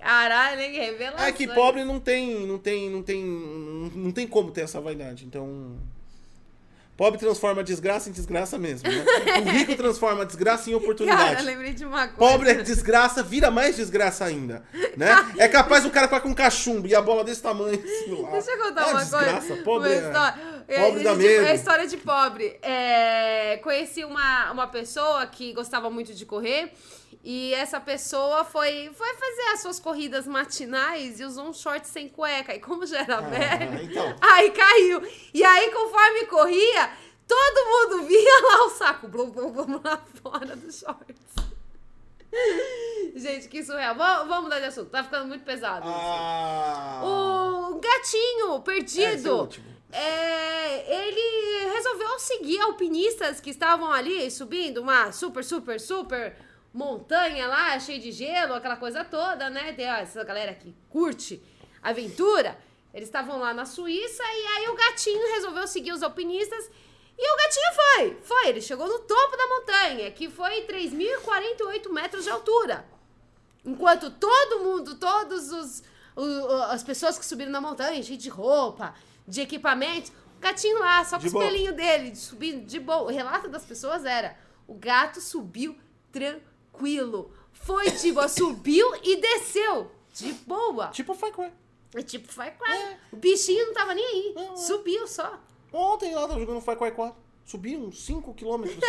Speaker 2: Caralho, hein? que Revelação.
Speaker 1: É que
Speaker 2: hein?
Speaker 1: pobre não tem, não tem, não tem, não tem como ter essa vaidade. Então, pobre transforma desgraça em desgraça mesmo. Né? O rico transforma desgraça em
Speaker 2: Cara, eu
Speaker 1: oportunidade.
Speaker 2: lembrei de uma coisa.
Speaker 1: Pobre é desgraça, vira mais desgraça ainda, né? É capaz o cara ficar com um cachumbo e a bola desse tamanho. assim, lá.
Speaker 2: Deixa eu
Speaker 1: É
Speaker 2: contar uma
Speaker 1: desgraça,
Speaker 2: coisa.
Speaker 1: Pobre,
Speaker 2: uma
Speaker 1: é.
Speaker 2: história.
Speaker 1: Pobre dá
Speaker 2: de,
Speaker 1: medo.
Speaker 2: É história de pobre. É, conheci uma, uma pessoa que gostava muito de correr. E essa pessoa foi, foi fazer as suas corridas matinais e usou um short sem cueca. E como já era
Speaker 1: Ah,
Speaker 2: velho,
Speaker 1: então.
Speaker 2: aí caiu. E aí, conforme corria, todo mundo [laughs] via lá o saco blum, blum, blum, lá fora do short. [laughs] Gente, que surreal. Vamos, vamos mudar de assunto. Tá ficando muito pesado. isso.
Speaker 1: Ah.
Speaker 2: O gatinho
Speaker 1: É, esse é o
Speaker 2: perdido.
Speaker 1: último.
Speaker 2: é, ele resolveu seguir alpinistas que estavam ali subindo uma super, super, super montanha lá, cheia de gelo, aquela coisa toda, né? Tem ó, essa galera que curte aventura. Eles estavam lá na Suíça e aí o gatinho resolveu seguir os alpinistas. E o gatinho foi! Foi, ele chegou no topo da montanha, que foi 3.048 metros de altura. Enquanto todo mundo, todos os, o- o- as pessoas que subiram na montanha, cheio de roupa, de equipamento, o gatinho lá, só com
Speaker 1: De
Speaker 2: os
Speaker 1: boa.
Speaker 2: pelinhos dele, de subindo de boa. O relato das pessoas era: o gato subiu tranquilo. Foi
Speaker 1: [laughs]
Speaker 2: de boa, subiu e desceu. De boa.
Speaker 1: Tipo foi com
Speaker 2: É tipo, vai claro. O bichinho não tava nem aí.
Speaker 1: Não, é.
Speaker 2: Subiu só.
Speaker 1: Ontem lá tava jogando Far Cry 4. Subi uns 5
Speaker 2: [laughs]
Speaker 1: quilômetros.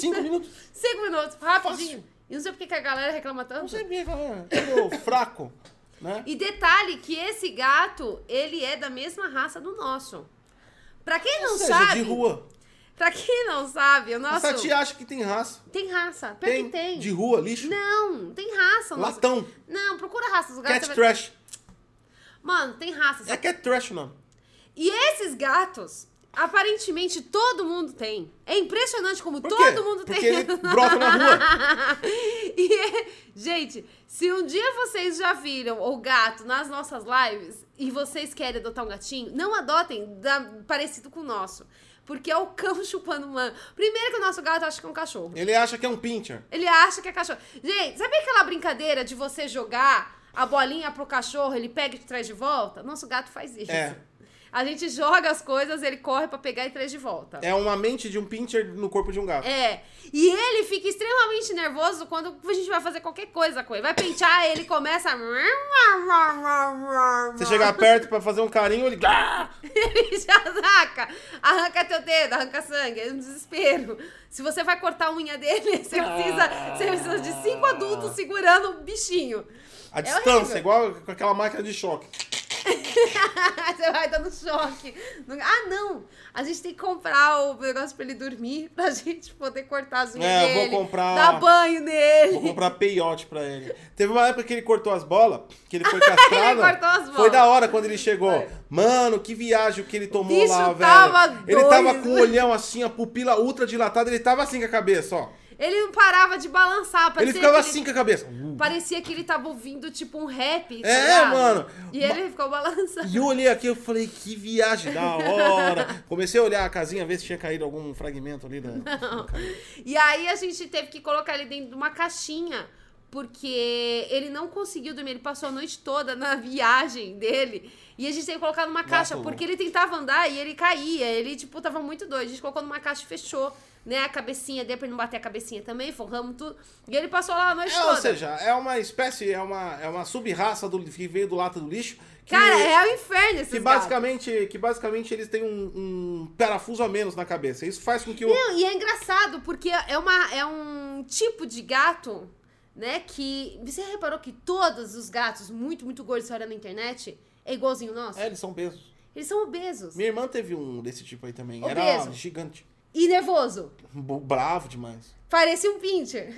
Speaker 1: 5 minutos.
Speaker 2: Cinco minutos, rapidinho.
Speaker 1: Fácil.
Speaker 2: E não sei por que que a galera reclama
Speaker 1: Não
Speaker 2: tanto.
Speaker 1: sabia, galera. Pegou é, fraco, né?
Speaker 2: E detalhe que esse gato, ele é da mesma raça do nosso. Pra quem não
Speaker 1: Ou seja, de
Speaker 2: sabe,
Speaker 1: rua.
Speaker 2: pra quem não sabe, o
Speaker 1: A
Speaker 2: nosso
Speaker 1: Sati acha que tem raça.
Speaker 2: tem raça. Pior
Speaker 1: Tem,
Speaker 2: que tem.
Speaker 1: De rua, lixo.
Speaker 2: Não, tem raça. o Nosso...
Speaker 1: Latão.
Speaker 2: Não, procura raça dos
Speaker 1: Cat
Speaker 2: gatos. você vai-
Speaker 1: trash.
Speaker 2: Mano, tem raça.
Speaker 1: É cat trash o nome.
Speaker 2: E esses gatos, aparentemente todo mundo tem. É impressionante como
Speaker 1: Por
Speaker 2: todo
Speaker 1: quê?
Speaker 2: mundo
Speaker 1: Porque
Speaker 2: tem.
Speaker 1: ele brota na
Speaker 2: rua. [laughs] e, é- gente, se um dia vocês já viram o gato nas nossas lives e vocês querem adotar um gatinho, não adotem da- parecido com o nosso. Porque é o cão [laughs] chupando mano. Primeiro que o nosso gato acha que é um cachorro.
Speaker 1: Ele acha que é um pincher.
Speaker 2: Ele acha que é cachorro. Gente, sabe aquela brincadeira de você jogar a bolinha pro cachorro, ele pega e te traz de volta? Nosso gato faz isso.
Speaker 1: É.
Speaker 2: A gente joga as coisas, ele corre pra pegar e traz de volta.
Speaker 1: É uma mente de um pincher no corpo de um gato.
Speaker 2: É. E ele fica extremamente nervoso quando a gente vai fazer qualquer coisa com ele. Vai pentear, ele começa. a-
Speaker 1: Você chegar perto pra fazer um carinho,
Speaker 2: É
Speaker 1: ele... Ah!
Speaker 2: [laughs] Ele já saca. Arranca teu dedo, arranca sangue. É um desespero. Se você vai cortar a unha dele, [laughs] você precisa, você precisa de cinco adultos segurando o bichinho.
Speaker 1: A
Speaker 2: É
Speaker 1: distância,
Speaker 2: horrível.
Speaker 1: igual com aquela máquina de choque.
Speaker 2: [laughs] Você vai dando choque. Não- Ah, não! A gente tem que comprar o negócio pra ele dormir, pra [laughs] gente poder cortar as unhas
Speaker 1: É, eu vou
Speaker 2: dele.
Speaker 1: comprar-
Speaker 2: Dar banho nele.
Speaker 1: [laughs] Vou comprar peiote pra ele. Teve uma época que ele cortou as bolas, que ele foi
Speaker 2: [laughs]
Speaker 1: castrado.
Speaker 2: cortou as
Speaker 1: Foi
Speaker 2: bolas.
Speaker 1: da hora quando ele chegou. Mano, que viagem que ele tomou
Speaker 2: bicho
Speaker 1: lá,
Speaker 2: tava
Speaker 1: velho. Ele
Speaker 2: doido.
Speaker 1: tava com o olhão assim, a pupila ultra dilatada, ele tava assim com a cabeça, ó.
Speaker 2: Ele não parava de balançar. Parecia
Speaker 1: ele ficava
Speaker 2: que
Speaker 1: assim com a cabeça.
Speaker 2: Parecia que ele tava ouvindo, tipo, um rap. tá
Speaker 1: É,
Speaker 2: ligado?
Speaker 1: mano.
Speaker 2: E ele ficou balançando.
Speaker 1: E eu olhei aqui, eu falei, que viagem da hora. Comecei a olhar a casinha, ver se tinha caído algum fragmento
Speaker 2: [laughs]
Speaker 1: ali. Da...
Speaker 2: E aí a gente teve que colocar ele dentro de uma caixinha, porque ele não conseguiu dormir. Ele passou a noite toda na [laughs] viagem dele. E a gente teve que colocar numa caixa,
Speaker 1: o-
Speaker 2: porque ele tentava andar e ele caía. Ele, tipo, tava muito doido. A gente colocou numa caixa e fechou, né? A cabecinha dele, pra ele não bater a cabecinha também, forramos tudo. E ele passou lá a noite
Speaker 1: É,
Speaker 2: toda.
Speaker 1: ou seja, é uma espécie, é uma, é uma sub-raça do, que veio do lata do lixo. Que,
Speaker 2: Cara, é o inferno esses
Speaker 1: que,
Speaker 2: gatos.
Speaker 1: basicamente, que basicamente eles têm um, um parafuso a menos na cabeça. Isso faz com que o.
Speaker 2: Não, e é engraçado, porque é, uma, é um tipo de gato, né? Que. Você reparou que todos os gatos muito, muito gordos que você olha na internet é igualzinho o nosso?
Speaker 1: É, eles são pesos.
Speaker 2: Eles são obesos.
Speaker 1: Minha irmã teve um desse tipo aí também.
Speaker 2: Obeso.
Speaker 1: Era gigante.
Speaker 2: E nervoso.
Speaker 1: bo- Bravo demais.
Speaker 2: Parecia um pincher.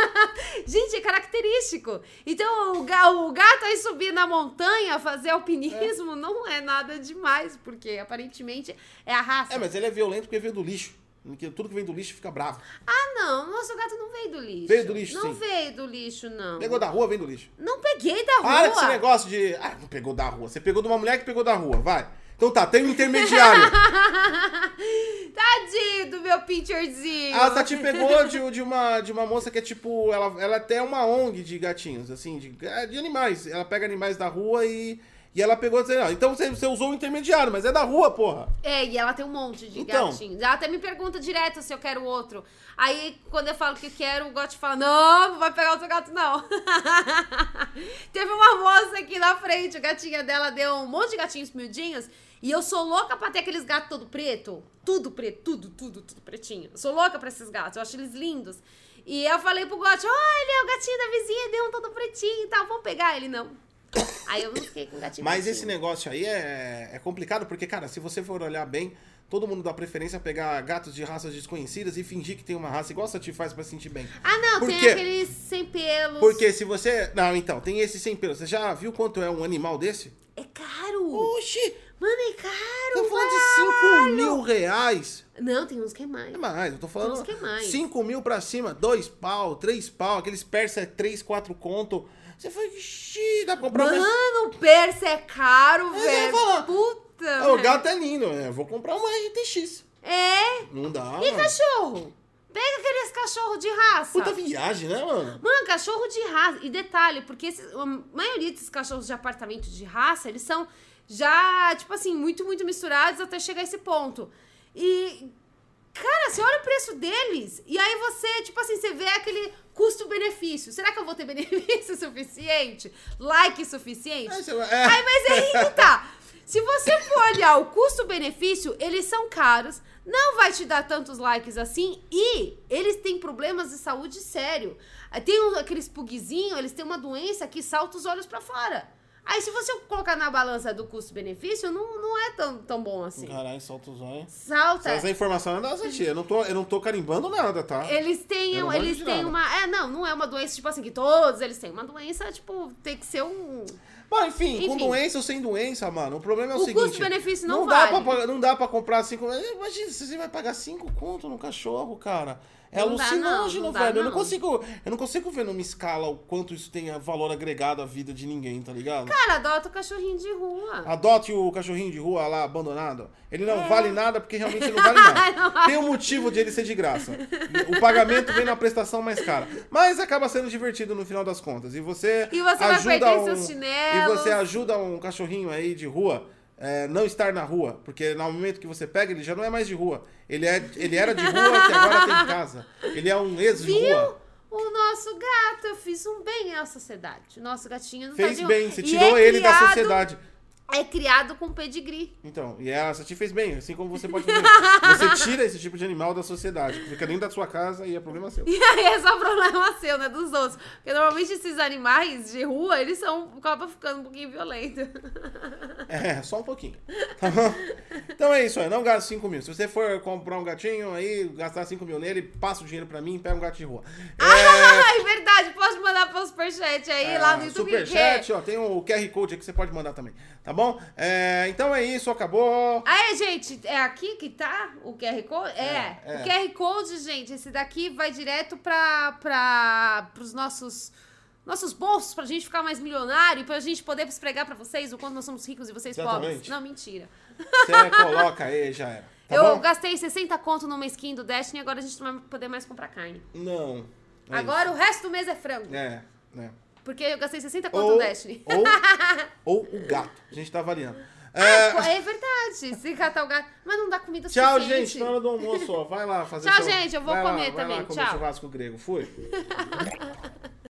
Speaker 2: [laughs] Gente, é característico. Então, o, ga- o gato aí subir na montanha, fazer alpinismo, não é nada demais, porque aparentemente é a raça.
Speaker 1: É, mas ele é violento porque veio do lixo. Porque Tudo que vem do lixo fica bravo.
Speaker 2: Ah, não, nosso gato não veio do lixo.
Speaker 1: Veio do lixo,
Speaker 2: Não
Speaker 1: sim.
Speaker 2: veio do lixo, não.
Speaker 1: Pegou da rua, vem do lixo.
Speaker 2: Não peguei da rua.
Speaker 1: Para com esse negócio de. Ah, não pegou da rua. Você pegou de uma mulher que pegou da rua, vai. Então tá, tem um intermediário.
Speaker 2: Tadinho do meu pincherzinho.
Speaker 1: Ela tá te pegou de, de uma, de uma moça que é tipo. Ela, ela até é uma ONG de gatinhos, assim, de, é, de animais. Ela pega animais da rua e. E ela pegou dizendo, ó, então você, você usou o intermediário, mas é da rua, porra.
Speaker 2: É, e ela tem um monte de
Speaker 1: Então.
Speaker 2: gatinhos. Ela até me pergunta direto se eu quero outro. Aí, quando eu falo que quero, o Gotti fala, não, não vai pegar outro gato, não. [laughs] Teve uma moça aqui na frente, a gatinha dela deu um monte de gatinhos miudinhos. E eu sou louca pra ter aqueles gatos todo preto. Tudo preto, tudo, tudo, tudo pretinho. Eu sou louca pra esses gatos, eu acho eles lindos. E eu falei pro Gotti, olha, o gatinho da vizinha deu um todo pretinho e tal, vamos pegar ele, não. Aí eu não fiquei com o gatinho
Speaker 1: Mas
Speaker 2: pretinho.
Speaker 1: esse negócio aí é, é complicado, porque, cara, se você for olhar bem, todo mundo dá preferência a pegar gatos de raças desconhecidas e fingir que tem uma raça igual a te faz pra se sentir bem.
Speaker 2: Ah, não,
Speaker 1: Por
Speaker 2: tem
Speaker 1: quê?
Speaker 2: aqueles sem pelos.
Speaker 1: Porque se você. Não, então, tem esse sem pelo. Você já viu quanto é um animal desse?
Speaker 2: É caro.
Speaker 1: Oxi!
Speaker 2: Mano, é caro.
Speaker 1: Tô falando de 5 mil reais.
Speaker 2: Não, tem uns que é mais.
Speaker 1: É mais, eu tô falando.
Speaker 2: Nossa, que mais?
Speaker 1: 5 mil pra cima, 2 pau, 3 pau, aqueles persa é 3, 4 conto. Você foi, xii, dá pra comprar uma.
Speaker 2: Mano, o persa é caro,
Speaker 1: Mas eu ia
Speaker 2: velho.
Speaker 1: falar.
Speaker 2: Puta.
Speaker 1: Ah, o
Speaker 2: velho.
Speaker 1: gato é lindo, né? Vou comprar uma RTX.
Speaker 2: É.
Speaker 1: Não dá.
Speaker 2: E
Speaker 1: mano.
Speaker 2: cachorro? Pega aqueles cachorro de raça.
Speaker 1: Puta viagem, né, mano?
Speaker 2: Mano, cachorro de raça. E detalhe, porque esses- a maioria desses cachorros de apartamento de raça, eles são já, tipo assim, muito, muito misturados até chegar a esse ponto. E, cara, você olha o preço deles e aí você, tipo assim, você vê aquele custo-benefício. Será que eu vou ter [laughs] benefício suficiente? Like suficiente?
Speaker 1: É, você- é.
Speaker 2: Ai, mas é aí que tá. Se você for olhar o custo-benefício, eles são caros, não vai te dar tantos likes assim e eles têm problemas de saúde sério. Ah, Tem um- aqueles pugzinho, eles têm uma doença que salta os olhos pra fora. Aí se você colocar na balança do custo-benefício, não, não é tão, tão bom assim.
Speaker 1: Caralho, solta os olhos.
Speaker 2: Salta.
Speaker 1: Essa informação é nossa, tia. Eu não tô, eu não tô carimbando nada, tá?
Speaker 2: Eles têm, um,
Speaker 1: Eu não
Speaker 2: eles
Speaker 1: manjo de
Speaker 2: têm
Speaker 1: nada.
Speaker 2: uma. É, não, não é uma doença, tipo assim, que todos eles têm. Uma doença, tipo, tem que ser um.
Speaker 1: Bom, enfim, com
Speaker 2: Enfim.
Speaker 1: doença ou sem doença, mano, o problema é o,
Speaker 2: O
Speaker 1: seguinte.
Speaker 2: custo-benefício não
Speaker 1: dá
Speaker 2: vale.
Speaker 1: pra pagar- não dá pra comprar cinco. Imagina, se você vai pagar cinco conto num cachorro, cara. É
Speaker 2: Não dá,
Speaker 1: alucinógeno,
Speaker 2: não, não dá,
Speaker 1: velho. eu não
Speaker 2: não.
Speaker 1: consigo. Eu não consigo ver numa escala o quanto isso tem valor agregado à vida de ninguém, tá ligado?
Speaker 2: Cara, adota o cachorrinho de rua.
Speaker 1: Adote o cachorrinho de rua lá abandonado. Ele não vale nada porque realmente não vale nada.
Speaker 2: É. [laughs] Não vale.
Speaker 1: Tem um motivo de ele ser de graça. O pagamento vem na prestação mais cara. Mas acaba sendo divertido no final das contas. E você,
Speaker 2: E você vai
Speaker 1: ajuda
Speaker 2: perder
Speaker 1: um,
Speaker 2: seus chinelos.
Speaker 1: E você ajuda um cachorrinho aí de rua é, não estar na rua. Porque no momento que você pega, ele já não é mais de rua. Ele, é, ele era de rua que agora tem casa. Ele é um ex de
Speaker 2: Viu?
Speaker 1: rua.
Speaker 2: O nosso gato, eu fiz um bem à sociedade. O nosso gatinho não tá
Speaker 1: Fez
Speaker 2: de-
Speaker 1: bem, você
Speaker 2: E
Speaker 1: tirou
Speaker 2: é
Speaker 1: ele da
Speaker 2: criado-
Speaker 1: sociedade.
Speaker 2: é criado com pedigree. [laughs]
Speaker 1: Então, e ela te fez bem, assim como você pode fazer. Você tira esse tipo de animal da sociedade, que fica dentro da sua casa e é problema seu.
Speaker 2: E aí é só problema seu, né? Dos outros. Porque normalmente esses animais de rua, eles são. acabam ficando um pouquinho [laughs] violentos.
Speaker 1: É, só um pouquinho. Tá bom? Então é isso aí, não gasta 5 mil. Se você for comprar um gatinho, aí gastar 5 mil nele, passa o dinheiro pra mim e pega um gato de rua.
Speaker 2: Ah, é verdade. Pode mandar pro superchat aí
Speaker 1: É,
Speaker 2: lá no YouTube. que-
Speaker 1: Superchat, ó, tem o QR Code aí que você pode mandar também, tá bom? É, então é isso, acabou.
Speaker 2: Ah, é, gente, é aqui que tá o QR Code? É,
Speaker 1: É, é.
Speaker 2: o QR Code, gente, esse daqui vai direto pra, pra, pros nossos, nossos bolsos, pra gente ficar mais milionário, e pra gente poder esfregar pra vocês o quanto nós somos ricos e vocês pobres.
Speaker 1: Exatamente.
Speaker 2: Não, mentira.
Speaker 1: Você coloca aí, já era. Tá
Speaker 2: Eu
Speaker 1: bom?
Speaker 2: gastei 60 conto numa skin do Destiny, agora a gente não vai poder mais comprar carne.
Speaker 1: Não. é
Speaker 2: agora o resto do mês é frango,
Speaker 1: isso. É, né?
Speaker 2: porque eu gastei 60 conto no
Speaker 1: Ou,
Speaker 2: Destiny. [laughs]
Speaker 1: ou, ou o gato. A gente tá avaliando. É,
Speaker 2: Ah, É verdade, se catar o gato. Mas não dá comida
Speaker 1: tchau,
Speaker 2: suficiente.
Speaker 1: gente. Na hora do almoço, ó. Vai lá fazer
Speaker 2: Tchau,
Speaker 1: seu-
Speaker 2: gente, eu vou
Speaker 1: vai lá,
Speaker 2: comer
Speaker 1: vai
Speaker 2: também,
Speaker 1: Lá comer
Speaker 2: tchau.
Speaker 1: churrasco grego. Fui.